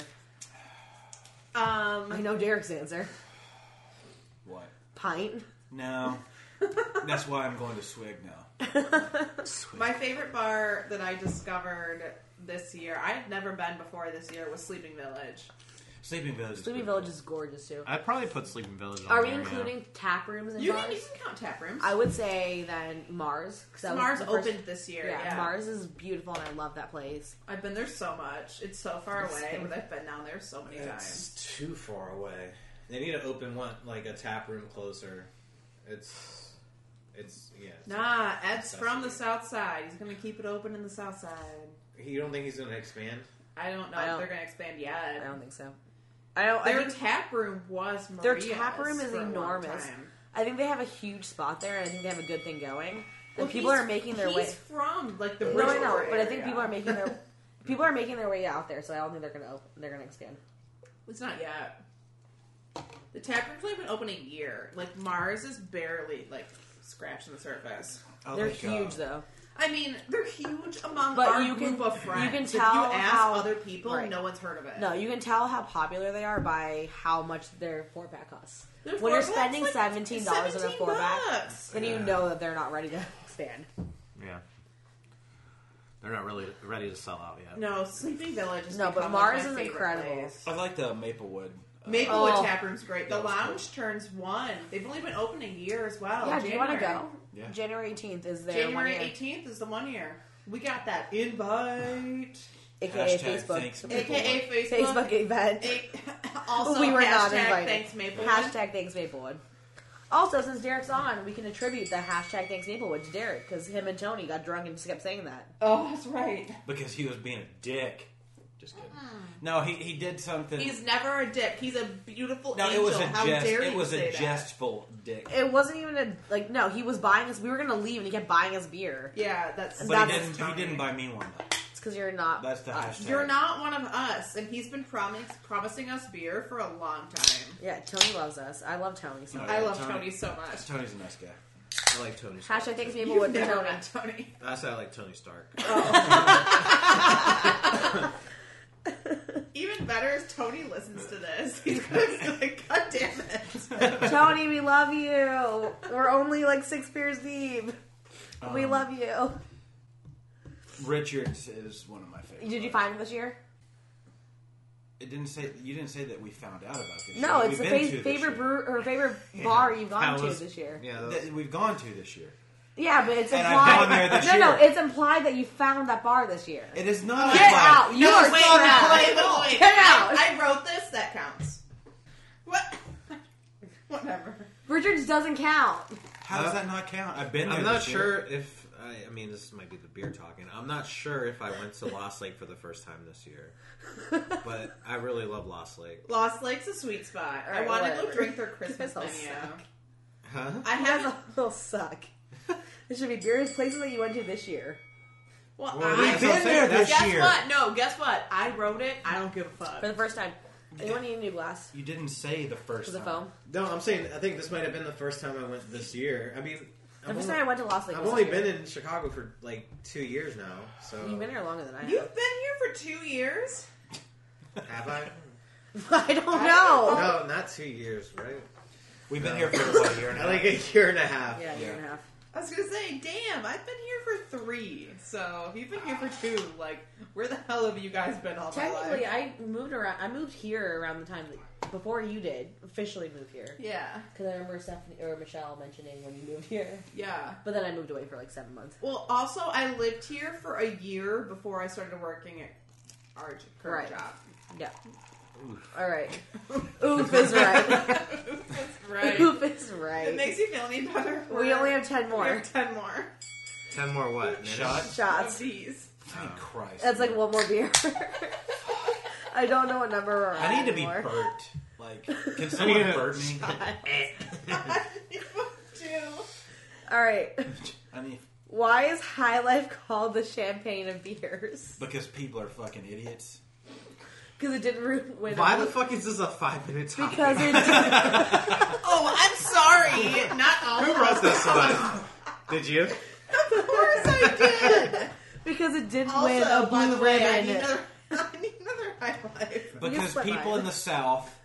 [SPEAKER 2] I
[SPEAKER 1] Um,
[SPEAKER 2] know Derek's answer.
[SPEAKER 3] What?
[SPEAKER 2] Pint.
[SPEAKER 3] No. That's why I'm going to Swig now.
[SPEAKER 1] my favorite bar that I discovered this year, I had never been before this year, was Sleeping Village.
[SPEAKER 3] Sleeping Village. is
[SPEAKER 2] Sleepy
[SPEAKER 3] pretty
[SPEAKER 2] Village
[SPEAKER 3] cool.
[SPEAKER 2] is gorgeous too.
[SPEAKER 4] I'd probably put Sleeping Village. on
[SPEAKER 2] Are we
[SPEAKER 4] there, yeah.
[SPEAKER 2] including tap rooms and
[SPEAKER 1] You
[SPEAKER 2] bars?
[SPEAKER 1] can, you can count tap rooms.
[SPEAKER 2] I would say then Mars. 'cause that was
[SPEAKER 1] Mars
[SPEAKER 2] the first-
[SPEAKER 1] opened this year.
[SPEAKER 2] Yeah,
[SPEAKER 1] Yeah,
[SPEAKER 2] Mars is beautiful, and I love that place.
[SPEAKER 1] I've been there so much. It's so far away, but I've been down there so many times.
[SPEAKER 4] It's too far away. They need to open one like a tap room closer. It's it's yeah. it's-
[SPEAKER 1] Nah, Ed's
[SPEAKER 4] That's
[SPEAKER 1] from the
[SPEAKER 4] weird.
[SPEAKER 1] south side. He's gonna keep it open in the south side.
[SPEAKER 4] You don't think he's gonna expand?
[SPEAKER 1] I don't know
[SPEAKER 2] I
[SPEAKER 1] if
[SPEAKER 2] don't-
[SPEAKER 1] they're gonna expand
[SPEAKER 2] I
[SPEAKER 1] yet.
[SPEAKER 2] don't think so. I don't. I
[SPEAKER 1] Their
[SPEAKER 2] think,
[SPEAKER 1] tap room was
[SPEAKER 2] Their
[SPEAKER 1] Maria's
[SPEAKER 2] tap room is
[SPEAKER 1] for a long
[SPEAKER 2] enormous.
[SPEAKER 1] time.
[SPEAKER 2] I think they have a huge spot there, and I think they have a good thing going. And
[SPEAKER 1] Well,
[SPEAKER 2] people
[SPEAKER 1] he's-
[SPEAKER 2] are making their
[SPEAKER 1] he's
[SPEAKER 2] way.
[SPEAKER 1] from like the
[SPEAKER 2] No, I
[SPEAKER 1] Bridgeport
[SPEAKER 2] know, but I think
[SPEAKER 1] area.
[SPEAKER 2] people are
[SPEAKER 1] [laughs]
[SPEAKER 2] making their people are making their way out there. So I don't think they're gonna open, they're gonna expand.
[SPEAKER 1] It's not yet. The tap room's only been open a year. Like Mars is barely like scratching the surface.
[SPEAKER 3] I
[SPEAKER 2] they're
[SPEAKER 3] like, uh,
[SPEAKER 2] huge though.
[SPEAKER 1] I mean, they're huge among
[SPEAKER 2] But
[SPEAKER 1] our
[SPEAKER 2] you can-
[SPEAKER 1] group of friends.
[SPEAKER 2] you can
[SPEAKER 1] if
[SPEAKER 2] tell
[SPEAKER 1] you ask
[SPEAKER 2] how-
[SPEAKER 1] other people,
[SPEAKER 2] right.
[SPEAKER 1] no one's heard of it.
[SPEAKER 2] No, you can tell how popular they are by how much their four pack costs.
[SPEAKER 1] Their
[SPEAKER 2] when you're
[SPEAKER 1] four pack's
[SPEAKER 2] spending
[SPEAKER 1] like
[SPEAKER 2] seventeen dollars on a
[SPEAKER 1] $17
[SPEAKER 2] four pack,
[SPEAKER 1] bucks.
[SPEAKER 2] then you
[SPEAKER 4] Yeah.
[SPEAKER 2] know that they're not ready to [laughs] expand.
[SPEAKER 4] Yeah. They're not really ready to sell out yet.
[SPEAKER 1] No, Sleeping Village is
[SPEAKER 2] No, but Mars is incredible.
[SPEAKER 3] I like the Maplewood. uh,
[SPEAKER 1] Maplewood
[SPEAKER 2] Oh.
[SPEAKER 1] Tap Room's great. The
[SPEAKER 3] That was cool.
[SPEAKER 1] lounge turns one. They've only been open a year as well.
[SPEAKER 2] yeah, do you want to
[SPEAKER 1] Oh, January.
[SPEAKER 2] go?
[SPEAKER 3] Yeah.
[SPEAKER 2] January eighteenth is their one
[SPEAKER 1] January
[SPEAKER 2] year,
[SPEAKER 1] 18th is the one year. We got that invite.
[SPEAKER 2] aka
[SPEAKER 3] Hashtag
[SPEAKER 2] [laughs] Facebook,
[SPEAKER 3] thanks, Maplewood.
[SPEAKER 1] AKA Facebook.
[SPEAKER 2] Facebook event.
[SPEAKER 1] A- [laughs] also,
[SPEAKER 2] we were
[SPEAKER 1] hashtag
[SPEAKER 2] not invited.
[SPEAKER 1] Thanks Maplewood.
[SPEAKER 2] Hashtag thanks Maplewood. Also, since Derek's on, we can attribute the hashtag thanks Maplewood to Derek because him and Tony got drunk and just kept saying that.
[SPEAKER 1] Oh, that's right.
[SPEAKER 3] because he was being a dick. Just kidding.
[SPEAKER 2] Mm.
[SPEAKER 3] No, he, he did something.
[SPEAKER 1] He's never a dick. He's a beautiful
[SPEAKER 3] no,
[SPEAKER 1] angel.
[SPEAKER 3] it was a
[SPEAKER 1] How
[SPEAKER 3] jest.
[SPEAKER 1] dare
[SPEAKER 3] It
[SPEAKER 1] you
[SPEAKER 3] was
[SPEAKER 1] say
[SPEAKER 3] a
[SPEAKER 1] that?
[SPEAKER 3] jestful dick.
[SPEAKER 2] It wasn't even a like. No, he was buying us. We were gonna leave, and he kept buying us beer.
[SPEAKER 1] Yeah, that's. Uh,
[SPEAKER 3] but he
[SPEAKER 2] that's
[SPEAKER 3] didn't, he didn't buy me one. though.
[SPEAKER 2] It's because you're not.
[SPEAKER 3] That's the
[SPEAKER 2] us.
[SPEAKER 3] hashtag.
[SPEAKER 1] You're not one of us, and he's been promis- promising us beer for a long time.
[SPEAKER 2] Yeah, Tony loves us. I love Tony. So
[SPEAKER 3] No,
[SPEAKER 2] much.
[SPEAKER 1] I love
[SPEAKER 4] Tony-
[SPEAKER 1] Tony so much.
[SPEAKER 3] Tony's a nice guy.
[SPEAKER 4] I like Tony. Stark.
[SPEAKER 2] hashtag thanks
[SPEAKER 1] You've
[SPEAKER 2] Maplewood for
[SPEAKER 1] never
[SPEAKER 2] Tony.
[SPEAKER 3] [laughs]
[SPEAKER 1] met Tony.
[SPEAKER 4] I said I like Tony Stark.
[SPEAKER 1] Even better is Tony listens to this. [laughs] He's gonna be like, God damn
[SPEAKER 2] [laughs]
[SPEAKER 1] it.
[SPEAKER 2] [laughs] Tony, we love you. We're only like six beers deep. we
[SPEAKER 3] Um,
[SPEAKER 2] love you.
[SPEAKER 3] Richards is one of my favorites.
[SPEAKER 2] Did you find him this year?
[SPEAKER 3] It didn't say you didn't say that we found out about this.
[SPEAKER 2] No,
[SPEAKER 3] year.
[SPEAKER 2] it's
[SPEAKER 3] We've
[SPEAKER 2] the fa-
[SPEAKER 3] been to this
[SPEAKER 2] favorite
[SPEAKER 3] year.
[SPEAKER 2] brew or favorite bar you've gone
[SPEAKER 4] That
[SPEAKER 2] to
[SPEAKER 4] was-
[SPEAKER 2] this year.
[SPEAKER 4] Yeah. that-
[SPEAKER 3] that we've gone to this year.
[SPEAKER 2] Yeah, but it's
[SPEAKER 4] And I've
[SPEAKER 2] implied.
[SPEAKER 4] gone there this
[SPEAKER 2] no, no,
[SPEAKER 4] year.
[SPEAKER 2] it's implied that you found that bar this year.
[SPEAKER 4] It is not.
[SPEAKER 2] Get
[SPEAKER 4] a pod.
[SPEAKER 2] out! You
[SPEAKER 1] no,
[SPEAKER 2] are
[SPEAKER 1] wait,
[SPEAKER 2] so
[SPEAKER 1] no,
[SPEAKER 2] out.
[SPEAKER 1] wait, wait, wait.
[SPEAKER 2] Get out.
[SPEAKER 1] I, I wrote this. That counts. What? [laughs] Whatever.
[SPEAKER 2] Richards doesn't count. [laughs]
[SPEAKER 3] How does that not count? I've been. There
[SPEAKER 6] I'm not
[SPEAKER 3] this year.
[SPEAKER 6] sure if I, I mean this might be the beer talking. I'm not sure if I went to Lost Lake for the first time this year, but I really love Lost Lake.
[SPEAKER 1] Lost Lake's a sweet spot. I
[SPEAKER 2] Alright,
[SPEAKER 1] want to go
[SPEAKER 2] whatever.
[SPEAKER 1] drink their Christmas
[SPEAKER 2] This will
[SPEAKER 1] menu.
[SPEAKER 2] suck.
[SPEAKER 6] Huh?
[SPEAKER 1] I
[SPEAKER 2] That's
[SPEAKER 1] have.
[SPEAKER 2] a little suck. [laughs] It should be beers places that you went to this year.
[SPEAKER 1] Well,
[SPEAKER 3] Well,
[SPEAKER 1] I,
[SPEAKER 3] we've been there this
[SPEAKER 1] guess
[SPEAKER 3] year.
[SPEAKER 1] what? No, guess what? I wrote it. I don't give a fuck.
[SPEAKER 2] For the first time. You want to need a new glass?
[SPEAKER 3] You didn't say the first.
[SPEAKER 2] Was it
[SPEAKER 3] time.
[SPEAKER 2] foam?
[SPEAKER 6] No, I'm saying I think this might have been the first time I went this year. I mean,
[SPEAKER 2] The
[SPEAKER 6] I've
[SPEAKER 2] first
[SPEAKER 6] only,
[SPEAKER 2] time I went to Lost Lake
[SPEAKER 6] I've
[SPEAKER 2] was
[SPEAKER 6] only
[SPEAKER 2] this
[SPEAKER 6] been
[SPEAKER 2] year.
[SPEAKER 6] in Chicago for like two years now. So
[SPEAKER 2] You've been here longer than I
[SPEAKER 1] You've been here for two years.
[SPEAKER 6] have
[SPEAKER 2] [laughs]
[SPEAKER 6] I?
[SPEAKER 2] have. [laughs] I don't know.
[SPEAKER 6] No, not two years, right?
[SPEAKER 3] We've
[SPEAKER 6] No.
[SPEAKER 3] been here for what, a
[SPEAKER 4] [laughs]
[SPEAKER 3] year and a half.
[SPEAKER 6] Like a year and a half.
[SPEAKER 2] Yeah, year
[SPEAKER 3] Yeah.
[SPEAKER 2] and a half.
[SPEAKER 1] I was gonna say, damn, I've been here for three. So if you've been here for two, like, where the hell have you guys been all my life?
[SPEAKER 2] Technically, I moved around. I moved here around the time that, before you did officially move here.
[SPEAKER 1] yeah,
[SPEAKER 2] Because I remember Stephanie or Michelle mentioning when you moved here.
[SPEAKER 1] yeah.
[SPEAKER 2] But then I moved away for like seven months.
[SPEAKER 1] Well, also, I lived here for a year before I started working at our j- current
[SPEAKER 2] Right.
[SPEAKER 1] job.
[SPEAKER 2] Yeah. All right.
[SPEAKER 1] [laughs]
[SPEAKER 2] Oof is right.
[SPEAKER 1] That's right.
[SPEAKER 2] Oof
[SPEAKER 1] [laughs]
[SPEAKER 2] is
[SPEAKER 1] It
[SPEAKER 2] right.
[SPEAKER 1] makes you feel any better.
[SPEAKER 2] We only have ten
[SPEAKER 1] We
[SPEAKER 2] more
[SPEAKER 1] have ten more
[SPEAKER 6] Ten more what? minutes?
[SPEAKER 3] Shot.
[SPEAKER 1] of
[SPEAKER 2] shots. [laughs]
[SPEAKER 1] these. [laughs]
[SPEAKER 3] Thank Christ.
[SPEAKER 2] That's like one more beer. [laughs] I don't know what number we're on.
[SPEAKER 3] I need to be
[SPEAKER 2] anymore.
[SPEAKER 3] burnt.
[SPEAKER 2] [laughs]
[SPEAKER 3] Like, can someone
[SPEAKER 6] a
[SPEAKER 3] burn me?
[SPEAKER 1] Two.
[SPEAKER 2] All right.
[SPEAKER 3] I mean,
[SPEAKER 2] Why is High Life called the champagne of beers?
[SPEAKER 3] because people are fucking idiots.
[SPEAKER 2] Because it didn't ruin.
[SPEAKER 6] [laughs]
[SPEAKER 2] win
[SPEAKER 6] Why
[SPEAKER 2] a-
[SPEAKER 6] the fuck is this a five minute topic?
[SPEAKER 2] Because
[SPEAKER 3] [laughs]
[SPEAKER 2] it didn't.
[SPEAKER 1] Oh, I'm sorry. Not all.
[SPEAKER 6] Who
[SPEAKER 1] of
[SPEAKER 6] wrote
[SPEAKER 1] us.
[SPEAKER 6] this one? Did you?
[SPEAKER 1] Of course I did.
[SPEAKER 2] because it didn't
[SPEAKER 1] Also,
[SPEAKER 2] win a
[SPEAKER 1] by the
[SPEAKER 2] blue
[SPEAKER 1] way, I need
[SPEAKER 2] ribbon.
[SPEAKER 1] another. [laughs] I need another high life.
[SPEAKER 3] Because
[SPEAKER 2] split
[SPEAKER 3] people
[SPEAKER 2] mine.
[SPEAKER 3] in the South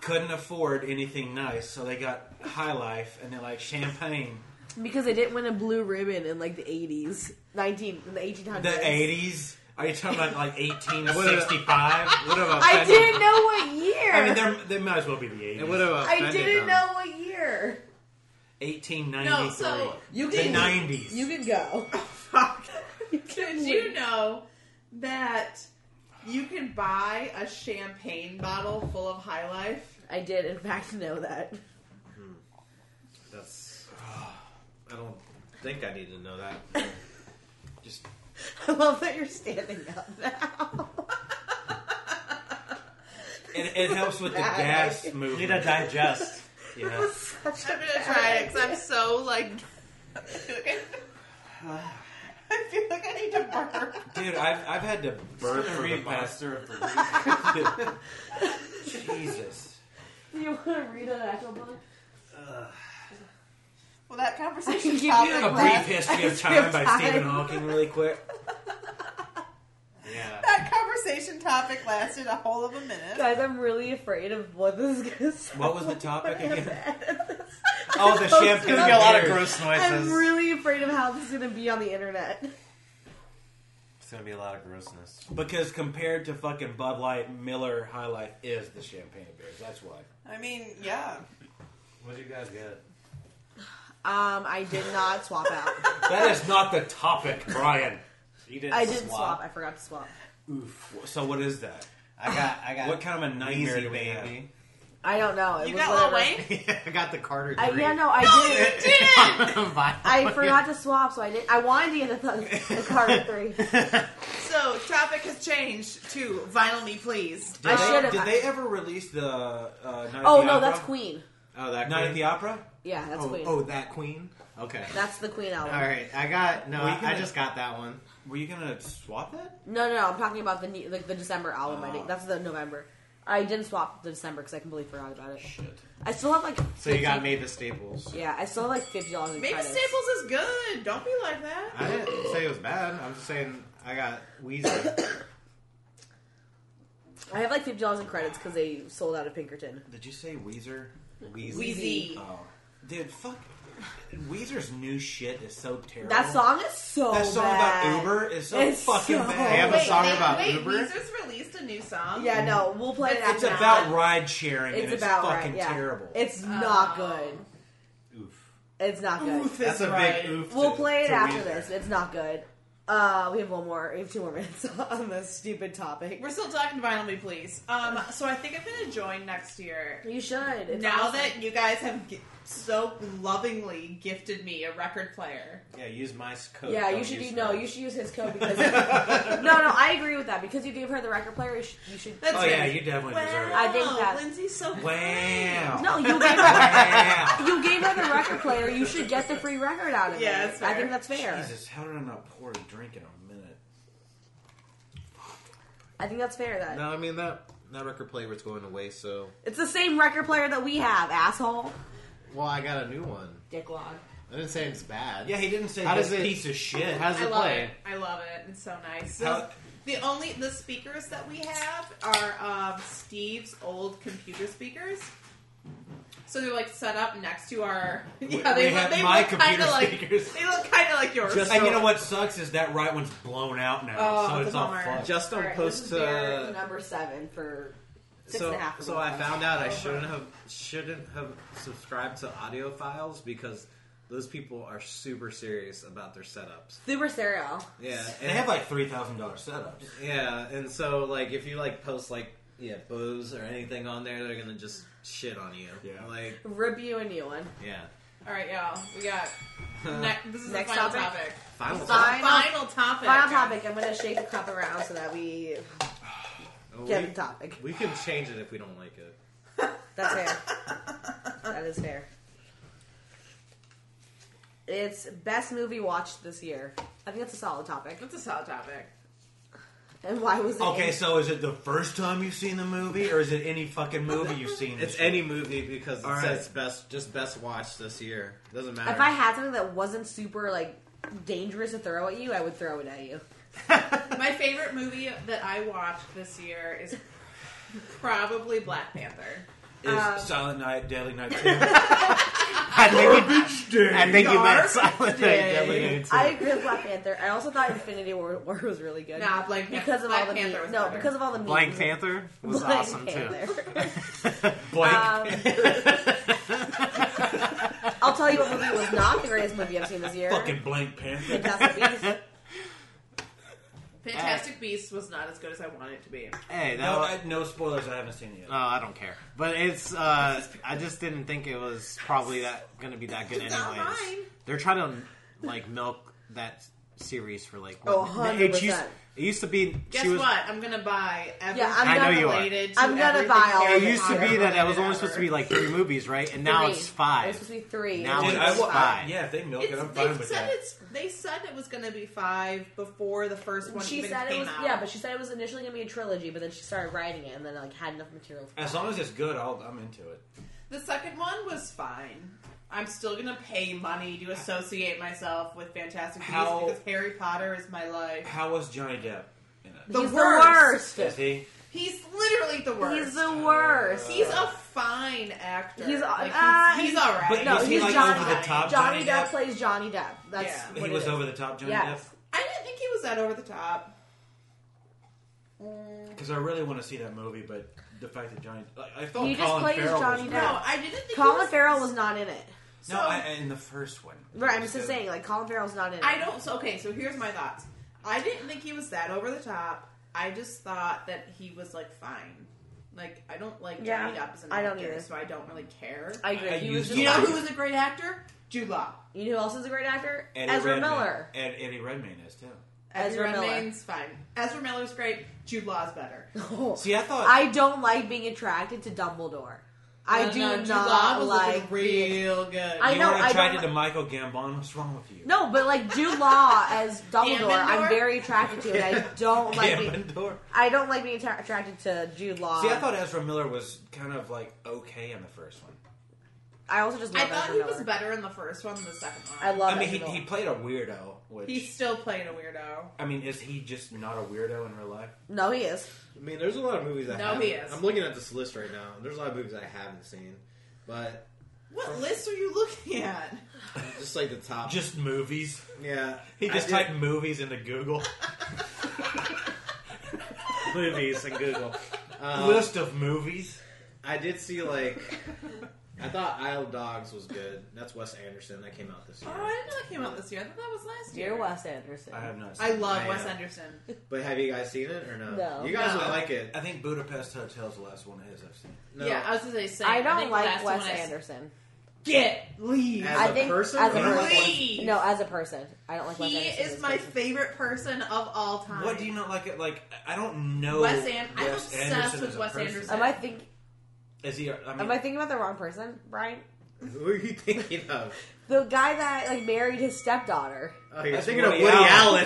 [SPEAKER 3] couldn't afford anything nice, so they got high life and they're like champagne.
[SPEAKER 2] Because it didn't win a blue ribbon in like the eighties, nineteen, in the eighteen
[SPEAKER 3] The
[SPEAKER 2] hundreds.
[SPEAKER 3] 80s? Are you talking about
[SPEAKER 2] [laughs]
[SPEAKER 3] like 1865?
[SPEAKER 6] Would have offended.
[SPEAKER 2] I didn't know what year.
[SPEAKER 3] I mean, they're- they might as well be the 80s.
[SPEAKER 6] It would have offended
[SPEAKER 2] I
[SPEAKER 6] them.
[SPEAKER 2] didn't know what year.
[SPEAKER 3] 1893.
[SPEAKER 1] No, so
[SPEAKER 2] You
[SPEAKER 3] the 90s.
[SPEAKER 2] You can [laughs] go.
[SPEAKER 1] Fuck. Did you know that you can buy a champagne bottle full of High Life?
[SPEAKER 2] I did, in fact, know that.
[SPEAKER 6] That's. [sighs] I don't think I need to know that.
[SPEAKER 3] Just
[SPEAKER 2] I love that you're standing up now.
[SPEAKER 3] It, it helps with the gas movement.
[SPEAKER 4] Need to digest.
[SPEAKER 3] Yeah.
[SPEAKER 2] Such
[SPEAKER 1] I'm
[SPEAKER 2] a
[SPEAKER 1] gonna [laughs]
[SPEAKER 2] bad
[SPEAKER 1] try it because I'm
[SPEAKER 2] idea.
[SPEAKER 1] so like. [laughs] I feel like I need to burp.
[SPEAKER 3] Dude, I've, I've had to burp for the past.
[SPEAKER 4] Monster of the [laughs] week.
[SPEAKER 3] [laughs] Jesus.
[SPEAKER 2] [laughs] Do you want to read an actual book?
[SPEAKER 1] Well, that
[SPEAKER 2] I
[SPEAKER 1] [laughs]
[SPEAKER 2] can
[SPEAKER 1] conversation
[SPEAKER 2] give you
[SPEAKER 1] probably
[SPEAKER 2] a
[SPEAKER 3] A
[SPEAKER 1] lasts-
[SPEAKER 3] brief history of
[SPEAKER 2] History of
[SPEAKER 3] time by
[SPEAKER 2] Time.
[SPEAKER 3] Stephen Hawking, really quick.
[SPEAKER 6] Yeah.
[SPEAKER 1] That conversation topic lasted a whole of a minute.
[SPEAKER 2] Guys, I'm really afraid of what this is gonna sound
[SPEAKER 3] What was
[SPEAKER 2] [laughs]
[SPEAKER 3] the topic again?
[SPEAKER 4] Oh, the champagne.
[SPEAKER 2] Gonna be a lot
[SPEAKER 4] of gross
[SPEAKER 2] I'm really afraid of how this is gonna be on the internet.
[SPEAKER 4] It's gonna be a lot of grossness.
[SPEAKER 3] Because compared to fucking Bud Light, Miller High Life is the champagne beers. That's why.
[SPEAKER 1] I mean, yeah.
[SPEAKER 4] What did you guys get?
[SPEAKER 2] Um, I did not swap out.
[SPEAKER 3] That is not the topic, Brian.
[SPEAKER 4] You didn't
[SPEAKER 2] I did swap. I forgot to swap.
[SPEAKER 3] Oof. So what is that?
[SPEAKER 4] I got. I got.
[SPEAKER 3] What kind of a nightmare
[SPEAKER 4] Wheezy
[SPEAKER 3] do we have?
[SPEAKER 4] baby?
[SPEAKER 2] I don't know. It
[SPEAKER 1] You
[SPEAKER 2] was
[SPEAKER 1] got Lil
[SPEAKER 2] whatever.
[SPEAKER 1] [laughs] Wayne?
[SPEAKER 6] [laughs] I got the Carter.
[SPEAKER 2] I,
[SPEAKER 6] three.
[SPEAKER 2] Uh,
[SPEAKER 6] [laughs]
[SPEAKER 2] yeah, no, I
[SPEAKER 1] No,
[SPEAKER 2] did.
[SPEAKER 1] you didn't!
[SPEAKER 2] I forgot to swap, so I didn't. I wanted to get the, the card three.
[SPEAKER 6] Oh,
[SPEAKER 1] So, topic has changed to Vinyl Me Please.
[SPEAKER 3] Did
[SPEAKER 2] I
[SPEAKER 3] they-
[SPEAKER 2] should've-
[SPEAKER 3] Did they ever release the uh, Night
[SPEAKER 2] Oh
[SPEAKER 3] at the
[SPEAKER 2] no,
[SPEAKER 3] Opera?
[SPEAKER 2] that's Queen.
[SPEAKER 6] Oh, that
[SPEAKER 3] Night at
[SPEAKER 6] queen.
[SPEAKER 3] the Opera.
[SPEAKER 2] Yeah, that's
[SPEAKER 6] oh,
[SPEAKER 2] Queen.
[SPEAKER 6] oh, that queen. Okay.
[SPEAKER 2] That's the Queen album.
[SPEAKER 6] All right. I got no.
[SPEAKER 3] Were you
[SPEAKER 6] I, I
[SPEAKER 3] gonna-
[SPEAKER 6] just got that one.
[SPEAKER 3] Were you gonna swap that?
[SPEAKER 2] No, no, no. I'm talking about the ne- like the December album. I think
[SPEAKER 3] Oh.
[SPEAKER 2] that's the November. I didn't swap the December because I completely forgot about it.
[SPEAKER 3] Shit.
[SPEAKER 2] I still have like.
[SPEAKER 6] So you
[SPEAKER 2] 50
[SPEAKER 6] got Mavis Staples.
[SPEAKER 2] Yeah, I still have like fifty dollars.
[SPEAKER 1] Maybe
[SPEAKER 2] credits.
[SPEAKER 1] Staples is good. Don't be like that.
[SPEAKER 6] I didn't say it was bad. I'm just saying I got
[SPEAKER 2] [coughs]
[SPEAKER 6] Weezy.
[SPEAKER 2] I have like fifty dollars in credits because they sold out of Pinkerton.
[SPEAKER 3] Did you say Weezer?
[SPEAKER 6] Weezy.
[SPEAKER 1] Wheezy.
[SPEAKER 3] Oh, dude, fuck. Weezer's new shit is so terrible.
[SPEAKER 2] That song is so.
[SPEAKER 3] That song
[SPEAKER 2] bad.
[SPEAKER 3] about Uber is so
[SPEAKER 2] It's
[SPEAKER 3] fucking
[SPEAKER 2] so
[SPEAKER 3] bad.
[SPEAKER 6] They have a
[SPEAKER 1] Wait,
[SPEAKER 6] song
[SPEAKER 1] they-
[SPEAKER 6] about
[SPEAKER 1] wait,
[SPEAKER 6] Uber.
[SPEAKER 1] Weezer's released a new song?
[SPEAKER 2] Yeah, no, we'll play it.
[SPEAKER 3] It's
[SPEAKER 2] after that.
[SPEAKER 3] about ride sharing.
[SPEAKER 2] It's
[SPEAKER 3] and
[SPEAKER 2] about
[SPEAKER 3] it's
[SPEAKER 2] right,
[SPEAKER 3] fucking
[SPEAKER 1] Oh.
[SPEAKER 2] yeah.
[SPEAKER 3] terrible.
[SPEAKER 2] It's not good.
[SPEAKER 4] Oof.
[SPEAKER 2] It's not good.
[SPEAKER 1] That's
[SPEAKER 6] a
[SPEAKER 1] right.
[SPEAKER 6] big oof.
[SPEAKER 2] We'll
[SPEAKER 6] to-
[SPEAKER 2] play it
[SPEAKER 6] to
[SPEAKER 2] after
[SPEAKER 6] leave there.
[SPEAKER 2] this. It's not good. Uh, we have one more. We have two more minutes [laughs] on this stupid topic.
[SPEAKER 1] We're still talking vinyl me, please. Um, so I think I'm going to join next year.
[SPEAKER 2] You should. It's
[SPEAKER 1] now
[SPEAKER 2] awesome.
[SPEAKER 1] that you guys have gi- so lovingly gifted me a record player,
[SPEAKER 6] Yeah, use my code.
[SPEAKER 2] yeah,
[SPEAKER 6] Oh,
[SPEAKER 2] you
[SPEAKER 6] don't
[SPEAKER 2] should
[SPEAKER 6] use
[SPEAKER 2] use, no,
[SPEAKER 6] mine.
[SPEAKER 2] you should use
[SPEAKER 6] [laughs]
[SPEAKER 2] his code because no, no, I agree with that because you gave her the record player. You should. You should
[SPEAKER 1] that's
[SPEAKER 6] Oh
[SPEAKER 1] it.
[SPEAKER 6] yeah, you definitely deserve it.
[SPEAKER 2] I think that-
[SPEAKER 1] Lindsay's so
[SPEAKER 6] Wow.
[SPEAKER 2] no, you gave her
[SPEAKER 6] Wow.
[SPEAKER 2] you gave her the record player. You should get the free record out of it.
[SPEAKER 1] Yeah, that's
[SPEAKER 2] I
[SPEAKER 1] fair.
[SPEAKER 2] think that's fair.
[SPEAKER 3] Jesus, how did I not pour a drink in a minute?
[SPEAKER 2] I think that's fair. That
[SPEAKER 6] No, I mean that that record player was going away, so
[SPEAKER 2] it's the same record player that we have, asshole.
[SPEAKER 6] well, I got a new one.
[SPEAKER 2] Dicklog.
[SPEAKER 6] I didn't say it's bad.
[SPEAKER 3] Yeah, he didn't say
[SPEAKER 6] How
[SPEAKER 3] this
[SPEAKER 6] does it-
[SPEAKER 3] piece of shit.
[SPEAKER 6] How's
[SPEAKER 1] I
[SPEAKER 6] it
[SPEAKER 1] love
[SPEAKER 6] play?
[SPEAKER 1] it. I love it. It's so nice.
[SPEAKER 6] How-
[SPEAKER 1] the only the speakers that we have are um, Steve's old computer speakers. So they're like set up next to our. [laughs] Yeah, they,
[SPEAKER 3] we
[SPEAKER 1] look,
[SPEAKER 3] have
[SPEAKER 1] they
[SPEAKER 3] my
[SPEAKER 1] look kind
[SPEAKER 3] computer
[SPEAKER 1] of like
[SPEAKER 3] speakers.
[SPEAKER 1] they look kind of like yours.
[SPEAKER 3] Just
[SPEAKER 1] So-
[SPEAKER 3] and you know what sucks is that right one's blown out now,
[SPEAKER 1] Oh,
[SPEAKER 3] so
[SPEAKER 1] it's
[SPEAKER 3] it's
[SPEAKER 1] a
[SPEAKER 3] all
[SPEAKER 1] bummer.
[SPEAKER 3] fucked.
[SPEAKER 6] Just
[SPEAKER 2] All
[SPEAKER 6] don't
[SPEAKER 2] right,
[SPEAKER 6] post.
[SPEAKER 2] this is beer
[SPEAKER 6] uh,
[SPEAKER 2] number seven for six
[SPEAKER 6] so
[SPEAKER 2] and a half
[SPEAKER 6] so I found out I shouldn't have shouldn't have subscribed to audio files because those people are super serious about their setups.
[SPEAKER 2] super stereo.
[SPEAKER 6] Yeah,
[SPEAKER 3] They have like three thousand dollar setups.
[SPEAKER 6] yeah, and so like if you like post like yeah bows or anything on there, they're gonna just shit on you.
[SPEAKER 3] Yeah.
[SPEAKER 6] like
[SPEAKER 2] Rip you a new one.
[SPEAKER 6] yeah.
[SPEAKER 1] All right, y'all. We got ne- this is
[SPEAKER 2] Next
[SPEAKER 1] the final
[SPEAKER 2] topic?
[SPEAKER 1] topic.
[SPEAKER 6] Final
[SPEAKER 2] Fine. Final-
[SPEAKER 1] Final topic.
[SPEAKER 2] Final topic. I'm gonna shake the cup around so that we
[SPEAKER 6] Oh,
[SPEAKER 2] get
[SPEAKER 6] we-
[SPEAKER 2] the topic.
[SPEAKER 6] We can change it if we don't like it.
[SPEAKER 2] That's
[SPEAKER 4] [laughs]
[SPEAKER 2] fair. that is fair. It's best movie watched this year. I think that's a solid topic.
[SPEAKER 1] That's a solid topic.
[SPEAKER 2] And why was it?
[SPEAKER 3] Okay,
[SPEAKER 2] in-
[SPEAKER 3] so is it the first time you've seen the movie, or is it any fucking movie you've seen?
[SPEAKER 6] It's
[SPEAKER 3] this year?
[SPEAKER 6] any movie because it
[SPEAKER 3] All right.
[SPEAKER 6] says best, just best watch this year. Doesn't matter.
[SPEAKER 2] if I had something that wasn't super like dangerous to throw at you, I would throw it at you.
[SPEAKER 1] My favorite movie that I watched this year is probably Black Panther.
[SPEAKER 3] is
[SPEAKER 2] um,
[SPEAKER 3] Silent Night, Deadly Night.
[SPEAKER 1] [laughs]
[SPEAKER 3] 2? I think you, I
[SPEAKER 4] think you meant
[SPEAKER 1] Dark
[SPEAKER 4] Silent Night,
[SPEAKER 1] Day.
[SPEAKER 4] Deadly Night
[SPEAKER 2] I agree with Black Panther. I also thought Infinity War, War was really good.
[SPEAKER 1] Nah, Black
[SPEAKER 2] because of
[SPEAKER 1] Black
[SPEAKER 2] all the
[SPEAKER 1] Panther was
[SPEAKER 2] memes. no,
[SPEAKER 1] better.
[SPEAKER 2] because of all the
[SPEAKER 4] Blank
[SPEAKER 2] memes. [laughs]
[SPEAKER 4] Panther was
[SPEAKER 2] Black
[SPEAKER 6] [laughs]
[SPEAKER 3] [laughs]
[SPEAKER 4] awesome
[SPEAKER 2] Panther.
[SPEAKER 4] [laughs] too. Blank.
[SPEAKER 1] Uh,
[SPEAKER 2] Um, I'll tell you what movie was not the greatest movie I've seen this year.
[SPEAKER 3] fucking Blank Panther.
[SPEAKER 2] Fantastic Beasts.
[SPEAKER 1] Fantastic Beasts was not as good as I wanted it to be.
[SPEAKER 4] hey, that
[SPEAKER 3] No,
[SPEAKER 4] was,
[SPEAKER 3] I, no spoilers. I haven't seen it yet.
[SPEAKER 4] No, I don't care. But it's uh I just didn't think it was probably that gonna be that good
[SPEAKER 1] It's
[SPEAKER 4] anyways.
[SPEAKER 1] not mine.
[SPEAKER 4] They're trying to like milk that series for like
[SPEAKER 2] Oh,
[SPEAKER 4] what-
[SPEAKER 2] 100%.
[SPEAKER 4] It used, it used to be
[SPEAKER 1] Guess
[SPEAKER 4] she was
[SPEAKER 1] what? I'm gonna buy everything
[SPEAKER 2] Yeah, I'm I
[SPEAKER 4] know you are.
[SPEAKER 1] related to
[SPEAKER 2] I'm gonna
[SPEAKER 1] everything
[SPEAKER 2] buy all
[SPEAKER 1] Harry
[SPEAKER 4] it used to
[SPEAKER 1] Potter
[SPEAKER 4] be that that was
[SPEAKER 1] related
[SPEAKER 4] only supposed to be
[SPEAKER 1] ever.
[SPEAKER 4] like three movies, right? And [laughs] now
[SPEAKER 2] Three.
[SPEAKER 4] it's
[SPEAKER 2] It was
[SPEAKER 4] five.
[SPEAKER 2] supposed to be three.
[SPEAKER 4] Now
[SPEAKER 2] It was
[SPEAKER 3] Dude,
[SPEAKER 4] it's
[SPEAKER 3] I,
[SPEAKER 2] supposed to
[SPEAKER 3] wa-
[SPEAKER 2] be
[SPEAKER 4] fine.
[SPEAKER 2] five.
[SPEAKER 3] I, yeah, if they milk it,
[SPEAKER 1] It's,
[SPEAKER 3] I'm
[SPEAKER 1] they
[SPEAKER 3] fine with
[SPEAKER 1] said
[SPEAKER 3] that.
[SPEAKER 1] it's. They said it was gonna be five before the first one
[SPEAKER 2] She
[SPEAKER 1] even
[SPEAKER 2] said it
[SPEAKER 1] came
[SPEAKER 2] was
[SPEAKER 1] out.
[SPEAKER 2] yeah, but she said it was initially gonna be a trilogy, but then she started writing it and then like had enough material. For
[SPEAKER 3] As long as it's good, I'll, I'm into it.
[SPEAKER 1] the second one was fine. I'm still gonna pay money to associate myself with Fantastic Beasts
[SPEAKER 3] How-
[SPEAKER 1] because Harry Potter is my life.
[SPEAKER 3] How was Johnny Depp in it?
[SPEAKER 1] the
[SPEAKER 2] He's
[SPEAKER 1] worst.
[SPEAKER 2] the
[SPEAKER 3] Is he?
[SPEAKER 1] He's literally the worst.
[SPEAKER 2] worst. He's the worst.
[SPEAKER 1] He's a fine actor.
[SPEAKER 2] He's a-
[SPEAKER 1] like, he's,
[SPEAKER 2] uh,
[SPEAKER 1] he's all right.
[SPEAKER 3] But
[SPEAKER 2] no,
[SPEAKER 3] was he,
[SPEAKER 2] he's
[SPEAKER 3] like
[SPEAKER 2] Johnny
[SPEAKER 3] over the
[SPEAKER 2] Depp.
[SPEAKER 3] top?
[SPEAKER 2] Johnny
[SPEAKER 3] Johnny
[SPEAKER 2] Depp
[SPEAKER 3] Depp?
[SPEAKER 2] plays Johnny Depp. That's
[SPEAKER 1] Yeah.
[SPEAKER 2] what
[SPEAKER 3] He
[SPEAKER 2] it
[SPEAKER 3] was
[SPEAKER 2] is.
[SPEAKER 3] over the top, Johnny
[SPEAKER 2] Yes.
[SPEAKER 1] I didn't think he was that over the top.
[SPEAKER 3] Depp. Because I really want to see that movie, but the fact that Johnny, like, I thought
[SPEAKER 2] He just
[SPEAKER 3] Colin
[SPEAKER 2] plays
[SPEAKER 3] Farrell
[SPEAKER 2] Johnny
[SPEAKER 3] was,
[SPEAKER 2] Depp.
[SPEAKER 1] No, I didn't think he
[SPEAKER 2] Colin
[SPEAKER 1] was,
[SPEAKER 2] Farrell was not in it.
[SPEAKER 1] So,
[SPEAKER 3] No, I, I- in the first one.
[SPEAKER 2] Right, I'm just saying, like Colin Farrell's not in it.
[SPEAKER 1] I don't. So okay, so here's my thoughts. I didn't think he was that over the top. I just thought that he was like fine. Like I don't like
[SPEAKER 2] Yeah,
[SPEAKER 1] Johnny Depp as an
[SPEAKER 2] I don't
[SPEAKER 1] actor,
[SPEAKER 2] either.
[SPEAKER 1] so I don't really care.
[SPEAKER 2] I agree.
[SPEAKER 3] I
[SPEAKER 2] he was
[SPEAKER 3] used
[SPEAKER 2] just,
[SPEAKER 3] to
[SPEAKER 1] you
[SPEAKER 2] you,
[SPEAKER 1] know
[SPEAKER 2] know,
[SPEAKER 1] who was a great actor? Jude Law.
[SPEAKER 2] who else is a great actor?
[SPEAKER 3] Eddie
[SPEAKER 2] Ezra
[SPEAKER 3] Redmayne.
[SPEAKER 2] Miller.
[SPEAKER 3] Ed, Eddie Redmayne is too.
[SPEAKER 2] Ezra Miller.
[SPEAKER 1] Redmayne's fine. Ezra Miller's great. Jude Law's better.
[SPEAKER 3] [laughs] See, I thought
[SPEAKER 2] I don't like being attracted to Dumbledore. I
[SPEAKER 1] No,
[SPEAKER 2] do
[SPEAKER 1] no, Jude Law
[SPEAKER 2] not
[SPEAKER 1] was
[SPEAKER 2] like
[SPEAKER 1] looking real good.
[SPEAKER 2] I
[SPEAKER 3] you
[SPEAKER 2] know,
[SPEAKER 3] were
[SPEAKER 2] I
[SPEAKER 3] attracted
[SPEAKER 2] don't-
[SPEAKER 3] to Michael Gambon. What's wrong with you?
[SPEAKER 2] No, but like Jude Law as Dumbledore, I'm
[SPEAKER 1] Gambandor?
[SPEAKER 2] very attracted to, and
[SPEAKER 3] [laughs]
[SPEAKER 2] I don't like being,
[SPEAKER 3] Gambon.
[SPEAKER 2] I don't like being attra- attracted to Jude Law.
[SPEAKER 3] See, I thought Ezra Miller was kind of like okay in the first one.
[SPEAKER 2] I also just love
[SPEAKER 1] I thought
[SPEAKER 2] Ezra
[SPEAKER 1] he
[SPEAKER 2] Miller.
[SPEAKER 1] was better in the first one than the second one.
[SPEAKER 2] I love.
[SPEAKER 3] I mean,
[SPEAKER 2] Ezra
[SPEAKER 3] he,
[SPEAKER 2] Miller.
[SPEAKER 3] he played a weirdo, which
[SPEAKER 1] He's still playing a weirdo.
[SPEAKER 3] I mean, is he just not a weirdo in real life?
[SPEAKER 2] no, he is.
[SPEAKER 6] I mean, there's a lot of movies I
[SPEAKER 1] No,
[SPEAKER 6] haven't.
[SPEAKER 1] he is.
[SPEAKER 6] I'm looking at this list right now. and There's a lot of movies I haven't seen, but
[SPEAKER 1] What list are you looking
[SPEAKER 2] [laughs]
[SPEAKER 1] at?
[SPEAKER 6] just like the top.
[SPEAKER 3] Just movies.
[SPEAKER 6] yeah,
[SPEAKER 3] He
[SPEAKER 6] I
[SPEAKER 3] just
[SPEAKER 6] did-
[SPEAKER 3] typed movies into [laughs] Google.
[SPEAKER 6] movies and Google. Um, [laughs]
[SPEAKER 3] uh, List of movies.
[SPEAKER 6] I did see like I thought Isle of Dogs was good. That's Wes Anderson. That came out this
[SPEAKER 1] Oh,
[SPEAKER 6] year.
[SPEAKER 1] I didn't know that came out this year. I thought that was last year.
[SPEAKER 2] Dear Wes Anderson.
[SPEAKER 3] I have not.
[SPEAKER 1] I
[SPEAKER 3] seen it.
[SPEAKER 1] love
[SPEAKER 6] I,
[SPEAKER 1] Wes
[SPEAKER 6] uh,
[SPEAKER 1] Anderson.
[SPEAKER 6] But have you guys seen it or no?
[SPEAKER 2] No.
[SPEAKER 6] You guys
[SPEAKER 1] No.
[SPEAKER 6] would like it.
[SPEAKER 3] I think Budapest Hotel's the last one of his I've seen.
[SPEAKER 6] No.
[SPEAKER 1] Yeah, I was gonna say. Same.
[SPEAKER 2] I
[SPEAKER 1] think
[SPEAKER 2] don't
[SPEAKER 1] the
[SPEAKER 2] like
[SPEAKER 1] last
[SPEAKER 2] Wes
[SPEAKER 1] one I-
[SPEAKER 2] Anderson.
[SPEAKER 1] Get leave.
[SPEAKER 6] As
[SPEAKER 2] I
[SPEAKER 6] a
[SPEAKER 2] think
[SPEAKER 6] person,
[SPEAKER 2] as a
[SPEAKER 6] or
[SPEAKER 2] person.
[SPEAKER 1] Please.
[SPEAKER 2] No, as a person, I don't like Wes
[SPEAKER 1] He
[SPEAKER 2] Anderson. as
[SPEAKER 1] is
[SPEAKER 2] a
[SPEAKER 1] my
[SPEAKER 2] person.
[SPEAKER 1] favorite person of all time.
[SPEAKER 3] What do you not like? It like I don't know.
[SPEAKER 1] Wes An- I'm
[SPEAKER 3] Wes
[SPEAKER 1] obsessed
[SPEAKER 3] Anderson
[SPEAKER 1] with
[SPEAKER 3] as a
[SPEAKER 1] Wes
[SPEAKER 3] person.
[SPEAKER 1] Anderson.
[SPEAKER 2] Am I think?
[SPEAKER 3] Is he? I mean,
[SPEAKER 2] Am I thinking about the wrong person, Brian?
[SPEAKER 6] [laughs] Who are you thinking of?
[SPEAKER 2] The guy that like married his stepdaughter.
[SPEAKER 6] Oh, you're
[SPEAKER 3] That's
[SPEAKER 6] thinking of
[SPEAKER 3] Woody
[SPEAKER 6] Woody Allen.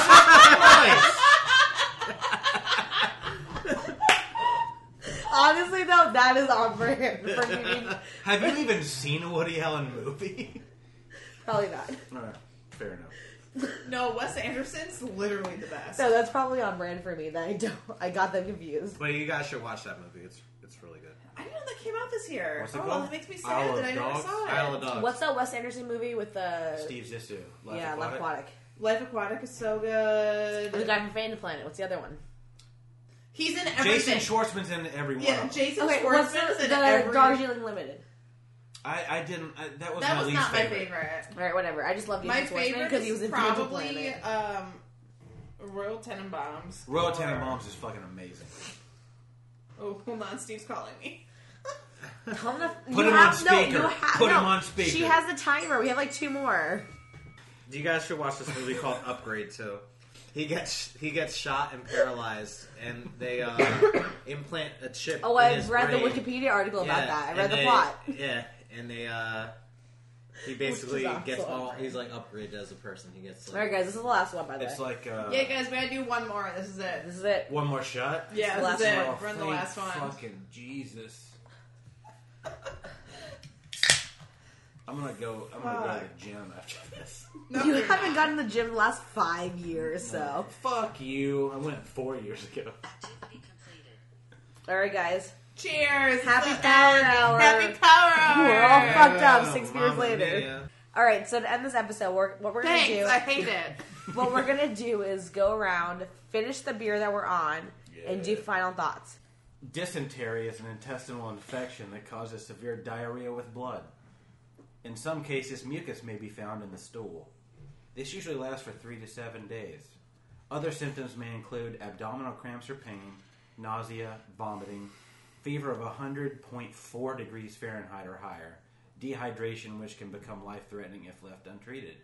[SPEAKER 6] [laughs] Nice.
[SPEAKER 2] Honestly, though, that is on for him. For me,
[SPEAKER 3] have you even seen a Woody Allen movie?
[SPEAKER 2] probably not.
[SPEAKER 3] Alright, fair enough.
[SPEAKER 1] No, Wes Anderson's literally the best.
[SPEAKER 2] So that's probably on brand for me. That I don't. I got them confused.
[SPEAKER 6] But you guys should watch that movie. It's it's really good.
[SPEAKER 1] I didn't know that came out this year.
[SPEAKER 3] What's it
[SPEAKER 1] oh,
[SPEAKER 3] called?
[SPEAKER 1] that makes me
[SPEAKER 3] Isle
[SPEAKER 1] sad
[SPEAKER 3] of
[SPEAKER 1] that I never
[SPEAKER 3] Dogs?
[SPEAKER 1] saw it.
[SPEAKER 6] Isle of Dogs.
[SPEAKER 2] What's that Wes Anderson movie with the
[SPEAKER 3] Steve Zissou. Life
[SPEAKER 2] yeah Life
[SPEAKER 3] Aquatic.
[SPEAKER 2] Aquatic?
[SPEAKER 1] Life Aquatic is so
[SPEAKER 2] The
[SPEAKER 1] good.
[SPEAKER 2] guy from Fan Planet. What's the other one?
[SPEAKER 1] He's in
[SPEAKER 3] Jason
[SPEAKER 1] everything.
[SPEAKER 3] Schwartzman's in every one.
[SPEAKER 1] yeah,
[SPEAKER 3] of them.
[SPEAKER 1] Jason
[SPEAKER 2] Okay, what's
[SPEAKER 1] Schwartzman is
[SPEAKER 2] the,
[SPEAKER 1] in
[SPEAKER 2] the
[SPEAKER 1] every.
[SPEAKER 2] Darjeeling Limited?
[SPEAKER 3] I, I didn't. I, that was
[SPEAKER 1] that
[SPEAKER 3] my
[SPEAKER 1] was
[SPEAKER 3] least
[SPEAKER 1] not my
[SPEAKER 3] favorite.
[SPEAKER 1] favorite.
[SPEAKER 2] All right, whatever. I just love
[SPEAKER 1] My
[SPEAKER 2] Jason Schwartzman
[SPEAKER 1] favorite
[SPEAKER 2] because he was
[SPEAKER 1] is
[SPEAKER 2] in Phantom
[SPEAKER 1] probably
[SPEAKER 2] Planet.
[SPEAKER 1] um, Royal Tenenbaums.
[SPEAKER 3] Royal
[SPEAKER 1] or-
[SPEAKER 3] Tenenbaums is fucking amazing.
[SPEAKER 1] Oh, hold on, Steve's calling me.
[SPEAKER 2] Tell him to-
[SPEAKER 3] Put
[SPEAKER 2] you
[SPEAKER 3] him on
[SPEAKER 2] have, no,
[SPEAKER 3] speaker.
[SPEAKER 2] you have-
[SPEAKER 3] Put
[SPEAKER 2] no.
[SPEAKER 3] him on speaker.
[SPEAKER 2] She has the timer. We have like two more.
[SPEAKER 6] You guys should watch this movie called Upgrade too. He gets he gets shot and paralyzed, and they
[SPEAKER 2] [laughs]
[SPEAKER 6] uh, implant a chip.
[SPEAKER 2] Oh,
[SPEAKER 6] in
[SPEAKER 2] I
[SPEAKER 6] his
[SPEAKER 2] read the
[SPEAKER 6] brain.
[SPEAKER 2] Wikipedia article
[SPEAKER 6] Yeah,
[SPEAKER 2] about that. I read
[SPEAKER 6] and
[SPEAKER 2] the
[SPEAKER 6] they-
[SPEAKER 2] plot.
[SPEAKER 6] Yeah, and they uh, he basically
[SPEAKER 2] awesome.
[SPEAKER 6] gets all he's like upgraded as a person. He gets
[SPEAKER 2] All right,
[SPEAKER 6] like
[SPEAKER 2] guys, this is the last one, by the way.
[SPEAKER 3] It's like uh,
[SPEAKER 1] Yeah, guys, we gotta do one more. This is it.
[SPEAKER 2] this is it.
[SPEAKER 3] one more shot.
[SPEAKER 1] Yeah,
[SPEAKER 2] It's the
[SPEAKER 1] this is it.
[SPEAKER 2] last
[SPEAKER 1] We're on the
[SPEAKER 3] Thank
[SPEAKER 1] last one.
[SPEAKER 3] Fucking Jesus. I'm gonna go. I'm gonna go to the gym after
[SPEAKER 1] [laughs]
[SPEAKER 3] this.
[SPEAKER 1] No,
[SPEAKER 2] you
[SPEAKER 1] you're
[SPEAKER 2] haven't
[SPEAKER 1] not.
[SPEAKER 2] gotten to the gym the last five years, so.
[SPEAKER 3] Fuck you. I went four years ago.
[SPEAKER 2] All right, guys.
[SPEAKER 1] Cheers!
[SPEAKER 2] Happy
[SPEAKER 1] It's the
[SPEAKER 2] Power
[SPEAKER 1] end.
[SPEAKER 2] Hour.
[SPEAKER 1] Happy Power Hour!
[SPEAKER 2] We're all fucked up six years
[SPEAKER 6] Mamma
[SPEAKER 2] later.
[SPEAKER 6] mia.
[SPEAKER 2] All right, so to end this episode, we're, what we're
[SPEAKER 1] Thanks, [laughs] I
[SPEAKER 2] gonna
[SPEAKER 1] hate it.
[SPEAKER 2] do, what we're gonna do is go around, finish the beer that we're on, and do
[SPEAKER 3] Yeah.
[SPEAKER 2] final thoughts.
[SPEAKER 3] Dysentery is an intestinal infection that causes severe diarrhea with blood. In some cases, mucus may be found in the stool. This usually lasts for three to seven days. Other symptoms may include abdominal cramps or pain, nausea, vomiting, fever of 100.4 degrees Fahrenheit or higher, dehydration, which can become life threatening if left untreated.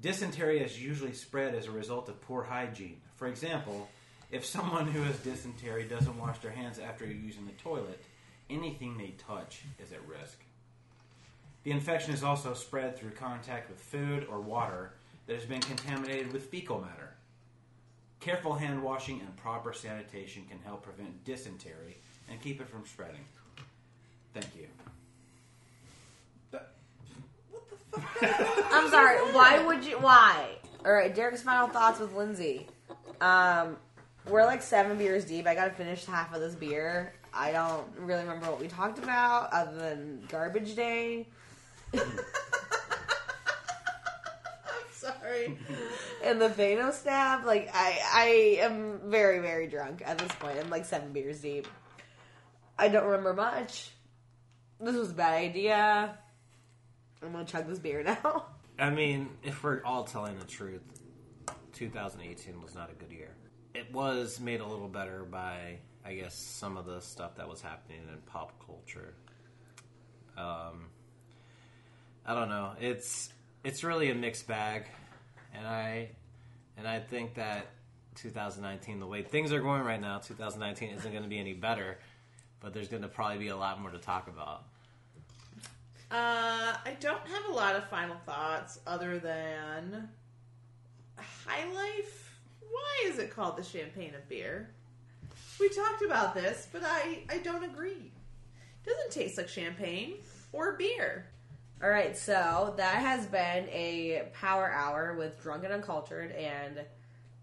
[SPEAKER 3] Dysentery is usually spread as a result of poor hygiene. For example, if someone who has dysentery doesn't wash their hands after using the toilet, anything they touch is at risk. The infection is also spread through contact with food or water that has been contaminated with fecal matter. Careful hand washing and proper sanitation can help prevent dysentery and keep it from spreading. Thank you.
[SPEAKER 2] I'm sorry. Why would you? Why? All right, Derek's final thoughts with Lindsay. Um, we're like seven beers deep. I gotta finish half of this beer. I don't really remember what we talked about other than garbage day.
[SPEAKER 1] I'm sorry.
[SPEAKER 2] and the Thanos stab. Like I, I am very, very drunk at this point. I'm like seven beers deep. I don't remember much. This was a bad idea. I'm gonna chug this beer [laughs] now.
[SPEAKER 4] I mean, if we're all telling the truth, 2018 was not a good year. It was made a little better by, I guess, some of the stuff that was happening in pop culture. Um, I don't know. It's it's really a mixed bag, and I and I think that 2019, the way things are going right now, 2019 isn't going to be any better. But there's going to probably be a lot more to talk about.
[SPEAKER 1] Uh, I don't have a lot of final thoughts other than High Life. Why is it called the champagne of beer? We talked about this, but I, I don't agree. It doesn't taste like champagne or beer.
[SPEAKER 2] All right, so that has been a power hour with Drunken Uncultured, and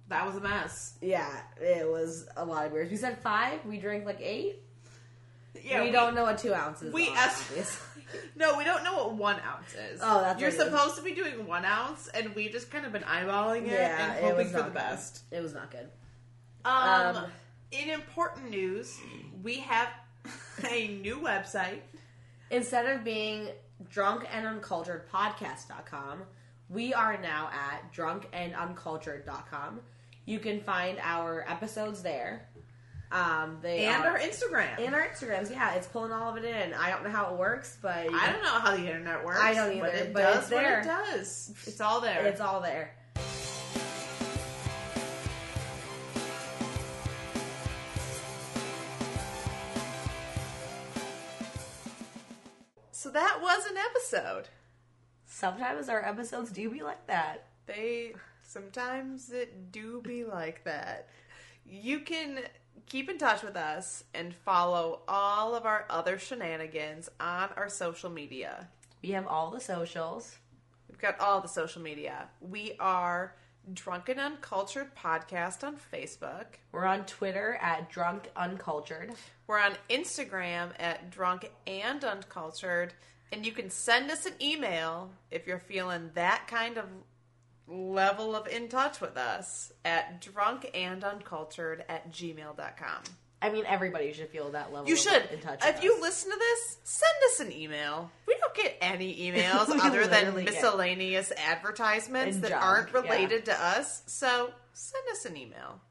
[SPEAKER 1] That was a mess.
[SPEAKER 2] yeah, it was a lot of beers. We said five, we drank like eight.
[SPEAKER 1] Yeah,
[SPEAKER 2] we, don't know what two ounces.
[SPEAKER 1] we
[SPEAKER 2] are,
[SPEAKER 1] es-
[SPEAKER 2] obviously.
[SPEAKER 1] No, we don't know what one ounce is.
[SPEAKER 2] Oh, that's
[SPEAKER 1] you're
[SPEAKER 2] what it is.
[SPEAKER 1] supposed to be doing one ounce, and we've just kind of been eyeballing it
[SPEAKER 2] Yeah,
[SPEAKER 1] and
[SPEAKER 2] it
[SPEAKER 1] hoping
[SPEAKER 2] was
[SPEAKER 1] for the
[SPEAKER 2] not good.
[SPEAKER 1] best.
[SPEAKER 2] [laughs] It was not good.
[SPEAKER 1] Um,
[SPEAKER 2] Um, [laughs]
[SPEAKER 1] in important news, we have a new website.
[SPEAKER 2] instead of being drunk and uncultured podcast.com, we are now at drunk and uncultured.com. You can find our episodes there. Um, they
[SPEAKER 1] and
[SPEAKER 2] are,
[SPEAKER 1] our Instagram.
[SPEAKER 2] and our Instagrams. Yeah, it's pulling all of it in. I don't know how it works, but
[SPEAKER 1] I don't know how the internet works.
[SPEAKER 2] I don't
[SPEAKER 1] but
[SPEAKER 2] either,
[SPEAKER 1] it
[SPEAKER 2] but
[SPEAKER 1] does
[SPEAKER 2] it's there.
[SPEAKER 1] what it does. It's all there.
[SPEAKER 2] it's all there.
[SPEAKER 1] so that was an episode.
[SPEAKER 2] Sometimes our episodes do be like that.
[SPEAKER 1] They sometimes it do be like that. You can keep in touch with us and follow all of our other shenanigans on our social media.
[SPEAKER 2] We have all the socials.
[SPEAKER 1] We've got all the social media. We are Drunken Uncultured Podcast on Facebook.
[SPEAKER 2] We're on Twitter at drunk uncultured.
[SPEAKER 1] We're on Instagram at Drunk and Uncultured. And you can send us an email if you're feeling that kind of level of in touch with us at drunkanduncultured at gmail.com.
[SPEAKER 2] I mean, everybody should feel that level.
[SPEAKER 1] You
[SPEAKER 2] of
[SPEAKER 1] should.
[SPEAKER 2] in touch.
[SPEAKER 1] If
[SPEAKER 2] with
[SPEAKER 1] you
[SPEAKER 2] us.
[SPEAKER 1] listen to this, send us an email. We don't get any
[SPEAKER 2] [laughs]
[SPEAKER 1] emails
[SPEAKER 2] We
[SPEAKER 1] other than
[SPEAKER 2] literally get-
[SPEAKER 1] miscellaneous advertisements
[SPEAKER 2] And
[SPEAKER 1] that
[SPEAKER 2] junk,
[SPEAKER 1] aren't
[SPEAKER 2] yeah.
[SPEAKER 1] related to us. So send us an email.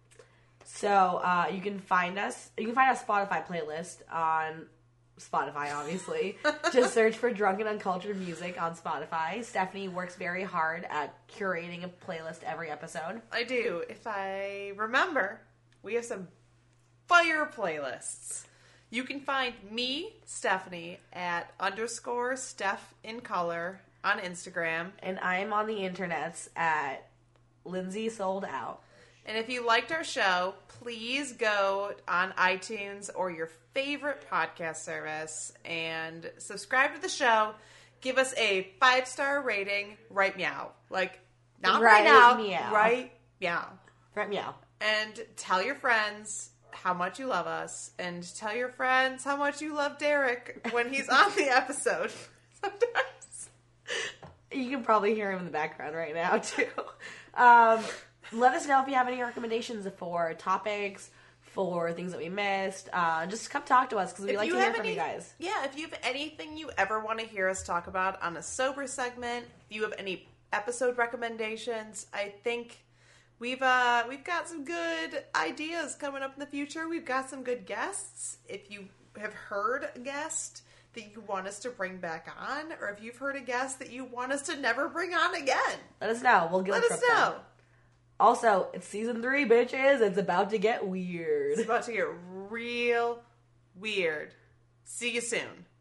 [SPEAKER 2] So uh, you can find us. You can find our Spotify playlist on Spotify.
[SPEAKER 1] [laughs]
[SPEAKER 2] Obviously, just search for "Drunk and Uncultured Music" on Spotify. Stephanie works very hard at curating a playlist every episode.
[SPEAKER 1] I do. If I remember, we have some fire playlists. You can find me, Stephanie, at underscore Steph in color on Instagram.
[SPEAKER 2] And I am on the internets at Lindsay Sold Out.
[SPEAKER 1] And if you liked our show, please go on iTunes or your favorite podcast service and subscribe to the show. Give us a five star rating right meow. Like, not right,
[SPEAKER 2] Right
[SPEAKER 1] now,
[SPEAKER 2] meow.
[SPEAKER 1] right meow.
[SPEAKER 2] Right, meow.
[SPEAKER 1] And tell your friends how much you love us and tell your friends how much you love Derek when
[SPEAKER 2] [laughs]
[SPEAKER 1] he's on the episode sometimes.
[SPEAKER 2] You can probably hear him in the background right now [laughs] too. Um, let us know if you have any recommendations for topics, for things that we missed. Uh, just come talk to us because we
[SPEAKER 1] If
[SPEAKER 2] like
[SPEAKER 1] you
[SPEAKER 2] to hear
[SPEAKER 1] have
[SPEAKER 2] from
[SPEAKER 1] any-
[SPEAKER 2] you guys.
[SPEAKER 1] Yeah, if you have anything you ever want to hear us talk about on a sober segment, if you have any episode recommendations, I think we've uh we've got some good ideas coming up in the future. We've got some good guests. If you have heard a guest that you want us to bring back on, or if you've heard a guest that you want us to never bring on again,
[SPEAKER 2] Let us know. We'll give
[SPEAKER 1] let
[SPEAKER 2] a
[SPEAKER 1] us
[SPEAKER 2] trip
[SPEAKER 1] know.
[SPEAKER 2] Also, it's season three, bitches. It's about to get
[SPEAKER 1] It's
[SPEAKER 2] weird.
[SPEAKER 1] about to get real weird. See you soon.